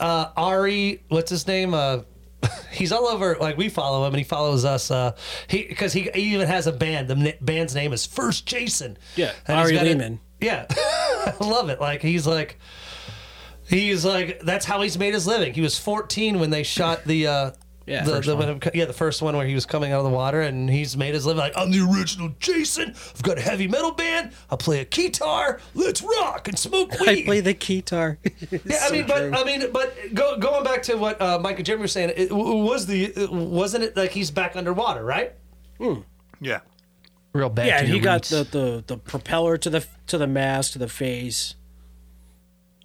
F: uh, Ari, what's his name? Uh, he's all over. Like we follow him, and he follows us. Uh, he because he, he even has a band. The n- band's name is First Jason.
H: Yeah,
F: And
H: Ari
F: he's got a-
H: Lehman.
F: yeah, I love it. Like he's like. He's like that's how he's made his living. He was 14 when they shot the uh
H: Yeah,
F: the,
H: first
F: the, yeah the first one where he was coming out of the water and he's made his living like I'm the original Jason. I've got a heavy metal band. I play a guitar. Let's rock and smoke weed.
H: I play the guitar.
F: Yeah, I mean, but I mean, but go, going back to what uh, Mike and Jeremy were saying, it, w- was the it, wasn't it like he's back underwater, right?
E: Yeah.
G: Real bad.
H: yeah,
G: to
H: and
G: your
H: he got
G: roots.
H: the, the, the propeller to the to the mast to the face.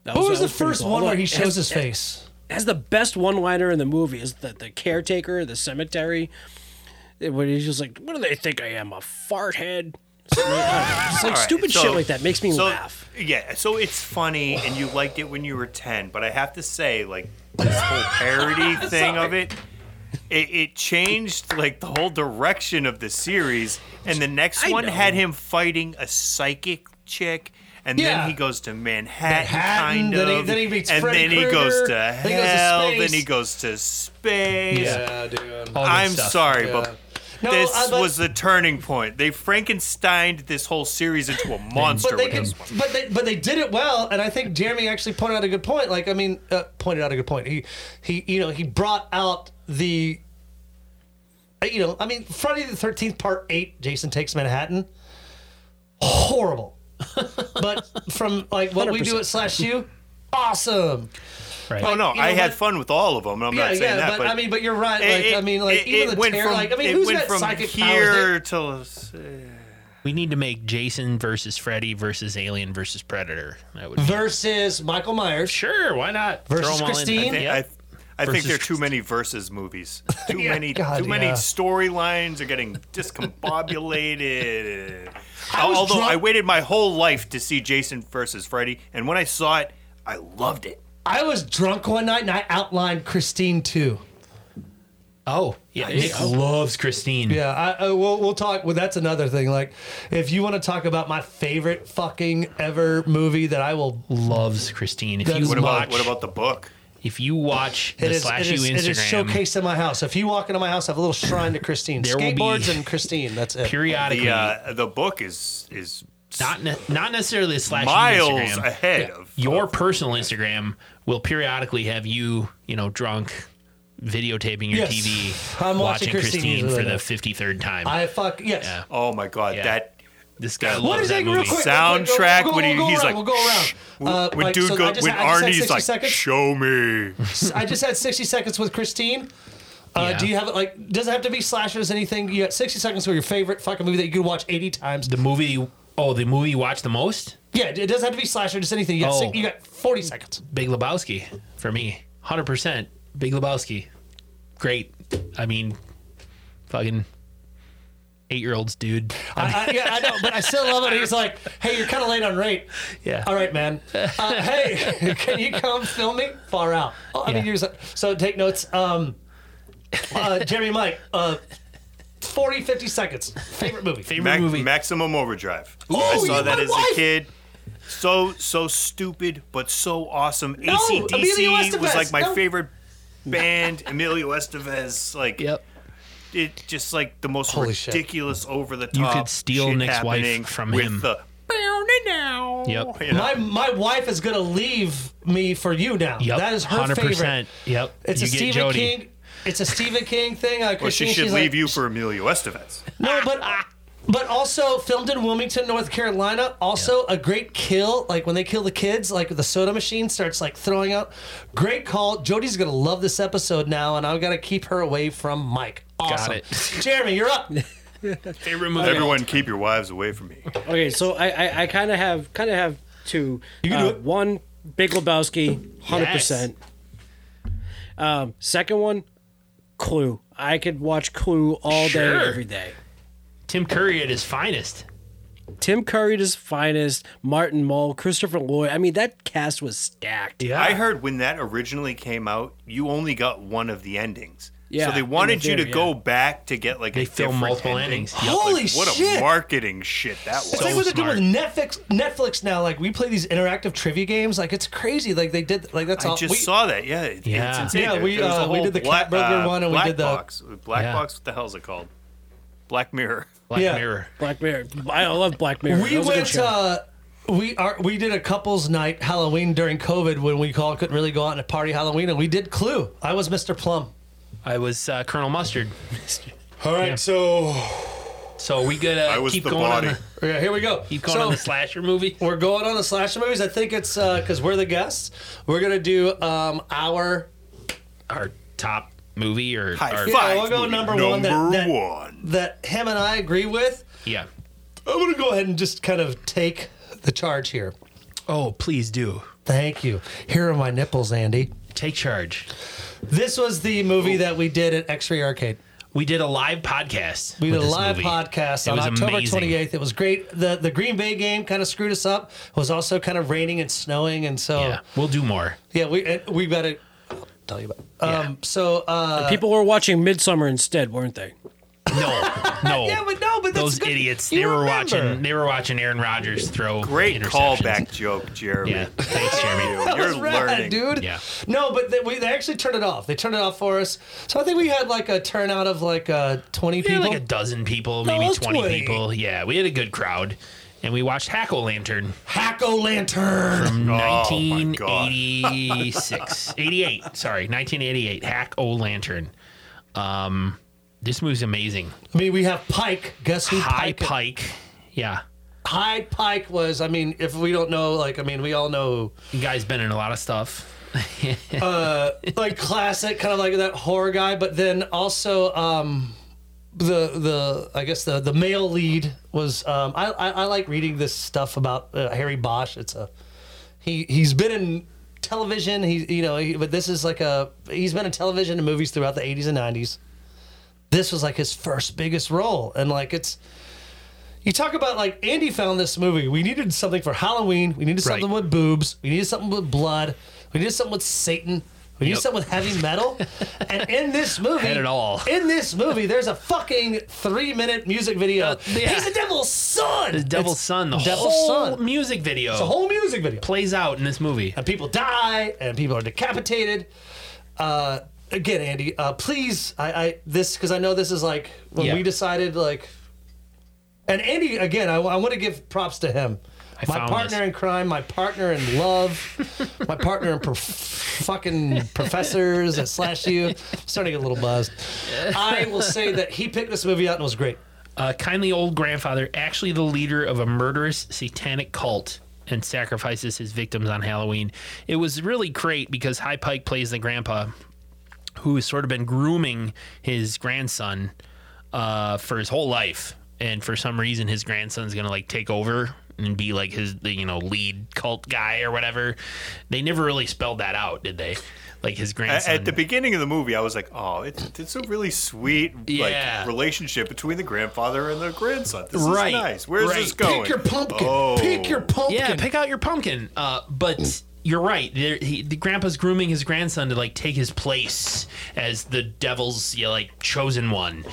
H: That
F: What was
H: that
F: the
H: pretty
F: first
H: cool.
F: one where
H: Although
F: he
H: it
F: shows
H: has-
F: his face?
H: has the best one liner in the movie is the, the caretaker, the cemetery. eh, When he's just like, what do they think I am, a fart head? It's like, I don't know, it's like
E: All right,
H: stupid
E: so-
H: shit like that makes me
E: so-
H: laugh.
E: Yeah, so it's funny, and you liked it when you were ten. But I have to say, like this whole parody thing of it, it, it changed like the whole direction of the series. And the next
H: I
E: one
H: know.
E: had him fighting a psychic chick. And
F: Yeah.
E: then he goes to Manhattan,
F: Manhattan,
E: kind
F: then
E: of.
F: he- then he meets
E: and
F: Freddy
E: then he goes to
F: Krueger, then he goes to
E: hell.
F: space.
E: then he goes to space.
F: dude.
G: All good
E: I'm
G: stuff.
E: sorry,
F: Yeah.
E: but
F: No,
E: this
F: uh, but-
E: was the turning point. They Frankensteined this whole series into a monster.
F: But they
E: with
F: could,
E: this one.
F: but they, but they did it well, and I think Jeremy actually pointed out a good point. Like, I mean, uh, pointed out a good point. He, he, you know, he brought out the, uh, you know, I mean, Friday the Thirteenth Part Eight, Jason Takes Manhattan, horrible, but from like what we do at Slash U, awesome.
G: Right.
E: Oh no,
F: you know
E: I had
F: what?
E: fun with all of them. I'm
F: Yeah,
E: not saying
F: yeah,
E: that,
F: but,
E: but,
F: I mean, but you're right.
E: it-
F: Like, I
E: it-
F: mean, like
E: it-
F: even
E: it
F: the
E: went
F: terror,
E: from
F: like I mean,
E: it
F: who's
E: went
F: got
E: from
F: psychic powers? They-
E: here till
G: We need to make Jason versus Freddy versus Alien versus Predator. That would
F: versus Michael Myers.
G: sure. Why not?
F: Versus
G: Throw 'em all in.
F: Christine?
G: I think-
E: I, I think
G: Versus-
E: there are too many versus movies. Too many,
F: God,
E: too many
F: yeah.
E: storylines are getting discombobulated.
F: was
E: Although
F: drunk-
E: I waited my whole life to see Jason versus Freddy, and when I saw it, I loved it.
F: I was drunk one night and I outlined Christine too.
G: Oh, yeah. Nick loves Christine.
F: Yeah, I, I, we'll, we'll talk. Well, that's another thing. Like, if you want to talk about my favorite fucking ever movie that I will,
G: Loves Christine. If
F: That's-
G: you
E: What
G: watch,
E: about what about the book?
G: if you watch the
F: it is,
G: slash
F: it, is,
G: you
F: it is
G: Instagram
F: showcased in my house. If you walk into my house, I have a little shrine to Christine.
G: There will be-
F: Skateboards and Christine. That's it.
G: periodically,
E: The uh, the book is is
G: not ne- not necessarily a slash
E: miles
G: you Instagram.
E: ahead of
G: Your personal Instagram will periodically have you, you know, drunk, videotaping your
F: Yes.
G: TV,
F: I'm watching
G: watching
F: Christine
G: Christine,
F: usually
G: for
F: now.
G: the fifty third time.
F: I fuck yes.
E: Oh my god,
G: Yeah.
E: that
G: this guy
F: What
G: loves
F: is
G: that
F: that?
G: movie.
F: Real quick,
E: Soundtrack
F: We'll go-
E: when he-
F: we'll go
E: he's
F: around,
E: like,
F: we'll go around. Uh,
E: when
F: like,
E: dude
F: so I
E: go,
F: just
E: when
F: had- I just had
E: Arnie's
F: 60
E: like,
F: seconds.
E: show me.
F: I just had 60 seconds with Christine. Uh,
G: Yeah.
F: Do you have it like? Doesn't have to be slashers. Anything you got? 60 seconds for your favorite fucking movie that you could watch 80 times.
G: The movie, oh, the movie you watch the most,
F: Yeah, it doesn't have to be slasher. Just anything. You got, si-
G: Oh.
F: you got 40 seconds.
G: Big Lebowski for me, hundred percent. Big Lebowski, great. I mean, fucking eight year olds, dude.
F: I, I, Uh, yeah, I know, but I still love it. He's like, "Hey, you're kind of late on rate."
G: Yeah.
F: All right, man. Uh, hey, can you come film me? Far out. Oh, I mean,
G: Yeah.
F: you're so, so take notes. Um, uh, Jeremy, Mike, uh, 40, 50 seconds. Favorite movie.
G: Favorite
E: Mac-
G: movie.
E: Maximum Overdrive. I
F: Oh,
E: saw
F: you're
E: that
F: my
E: as
F: wife!
E: a kid. So so stupid, but so awesome.
F: No, Emilio
E: ACDC was
F: Estevez,
E: like my
F: no.
E: favorite band. Emilio Estevez, like
G: Yep.
E: it, just like the most
F: Holy shit.
E: ridiculous, over the top.
G: You could steal
E: shit
G: Nick's wife
E: happening
G: from
E: with
G: him.
E: The,
G: Yep.
E: you know,
F: My my wife is gonna leave me for you now.
G: Yep.
F: That is her
G: 100%.
F: favorite.
G: Yep.
F: It's a
G: You get
F: Stephen
G: Jody.
F: King. It's a Stephen King thing. Uh,
E: well, she
F: Christine,
E: should
F: she's
E: leave
F: like,
E: you for Emilio Estevez.
F: No, but but also filmed in Wilmington, North Carolina. Also a great kill, like when they kill the kids, like the soda machine starts like throwing out. Great call. Jody's gonna love this episode now, and I've got to keep her away from Mike. Awesome.
G: it.
F: Jeremy, you're up.
G: Favorite movie.
E: Everyone, keep your wives away from me.
H: Okay, so I I, I kind of have kind of have two. You
F: can do it.
H: One, Big Lebowski, hundred percent. Um, second one, Clue. I could watch Clue all
G: Sure.
H: day, every day.
G: Tim Curry at his finest.
H: Tim Curry at his finest, Martin Mull, Christopher Lloyd. I mean, that cast was stacked.
G: Yeah.
E: I heard when that originally came out, you only got one of the endings.
H: Yeah,
E: So they
H: in the
E: wanted you to
H: theater,
E: go
H: yeah.
E: back to get like
G: They
E: a
G: film
E: different
G: multiple
E: ending.
G: endings.
E: Yeah,
F: Holy
E: like, what
F: shit.
E: a marketing shit that was.
F: It's like what they're doing with Netflix. Netflix now, like we play these interactive trivia games. Like it's crazy. Like they did. Like that's
E: I
F: all.
E: just
F: we,
E: saw that. Yeah, it-
G: Yeah.
E: it's insane.
F: Yeah,
E: There-
F: we,
E: there was a
F: uh, we
E: whole
F: did the
E: black,
F: Catburger
E: uh,
F: one and we
E: black
F: did the-
E: box. Black
G: Yeah.
E: box. What the hell is it called? Black Mirror.
G: Black
F: Yeah.
G: Mirror.
H: Black Mirror. I love Black Mirror.
F: we
H: That was a good
F: went.
H: show.
F: Uh, we are. We did a couples night Halloween during COVID when we all couldn't really go out and party Halloween, and we did Clue. I was Mr. Plum.
G: I was uh, Colonel Mustard.
F: All right, so
G: So we gotta
E: I was
G: keep
E: the
G: going
E: body.
G: on the
F: yeah, here we go.
G: keep going
F: so,
G: on the slasher movie.
F: We're going on the slasher movies. I think it's because we're the guests. We're gonna do um, our
G: Our top movie or
E: High
G: our,
F: Yeah,
E: five.
F: we'll go
E: movie.
F: number one that-
E: Number
F: that-
E: one.
F: that him and I agree with.
G: yeah.
F: I'm gonna go ahead and just kind of take the charge here.
G: Oh, please do
F: Thank you. Here are my nipples, Andy.
G: take charge.
F: This was the
G: Oh.
F: movie that we did at X-Ray Arcade.
G: We did a live podcast.
F: We did
G: with
F: a
G: this
F: live
G: movie.
F: podcast
G: It
F: on
G: was
F: October
G: amazing.
F: 28th. It was great. The the Green Bay game kind of screwed us up. It was also kind of raining and snowing, and so
G: Yeah,
F: yeah,
G: we'll do more.
F: we uh, we got to tell you about. Um, So uh,
H: People were watching Midsummer instead, weren't they?
G: No, no.
F: yeah, but no, but that's
G: Those
F: good.
G: idiots.
F: You
G: They were
F: remember.
G: watching. They were watching Aaron Rodgers throw
E: Great
G: interceptions.
E: callback joke, Jeremy.
G: Yeah, thanks, Jeremy.
F: That
E: You're
F: was rad,
E: learning.
F: dude.
G: Yeah.
F: No, but they, we, they actually turned it off. They turned it off for us. So I think we had like a turnout of like uh, 20
G: Yeah,
F: people.
G: like a dozen people,
F: No, it
G: maybe
F: was
G: 20,
F: 20.
G: people. Yeah, we had a good crowd. And we watched Hack O Lantern
F: Hack o lantern.
G: from
E: God.
G: 1986. 88, sorry, 1988. Hack O Lantern. Um, this movie's amazing.
F: I mean, we have Pike. Guess who
G: High
F: Pike?
G: Pike. Yeah.
F: High Pike was. I mean, if we don't know, like, I mean, we all know,
G: You guys been in a lot of stuff.
F: like, classic kind of like that horror guy. But then also, um, the the I guess the the male lead was. Um, I, I I like reading this stuff about uh, Harry Bosch. It's a he he's been in television. He you know, he, but this is like a he's been in television and movies throughout the '80s and '90s. This was like his first biggest role, and like it's. You talk about like Andy found this movie. We needed something for Halloween. We needed
G: Right.
F: something with boobs. We needed something with blood. We needed something with Satan. We needed
G: Yep.
F: something with heavy metal. and in this movie,
G: Had it all.
F: in this movie, there's a fucking three minute music video.
G: Uh, yeah.
F: He's the devil's son.
G: The Devil's
F: It's
G: Son, the
F: Devil's
G: whole
F: Son.
G: music video
F: It's a whole music video.
G: plays out in this movie.
F: And people die, and people are decapitated. Uh, again, Andy, uh, please, I, I this because I know this is like when
G: Yeah.
F: we decided like, and Andy again, I, want to give props to him.
G: I
F: my
G: found
F: partner
G: this.
F: in crime, my partner in love, my partner in prof- fucking professors at slash you. I'm starting to get a little buzzed. I will say that he picked this movie out and was great.
G: A Uh, kindly old grandfather, actually the leader of a murderous satanic cult, and sacrifices his victims on Halloween. It was really great because High Pike plays the grandpa who has sort of been grooming his grandson uh, for his whole life, and for some reason his grandson's gonna like take over and be like his the, you know lead cult guy or whatever. They never really spelled that out, did they? Like
E: A-
G: his
E: At,
G: grandson.
E: the beginning of the movie, I was like, "Oh, it's, it's a really sweet
G: Yeah.
E: like relationship between the grandfather and the grandson. This
G: Right.
E: is nice. Where's this
G: Right.
E: going?
F: Pick your pumpkin.
E: Oh.
F: Pick your pumpkin.
G: Yeah, pick out your pumpkin. Uh, but you're right. There, he, the grandpa's grooming his grandson to like take his place as the devil's you know, like chosen one.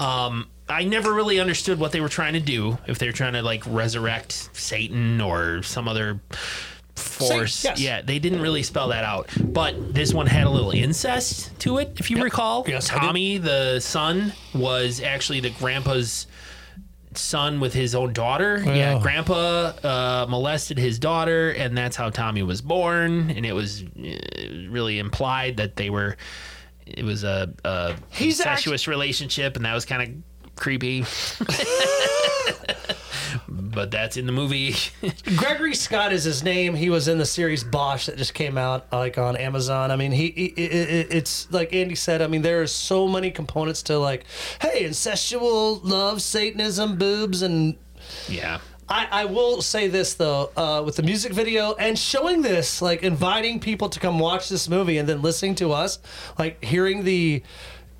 G: Um, I never really understood what they were trying to do. If they were trying to like resurrect Satan or some other force.
F: Satan, yes.
G: Yeah, they didn't really spell that out. But this one had a little incest to it, if you recall.
F: Yes, I did.
G: Tommy, the son, was actually the grandpa's son with his own daughter. Yeah, grandpa uh, molested his daughter, and that's how Tommy was born. And it was uh, really implied that they were. It was a, a
F: He's act-
G: incestuous relationship, and that was kind of creepy. but that's in the movie.
F: Gregory Scott is his name. He was in the series Bosch that just came out like on Amazon. I mean, he, he i i it's like Andy said. I mean, there are so many components to like, hey, incestual love, Satanism, boobs, and
G: yeah.
F: I, I will say this though, uh, with the music video and showing this, like inviting people to come watch this movie and then listening to us, like hearing the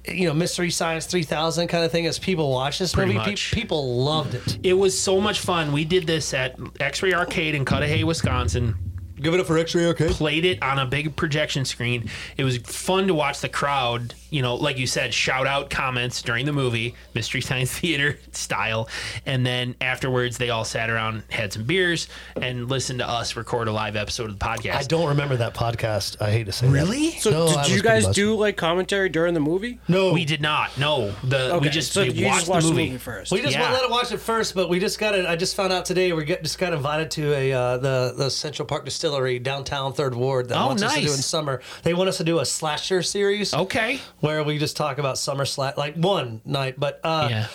F: you know, Mystery Science 3000 kind of thing as people watch this
G: Pretty
F: movie. Pe-
G: much.
F: people loved it.
G: It was so much fun. We did this at X Ray Arcade in Cudahy, Wisconsin.
F: Give it up for X-Ray, okay?
G: played it on a big projection screen. It was fun to watch the crowd, you know, like you said, shout out comments during the movie, Mystery Science Theater style. And then afterwards, they all sat around, had some beers, and listened to us record a live episode of the podcast.
F: I don't remember that podcast. I hate to say
G: Really?
F: that.
H: So
F: No, I
H: did
F: was
H: you guys
F: pretty
H: do like commentary during the movie?
F: No,
G: We did not. No, the we just
H: so
G: we
H: you
G: watched,
H: just watched
G: the movie.
H: first.
F: We just
G: Yeah.
F: won't let it watch it first, but we just got it. I just found out today we get, just got invited to a uh, the the Central Park Distillery downtown Third Ward that
G: Oh,
F: wants us to do
G: nice.
F: in summer. They want us to do a slasher series.
G: Okay.
F: Where we just talk about summer slash like one night, but uh,
G: Yeah.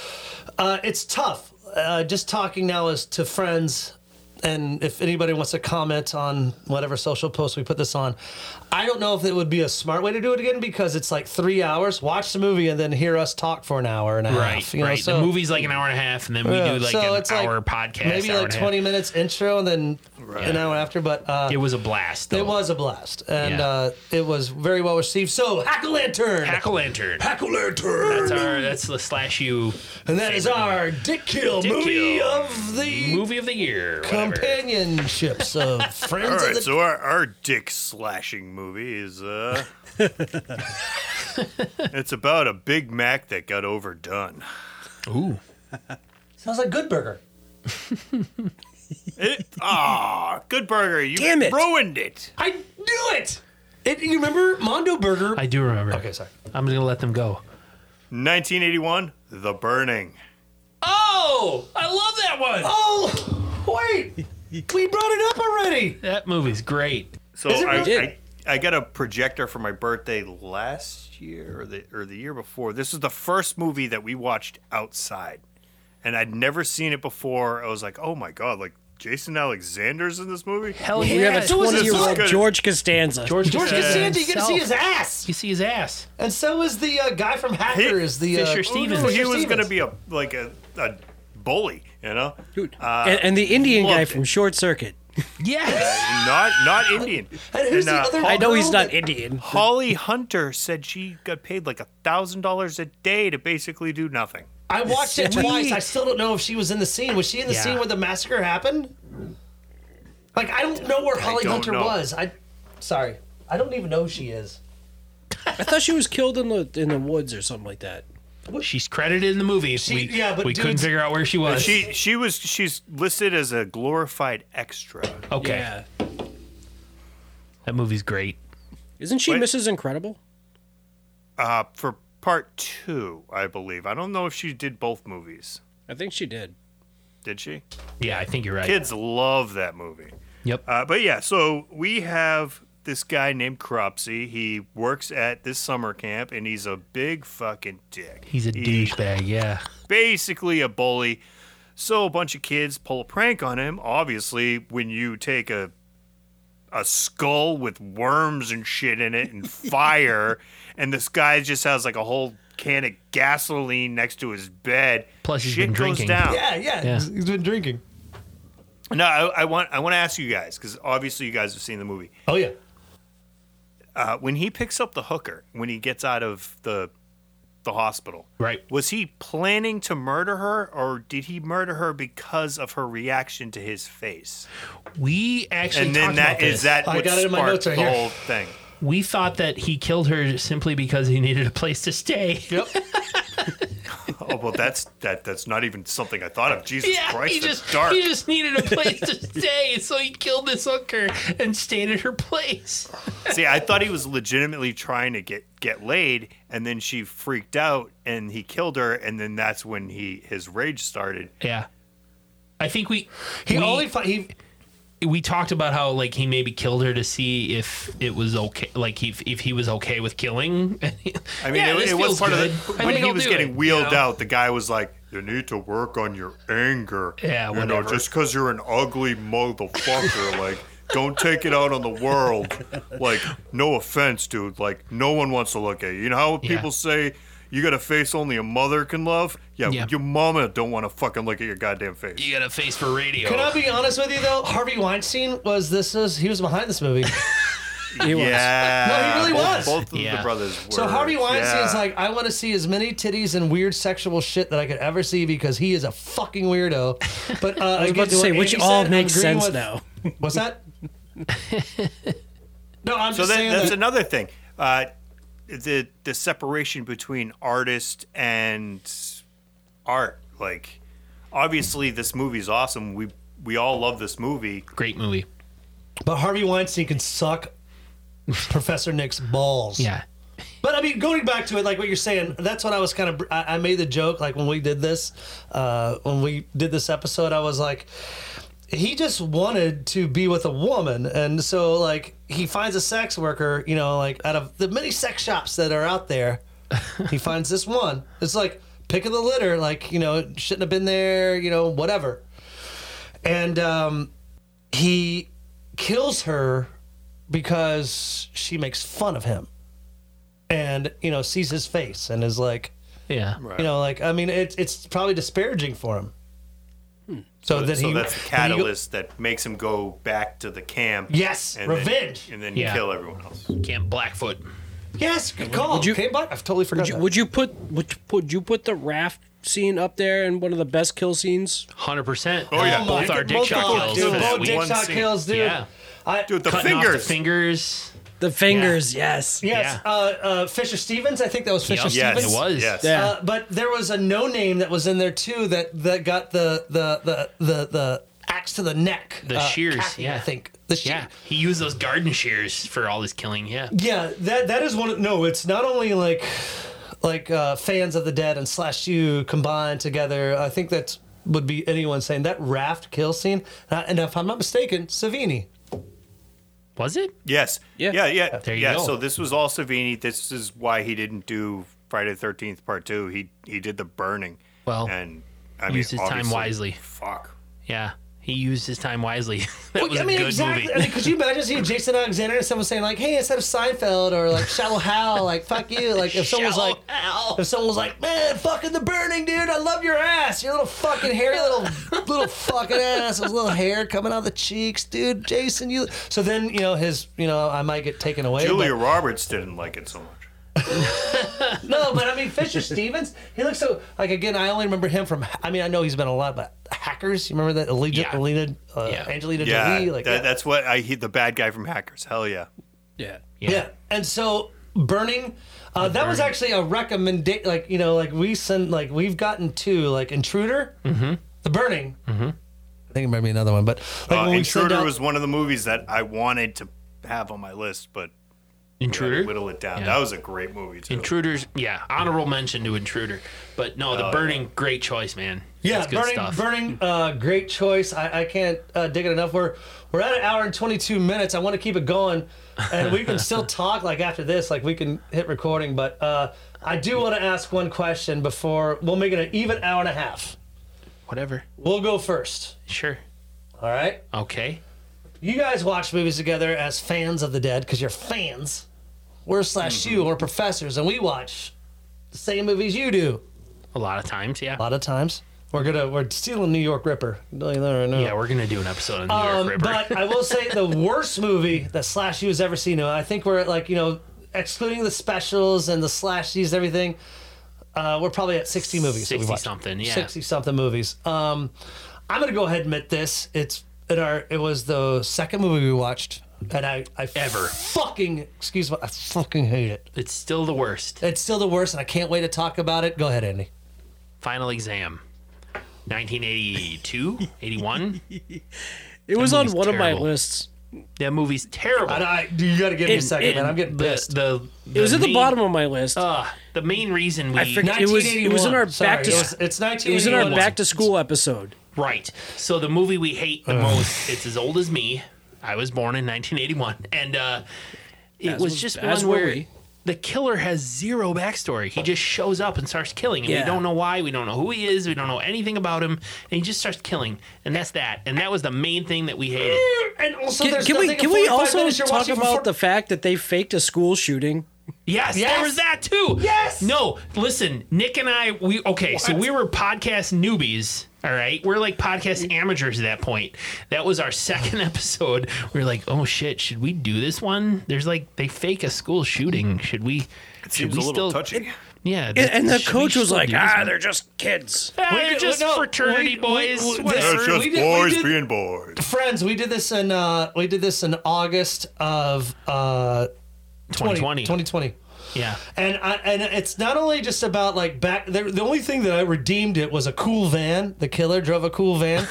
F: uh, it's tough. Uh, just talking now is to friends, and if anybody wants to comment on whatever social post we put this on, I don't know if it would be a smart way to do it again because it's like three hours. Watch the movie and then hear us talk for an hour and a
G: Right.
F: half. you know,
G: right.
F: so-
G: the movie's like an hour and a half, and then we
F: yeah,
G: do like
F: so
G: an
F: it's like
G: hour podcast.
F: Maybe
G: hour
F: like
G: and a half.
F: 20 minutes intro and then an hour after, but uh,
G: It was a blast. Though.
F: it was a blast. And
G: Yeah.
F: uh, it was very well received. So, Hack a Lantern!
G: Hack lantern.
F: Hack a Lantern!
G: That's our. That's the slash you
F: and that is our Dick Kill
G: Dick
F: movie
G: Kill.
F: of the
G: movie of the year. whatever.
F: companionships of
E: All
F: Friends of
E: right,
F: the
E: so our, our dick slashing movie is uh, it's about a Big Mac that got overdone.
G: Ooh.
F: Sounds like Good Burger.
E: It, ah, Good Burger, you
H: Damn it.
E: ruined it.
F: I knew it! it you remember Mondo Burger?
G: I do remember.
F: okay, sorry.
G: I'm gonna let them go.
E: 1981, The Burning.
G: Oh, I love that one.
F: Oh, wait! we brought it up already!
G: That movie's great.
E: So
F: Is it
E: I,
H: really?
E: I I got a projector for my birthday last year or the or the year before. This is the first movie that we watched outside, and I'd never seen it before. I was like, oh my god, like Jason Alexander's in this movie.
G: Hell
H: We have a
F: so was it
H: 20 year old
E: good?
H: George Costanza.
F: George Costanza, you can see his ass!
G: You see his ass.
F: And so is the uh, guy from Hackers, the uh,
G: Fisher Stevens.
E: So he was
F: Stevens.
E: gonna be a like a, a bully, you know,
H: Dude.
F: Uh,
H: and, and the Indian guy
E: loved
H: from
E: it.
H: Short Circuit.
G: Yes.
E: not not Indian.
F: And who's the other-
E: Hol-
H: I know he's
F: girl
H: not
F: that-
H: Indian.
E: Holly Hunter said she got paid like a thousand dollars a day to basically do nothing.
F: I watched it
G: Sweet.
F: twice. I still don't know if she was in the scene. Was she in the
G: Yeah.
F: scene where the massacre happened? Like I don't know where Holly
E: don't
F: Hunter
E: know.
F: was. I sorry. I don't even know who she is.
H: I thought she was killed in the in the woods or something like that.
G: She's credited in the movie. we
F: yeah, but
G: we couldn't
F: dudes-
G: figure out where she was.
E: She she was she's listed as a glorified extra.
G: okay.
H: Yeah.
G: That movie's great.
H: Isn't she
E: Wait.
H: Mrs. Incredible?
E: Uh, for part two, I believe. I don't know if she did both movies.
H: I think she did.
E: Did she?
G: Yeah, I think you're right.
E: Kids love that movie.
G: Yep.
E: Uh, but yeah, so we have this guy named Cropsy. He works at this summer camp, and he's a big fucking dick.
G: He's a
E: He-
G: douchebag. Yeah.
E: basically a bully. So a bunch of kids pull a prank on him. Obviously, when you take a a skull with worms and shit in it and fire, and this guy just has like a whole can of gasoline next to his bed.
G: Plus he's
E: shit
G: been
E: goes
G: drinking.
E: down.
F: Yeah, yeah.
G: Yeah.
F: He's been drinking.
E: No, I, I want I want to ask you guys because obviously you guys have seen the movie.
F: Oh yeah.
E: Uh, when he picks up the hooker when he gets out of the the hospital,
G: Right.
E: Was he planning to murder her, or did he murder her because of her reaction to his face?
G: We actually
E: and then
G: talked
E: that
G: about
E: is
G: this.
E: that
F: I
E: what
F: got it in my
E: sparked
F: notes right
E: the
F: here.
E: whole thing.
G: We thought that he killed her simply because he needed a place to stay.
F: Yep.
E: Oh well, that's that that's not even something I thought of. Jesus
G: Yeah,
E: Christ,
G: he
E: that's
G: just
E: dark.
G: he just needed a place to stay, so he killed this hooker and stayed at her place.
E: See, I thought he was legitimately trying to get get laid, and then she freaked out, and he killed her, and then that's when he his rage started.
G: Yeah, I think we
F: He
G: we,
F: only fi- he
G: we talked about how like he maybe killed her to see if it was okay, like if if he was okay with killing.
E: I mean, it, it was part of the, when he was getting wheeled
G: out.
E: out. The guy was like, "You need to work on your anger.
G: Yeah,
E: you know,
G: whatever.
E: just because you're an ugly motherfucker, like." Don't take it out on the world. Like, no offense, dude. Like, no one wants to look at you. You know how
G: Yeah.
E: people say you got a face only a mother can love? Yeah,
G: Yeah.
E: your mama don't want to fucking look at your goddamn face.
G: You got a face for radio.
F: Can I be honest with you though? Harvey Weinstein was this is he was behind this movie.
H: He was.
E: Yeah.
F: No, he really
E: Both-
F: was.
E: Both of
G: Yeah.
E: the brothers were.
F: So Harvey Weinstein's
E: Yeah.
F: like, I want to see as many titties and weird sexual shit that I could ever see because he is a fucking weirdo. But uh, I
H: was about to say, which all makes sense now.
F: What's that? no, I'm
E: So
F: just
E: that,
F: saying
E: that's
F: that.
E: another thing. Uh, the the separation between artist and art. Like, obviously, this movie's awesome. We we all love this movie.
G: Great movie.
F: but Harvey Weinstein can suck Professor Nick's balls.
G: Yeah.
F: But I mean, going back to it, like what you're saying, that's what I was kind of. I, I made the joke, like when we did this, uh, when we did this episode, I was like, he just wanted to be with a woman, and so like he finds a sex worker, you know, like out of the many sex shops that are out there, he finds this one. It's like pick of the litter, like you know, shouldn't have been there, you know, whatever, and um, he kills her because she makes fun of him and you know sees his face and is like
G: Yeah.
F: you know like i mean it's it's probably disparaging for him so, that
E: Hmm. so
F: Oh, he
E: that's the
F: that he go-
E: catalyst that makes him go back to the camp.
F: Yes,
E: then-
F: revenge.
E: and then
G: Yeah.
E: kill everyone else.
G: Camp Blackfoot.
F: yes good call
H: you-
F: okay but i've totally forgot
H: Would you,
F: that.
H: would you put would you, would you put the raft scene up there in one of the best kill scenes?
G: 100%.
E: Oh, yeah.
G: Both
E: my-
G: our dick shot
E: our-
G: kills.
F: dude,
G: for
E: that
F: both
G: week.
F: dick
E: One
F: shot
E: scene.
F: kills dude
G: Yeah.
F: I,
E: Dude, the
G: Cutting off the
E: fingers.
G: fingers.
H: The fingers, yes.
F: yes
G: yeah.
F: uh, uh, fisher stevens i think that was fisher
G: Yup.
E: Yes,
F: stevens
G: It was.
E: Yes.
H: Yeah.
F: Uh, but there was a no name that was in there too that that got the the the the, the axe to the neck
G: The
F: Uh,
G: shears,
F: Kathy,
G: yeah.
F: i think the shears.
G: Yeah. He used those garden shears for all his killing. Yeah.
F: Yeah, that that is one. Of, no, it's not only like like uh, fans of the dead and slash you combined together. I think that would be anyone saying that raft kill scene. Uh, and if I'm not mistaken, Savini.
G: Was it?
E: Yes.
H: Yeah.
E: Yeah. Yeah.
G: There you
E: yeah.
G: go.
E: So this was all Savini. This is why he didn't do Friday the Thirteenth Part Two. He he did the burning.
G: Well,
E: and I
G: used his time
E: obviously-
G: wisely.
E: Fuck.
G: Yeah. He used his time wisely. that was
F: I
G: a
F: mean,
G: good
F: exactly.
G: movie.
F: I mean, could you imagine seeing Jason Alexander and someone saying like, "Hey, instead of Seinfeld or like Shallow Hal, like fuck you." Like if someone's
G: Shallow
F: like, if someone's like, "Man, fucking the burning, dude. I love your ass. Your little fucking hairy little little fucking ass. Those little hair coming out of the cheeks, dude. Jason, you." So then you know his, you know, I might get taken away. but-
E: Julia Roberts didn't like it so much.
F: No, but I mean Fisher Stevens. He looks so like again. I only remember him from. I mean, I know he's been a lot, but Hackers. You remember that Alina,
G: Yeah.
F: Alina uh,
G: Yeah.
F: Angelina
E: Yeah,
F: Jolie? Like
E: that, that's what I he, the bad guy from Hackers. Hell yeah.
H: Yeah.
F: yeah. And so burning. Uh, that was actually a recommendation. Like you know, like we send. Like we've gotten two. Like Intruder, The Burning. Mm-hmm. I think it might be another one, but like
E: Uh,
F: when we send
E: Intruder
F: out-
E: was one of the movies that I wanted to have on my list, but I had to
G: Intruder.
E: whittle it down.
G: Yeah.
E: That was a great movie too.
G: Intruders. Yeah. Oh, Honorable mention to Intruder. But no, the burning. Great choice, man.
F: Yeah,
G: That's good
F: burning,
G: stuff.
F: burning. Uh, great choice. I, I can't uh, dig it enough. We're we're at an hour and twenty two minutes. I want to keep it going, and we can still talk. Like after this, like we can hit recording. But uh, I do want to ask one question before we'll make it an even hour and a half.
G: Whatever.
F: We'll go first.
G: Sure.
F: All right.
G: Okay.
F: You guys watch movies together as fans of the dead because you're fans. We're slash
G: Mm-hmm.
F: you. We're professors, and we watch the same movies you do.
G: A lot of times. Yeah.
F: A lot of times, we're gonna we're stealing New York Ripper.
G: Yeah. We're going to do an episode on New York
F: Um,
G: Ripper.
F: but I will say the worst movie that Slash U has ever seen. I think we're at like you know, excluding the specials and the Slash U's and everything. Uh, we're probably at sixty movies. that we've
G: 60
F: watched.
G: something, yeah.
F: sixty something movies. Um, I'm gonna go ahead and admit this. It's in our. It was the second movie we watched, and I I
G: Ever.
F: fucking excuse me. I fucking hate it.
G: it's still the worst.
F: It's still the worst, and I can't wait to talk about it. Go ahead, Andy.
G: Final exam. 1982, 81.
H: It was on
G: movie's
H: one of
G: terrible.
H: my lists.
G: That movie's terrible.
F: And I, you got to give me a
H: It-
F: second,
H: it-
F: man. I'm getting
G: the,
F: pissed.
G: the,
H: It was at the
G: main-
H: bottom of my list.
G: Uh, the main reason we
H: I forget- It was- it was in our
F: 1981. Sorry,
H: back to
F: it
H: s-
F: was- it's 1981.
H: it was in our back to school episode.
G: Right. So the movie we hate the most, it's as old as me. I was born in 1981. And uh, it
H: As
G: was
H: was-
G: just
H: as
G: one
H: were
G: where
H: we.
G: the killer has zero backstory. He just shows up and starts killing. And
H: Yeah.
G: We don't know why. We don't know who he is. We don't know anything about him. And he just starts killing. And that's that. And that was the main thing that we hated.
F: And also,
H: Can,
F: there's
H: can we
F: nothing in
H: can we
F: 45
H: also
F: minutes you're
H: talk
F: watching
H: about
F: before-
H: the fact that they faked a school shooting?
G: Yes,
F: Yes.
G: there was that too.
F: Yes.
G: No, listen, Nick and I, we okay, so we were podcast newbies All right. We're like podcast amateurs at that point. That was our second episode. We were like, oh shit, should we do this one? There's like, they fake a school shooting. Should we? should
E: Seems
G: we
E: a little
G: still,
E: touchy.
G: Yeah.
H: And, and the
G: should we
H: coach was
G: still
H: like,
G: do this
H: ah,
G: one?"
H: they're just kids.
G: Ah,
F: We
G: they're
F: did-
G: just
F: no,
G: fraternity
F: we-
G: boys.
F: we- we-
G: whatever."
F: That's just We did- we boys did- being
E: boys.
F: friends we did this in uh we did this in august of uh 20,
G: 2020.
F: 2020
G: Yeah.
F: and I, and it's not only just about like back the, the only thing that i redeemed it was a cool van the killer drove a cool van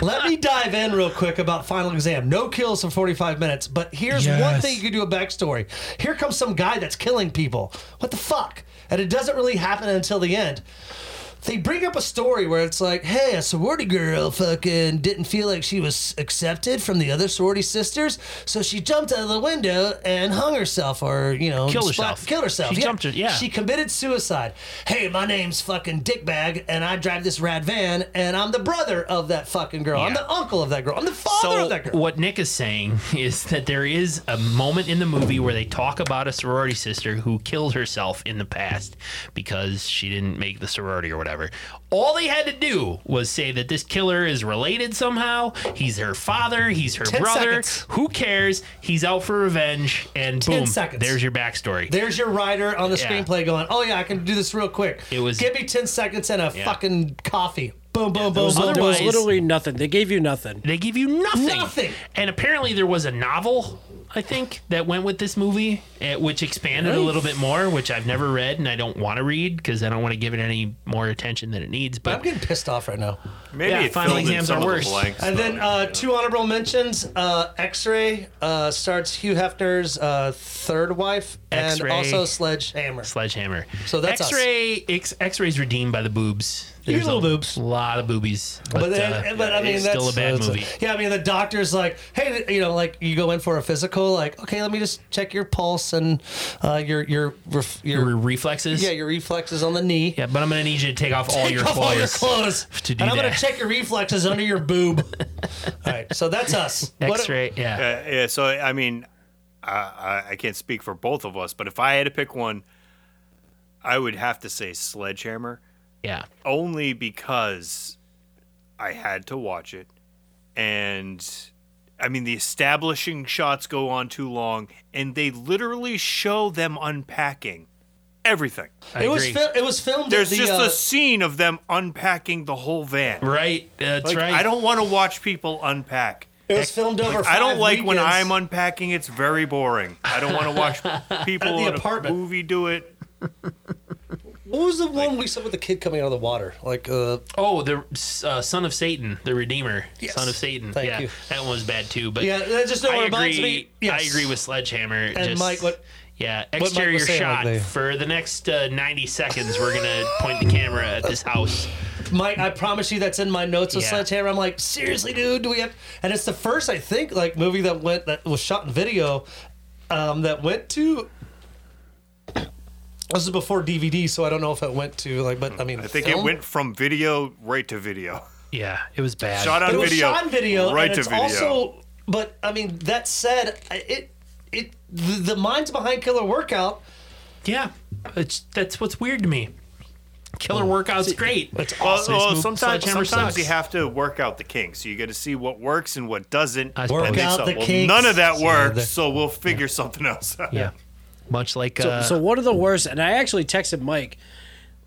F: let me dive in real quick about final exam no kills for 45 minutes but here's one
G: Yes.
F: thing you can do a backstory here comes some guy that's killing people what the fuck and it doesn't really happen until the end they bring up a story where it's like, hey, a sorority girl fucking didn't feel like she was accepted from the other sorority sisters, so she jumped out of the window and hung herself, or you know,
G: Killed
F: splat-
G: herself.
F: Killed herself.
G: She jumped her- yeah.
F: She committed suicide. Hey, my name's fucking Dickbag, and I drive this rad van, and I'm the brother of that fucking girl. I'm
G: Yeah.
F: the uncle of that girl. I'm the father
G: So
F: of that girl.
G: what Nick is saying is that there is a moment in the movie where they talk about a sorority sister who killed herself in the past because she didn't make the sorority or whatever. All they had to do was say that this killer is related somehow. He's her father. He's her
F: Ten
G: brother.
F: seconds.
G: Who cares? He's out for revenge. And
F: Ten
G: boom,
F: seconds.
G: there's your backstory.
F: There's your writer on the
G: Yeah.
F: screenplay going, oh yeah, I can do this real quick.
G: It was-
F: give me ten seconds and a
G: Yeah.
F: fucking coffee. Boom, boom, boom,
G: those
F: boom,
H: There
F: boom.
G: otherwise-
H: was literally nothing. They gave you nothing.
G: They give you nothing.
F: Nothing.
G: And apparently there was a novel, I think, that went with this movie, eh, which expanded a little bit more, which I've never read and I don't want to read because I don't want to give it any more attention than it needs.
F: I'm
G: But
F: getting pissed off right now.
E: Maybe
G: Yeah,
E: it
G: final
E: filled in
G: exams
E: some
G: are
E: of the
G: worse.
E: blanks,
F: And
E: though,
F: then
E: you
F: uh,
E: know.
F: two honorable mentions. Uh, X-Ray uh, starts Hugh Hefner's uh, third wife, and
G: X-Ray.
F: also Sledgehammer.
G: Sledgehammer.
F: So that's us.
G: X-ray. X, X-ray's redeemed by the boobs.
F: You
G: There's
F: little
G: a
F: boobs.
G: lot of boobies. But,
F: But, then,
G: uh,
F: but I mean,
G: it's
F: that's
G: still a bad
F: that's-
G: movie.
F: Yeah, I mean, the doctor's like, hey, you know, like you go in for a physical, like, okay, let me just check your pulse and uh, your your ref, your,
G: Your reflexes.
F: yeah your reflexes on the knee.
G: Yeah, but I'm gonna need you to take off all
F: Take
G: your
F: off
G: clothes.
F: all your clothes,
G: to do
F: and I'm gonna
G: that.
F: check your reflexes under your boob. all right, so that's us. What-
G: X-ray. Yeah.
E: Uh, yeah, so I mean, I, I, I can't speak for both of us, but if I had to pick one, I would have to say Sledgehammer,
G: yeah.
E: only because I had to watch it, and I mean the establishing shots go on too long, and they literally show them unpacking everything.
G: I
F: it was
G: agree.
F: fil- it was filmed.
E: There's
F: at the,
E: just
F: uh,
E: a scene of them unpacking the whole van.
G: right. That's
E: Like,
G: right.
E: I don't want to watch people unpack.
F: It was filmed over.
E: I don't
F: five
E: like when
F: weekends.
E: I'm unpacking. It's very boring. I don't want to watch people
F: At the
E: in
F: apartment.
E: a movie do it.
F: What was the one we saw with the kid coming out of the water? Like, uh,
G: Oh, the uh, son of Satan, the Redeemer,
F: Yes.
G: son of Satan.
F: Thank
G: yeah,
F: you.
G: that one was bad too. But
F: yeah, that just
G: I
F: no reminds
G: agree.
F: me. Yes.
G: I agree with Sledgehammer. And
F: Mike, what-
G: Yeah,
F: Mike
G: exterior
F: was saying,
G: shot
F: like, they-
G: for the next uh, ninety seconds. We're gonna point the camera at this house.
F: Mike. I promise you, that's in my notes with
G: Yeah.
F: Sledgehammer. I'm like, seriously, dude, do we have? And it's the first, I think, like movie that went that was shot in video, um, that went to. This is before DVD, so I don't know if it went to like, but I mean,
E: I think
F: film?
E: it went from video right to video.
G: Yeah, it was bad.
E: Shot on
F: It was
E: video.
F: shot in video,
E: Right
F: and
E: to
F: it's
E: video.
F: Also, but I mean, that said, it it the, the minds behind Killer Workout.
G: yeah, it's, that's what's weird to me. Killer workouts great.
F: It's
E: well,
F: awesome.
E: well,
G: This move-
E: sometimes,
G: Sledgehammer
E: sometimes you
G: sucks.
E: have to work out the kinks. So you got to see what works and what doesn't.
G: I
E: and
G: Work
E: then
F: out
E: some-
F: the
E: well,
F: kinks.
E: None of that
F: So
E: worked,
F: the-
E: so we'll figure something else out.
G: yeah, much like
H: So,
G: uh,
H: so one of the worst, and I actually texted Mike,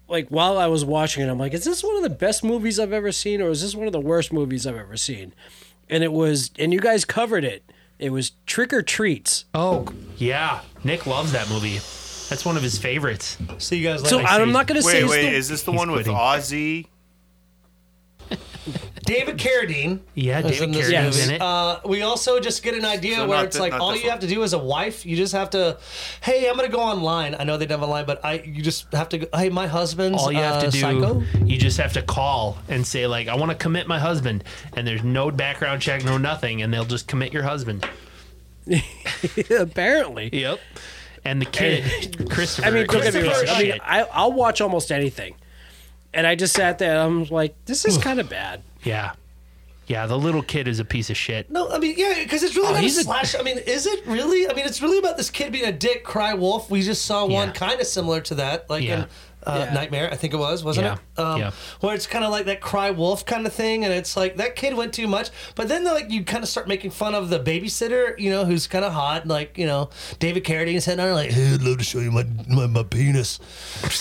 H: like while I was watching it, I'm like, is this one of the best movies I've ever seen, or is this one of the worst movies I've ever seen? And it was, and you guys covered it. It was Trick or Treats.
G: oh yeah, Nick loves that movie. That's one of his favorites.
F: See you guys later.
H: So
G: I
H: I'm
G: see.
H: not gonna
E: Wait,
H: say it's
E: wait,
H: the-
E: is this the one with
G: quitting.
E: Ozzy?
F: David Carradine.
G: Yeah,
F: is
G: David
F: in this
G: Carradine's
F: movie.
G: in it.
F: Uh, we also just get an idea
E: So
F: where
E: not
F: it's
E: thi-
F: like
E: not
F: all
E: this
F: you have
E: one.
F: to do as a wife, you just have to, hey, I'm gonna go online. I know they don't have online, but I you just have to. go, Hey, my husband's
G: all you have
F: uh,
G: to do
F: psycho.
G: you just have to call and say like i want to commit my husband and there's no background check no nothing and they'll just commit your husband
H: apparently.
G: yep and the kid christopher
H: I mean, don't get me
G: is a
H: wrong.
G: piece of
H: I mean,
G: shit.
H: I, I'll watch almost anything. And I just sat there and I'm like, this is kind of bad.
G: yeah yeah the little kid is a piece of shit
F: No, I mean, yeah, because it's really not a
G: Oh, he's a-
F: slash. I mean, is it really? I mean, it's really about this kid being a dick, cry wolf. We just saw one
G: Yeah.
F: kind of similar to that, like
G: Yeah.
F: and uh, Nightmare, I think it was, wasn't it? Um,
G: Yeah. Yeah.
F: Where it's kind of like that cry wolf kind of thing, and it's like that kid went too much. But then like you kind of start making fun of the babysitter, you know, who's kind of hot, and, like you know David Carradine's head on her, like hey, I'd love to show you my my, my penis.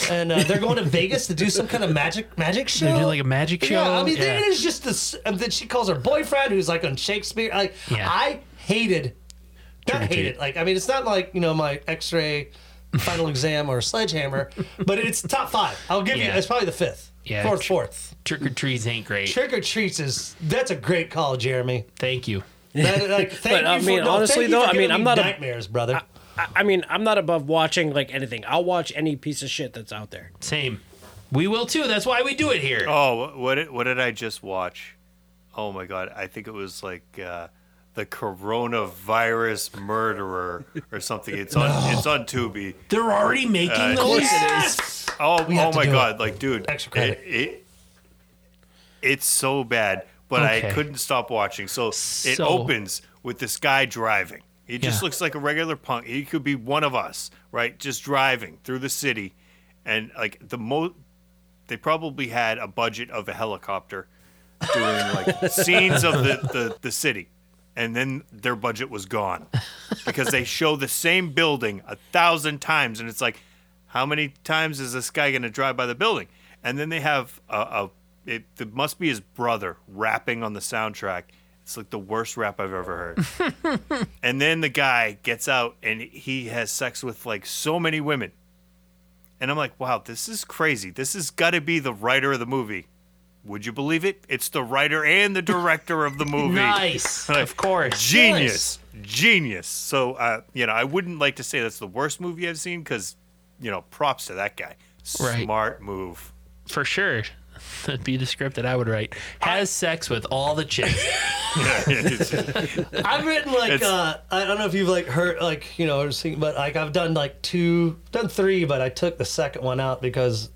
F: and uh, they're going to Vegas to do some kind of magic magic show.
G: doing, like, a magic
F: Yeah, I
G: show?
F: mean,
G: Yeah.
F: it is just this. And then she calls her boyfriend, who's like on Shakespeare. Like
G: Yeah.
F: I hated not hate
G: treat.
F: it. Like I mean, it's not like you know my X-ray, final exam, or sledgehammer, but it's top five. I'll give you.
G: Yeah.
F: It's probably the fifth,
G: Yeah,
F: fourth,
G: tr-
F: fourth.
G: Trick or treats ain't great.
F: Trick or treats is that's a great call, Jeremy.
G: Thank you.
F: That, like, thank
H: But, I
F: you for-
H: mean,
F: no, thank
H: honestly,
F: you
H: though,
F: for
H: I mean,
F: giving
H: I'm
F: me
H: not a-
F: nightmares, brother.
H: I, I mean, I'm not above watching like anything. I'll watch any piece of shit that's out there.
G: Same. We will too. That's why we do it here.
E: Oh, wh- what did, what did I just watch? Oh my god, I think it was like uh, the coronavirus murderer or something. It's on it's on Tubi.
G: They're already making those.
F: yes.
E: Oh,
F: have
E: oh
F: to
E: my
F: do it.
E: god, like dude,
F: Extra credit.
E: It, it, it's so bad, but
G: Okay.
E: I couldn't stop watching. So it
G: So-
E: opens with this guy driving. He just
G: Yeah.
E: looks like a regular punk. He could be one of us, right? Just driving through the city, and like the most, they probably had a budget of a helicopter doing like scenes of the, the, the city. And then their budget was gone because they show the same building a thousand times. And it's like, how many times is this guy going to drive by the building? And then they have a, a it, it must be his brother rapping on the soundtrack. It's like the worst rap I've ever heard. and then the guy gets out and he has sex with like so many women. And I'm like, wow, this is crazy. This has got to be the writer of the movie. Would you believe it? It's the writer and the director of the movie.
G: Nice. of course.
E: Genius. Genius. So, uh, you know, I wouldn't like to say that's the worst movie I've seen because, you know, props to that guy.
G: Right.
E: Smart move.
G: For sure. That'd be the script that I would write. Has sex with all the chicks.
F: I've written like
E: It's-
F: uh, I don't know if you've like heard like you know or seen, but like I've done like two, done three, but I took the second one out because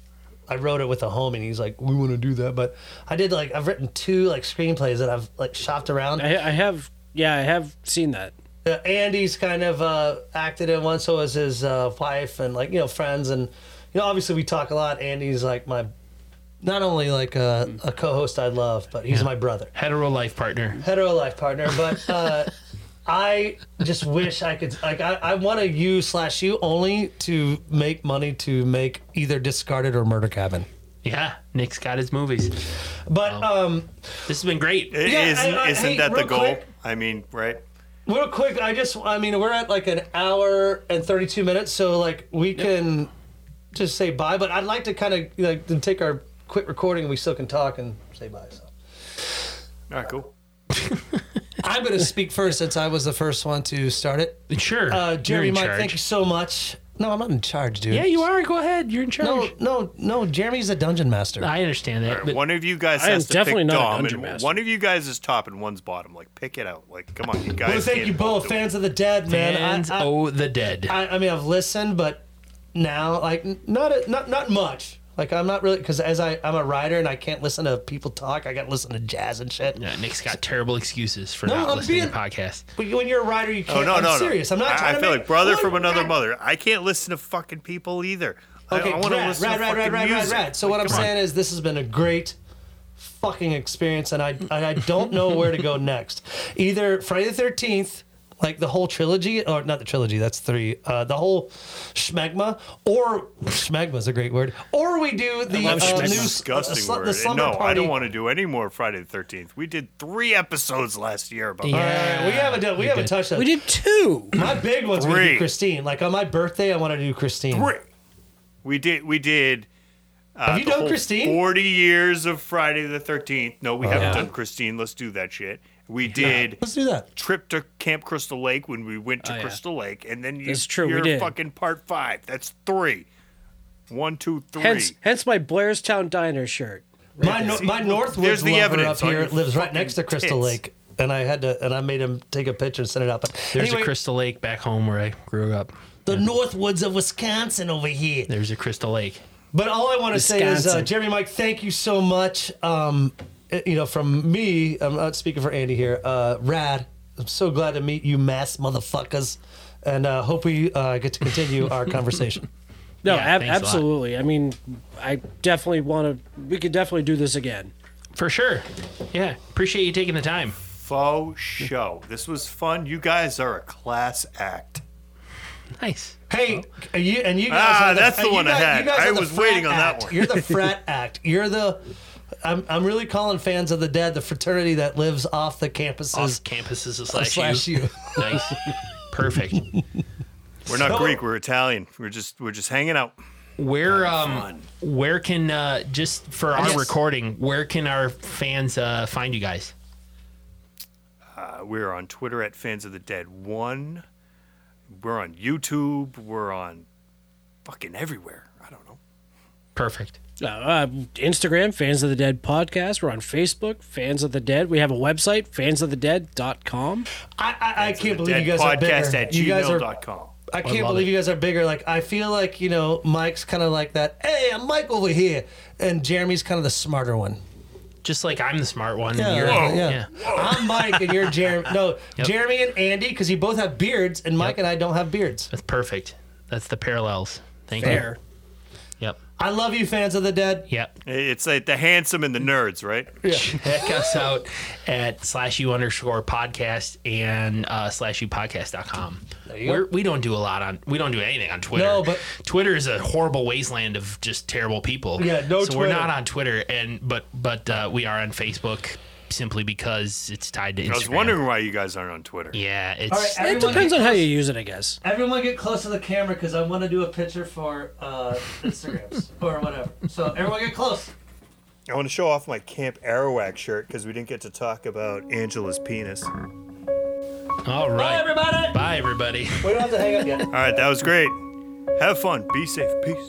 F: I wrote it with a homie. and He's like, we want to do that, but I did like I've written two like screenplays that I've like shopped around.
H: I, I have, yeah, I have seen that.
F: Uh, Andy's kind of uh, acted in one, so was his uh, wife and like you know friends and you know obviously we talk a lot. Andy's like my not only like a, a co-host I love, but he's my brother.
G: Hetero life partner.
F: hetero life partner, but uh, I just wish I could. Like, I, I want to you slash you only to make money to make either discarded or murder cabin.
G: Yeah. Nick's got his movies.
F: But um,
G: This has been great.
E: It
F: Yeah,
E: isn't
F: I- I-
E: isn't
F: hey,
E: that the
F: real
E: goal?
F: quick.
E: I mean, right?
F: real quick, I just I mean we're at like an hour and thirty two minutes, so like we can just say bye. But I'd like to kind of like then take our quit recording. and We still can talk and say bye. So.
E: All right, cool.
F: I'm going to speak first since I was the first one to start it.
G: Sure.
F: Uh,
G: You're
F: Jeremy,
G: in
F: Mike,
G: charge.
F: thank you so much. No, I'm not in charge, dude.
G: Yeah, you are. Go ahead. You're in charge.
F: No, no, no. Jeremy's a dungeon master.
G: I understand that. But
E: One of you guys
H: I am
E: has to
H: definitely
E: pick
H: not a
E: Dom,
H: dungeon
E: and
H: master.
E: one of you guys is top and one's bottom. Like, pick it out. Like, come on, you guys.
F: well, thank
E: can't
F: you both,
E: do it.
F: fans of the dead, man.
G: and
F: I, I,
G: oh, the dead.
F: I, I mean, I've listened, but now, like, n- not a, not not much. Like, I'm not really because as I I'm a writer and I can't listen to people talk. I got to listen to jazz and shit.
G: Yeah, Nick's got terrible excuses for
F: No,
G: not
F: I'm
G: listening
F: being-
G: to podcasts.
F: But when you're a writer, you can't.
E: Oh, no,
F: I'm
E: no, no.
F: serious. I'm not
E: I,
F: trying
E: I
F: to
E: feel
F: make-
E: like brother
F: What?
E: from another
F: God
E: mother. I can't listen to fucking people either. I-
F: Okay,
E: I,
F: right,
E: want to listen
F: right,
E: to
F: right,
E: fucking
F: right, right, right,
E: music.
F: right. So what I'm
E: come on.
F: saying is, this has been a great fucking experience, and I and I don't know where to go next. Either Friday the Thirteenth, like the whole trilogy, or not the trilogy, that's three, uh, the whole schmegma, or schmegma's a great word, or we do the
H: love
F: uh,
H: schmegma.
F: new
E: disgusting
F: sl-
E: word.
F: the
E: And
F: slumber
E: no,
F: party.
E: I don't want to do any more Friday the Thirteenth. We did three episodes last year about
G: Yeah.
E: that.
F: All right, we haven't done. We haven't touched that.
H: We did two.
F: My big one's gonna be
E: Three.
F: Christine. Like on my birthday, I want to do Christine.
E: three. We did. We did. Uh,
F: Have you
E: the
F: done
E: whole
F: Christine? Oh,
E: Forty years of Friday the Thirteenth. No, we haven't done Christine. Let's do that shit. We did.
F: Let's do that.
E: Trip to Camp Crystal Lake when we went to
H: Oh, yeah.
E: Crystal Lake, and then you,
H: That's true, we
E: you're
H: did.
E: fucking part five. That's three. One, two, three.
H: Hence, hence my Blairstown Diner shirt.
F: My, no, my Northwoods
E: There's the
F: lover
E: evidence
F: up
E: on
F: here
E: your
F: lives right next to
E: fucking
F: Crystal
E: tits.
F: Lake, and I had to and I made him take a picture and send it out. But
G: There's
F: anyway,
G: a Crystal Lake back home where I grew up.
F: the Northwoods of Wisconsin over here.
G: There's a Crystal Lake.
F: But all I want to say is, uh,
H: Wisconsin.
F: Jeremy, Mike, thank you so much. Um, uh, you know, from me, I'm not speaking for Andy here. Uh, Rad, I'm so glad to meet you, mass motherfuckers, and uh, hope we uh, get to continue our conversation.
H: No,
G: Yeah,
H: ab-
G: thanks a lot.
H: absolutely. I mean, I definitely want to. We could definitely do this again.
G: For sure. Yeah. Appreciate you taking the time.
E: Faux show. This was fun. You guys are a class act.
G: Nice.
F: Hey, and you and you guys.
E: Ah,
F: are the,
E: that's the
F: and you
E: one I
F: guys-
E: had.
F: you guys
E: I
F: are the
E: was
F: frat
E: waiting on that
F: act.
E: one.
F: You're the frat act. You're the. I'm, I'm really calling fans of the dead the fraternity that lives off the campuses
G: Off campuses of slash,
F: slash
G: you.
F: you.
G: Nice. Perfect.
E: We're not
F: So-
E: Greek. We're Italian. We're just we're just hanging out.
G: Where um where can uh just for our
F: Yes.
G: recording, where can our fans uh find you guys?
E: Uh, we're on Twitter at Fans of the Dead One. We're on YouTube. We're on fucking everywhere. I don't know.
G: Perfect.
H: Uh, uh, Instagram, Fans of the Dead podcast. We're on Facebook, Fans of the Dead. We have a website, fansofthedead.com.
F: I, I, I can't believe
E: Dead
F: you guys are bigger.
E: podcast at
F: you guys are
E: gmail.com.
F: I can't
G: love
F: believe
G: it.
F: you guys are bigger. Like I feel like you know Mike's kind of like that. Hey, I'm Mike over here, and Jeremy's kind of the smarter one.
G: Just like I'm the smart one.
F: Yeah,
G: and you're,
F: yeah. I'm Mike, and you're Jeremy. No, Jeremy and Andy, because you both have beards, and Mike and I don't have beards.
G: That's perfect. That's the parallels. Thank
F: Fair.
G: you. Yep.
F: I love you, fans of the dead.
G: Yep.
E: It's like the handsome and the nerds, right?
G: Check us out at slash u underscore podcast and uh, slash u podcast.com.
F: you go.
G: We're, we don't do a lot on, we don't do anything on Twitter.
F: No, but-
G: Twitter is a horrible wasteland of just terrible people.
F: Yeah, no
G: So we're
F: Twitter.
G: not on Twitter, and but but uh, we are on Facebook simply because it's tied to Instagram.
E: I was wondering why you guys aren't on Twitter.
G: Yeah, it's
F: All right,
H: It
F: everyone,
H: depends on how you use it, I guess.
F: everyone get close to the camera because I want to do a picture for uh, Instagrams or whatever. So everyone get close.
E: I want to show off my Camp Arawak shirt because we didn't get to talk about Angela's penis. All
G: all right.
F: Bye, everybody.
G: Bye, everybody.
F: We don't have to hang up yet.
E: right, that was great. Have fun. Be safe. Peace.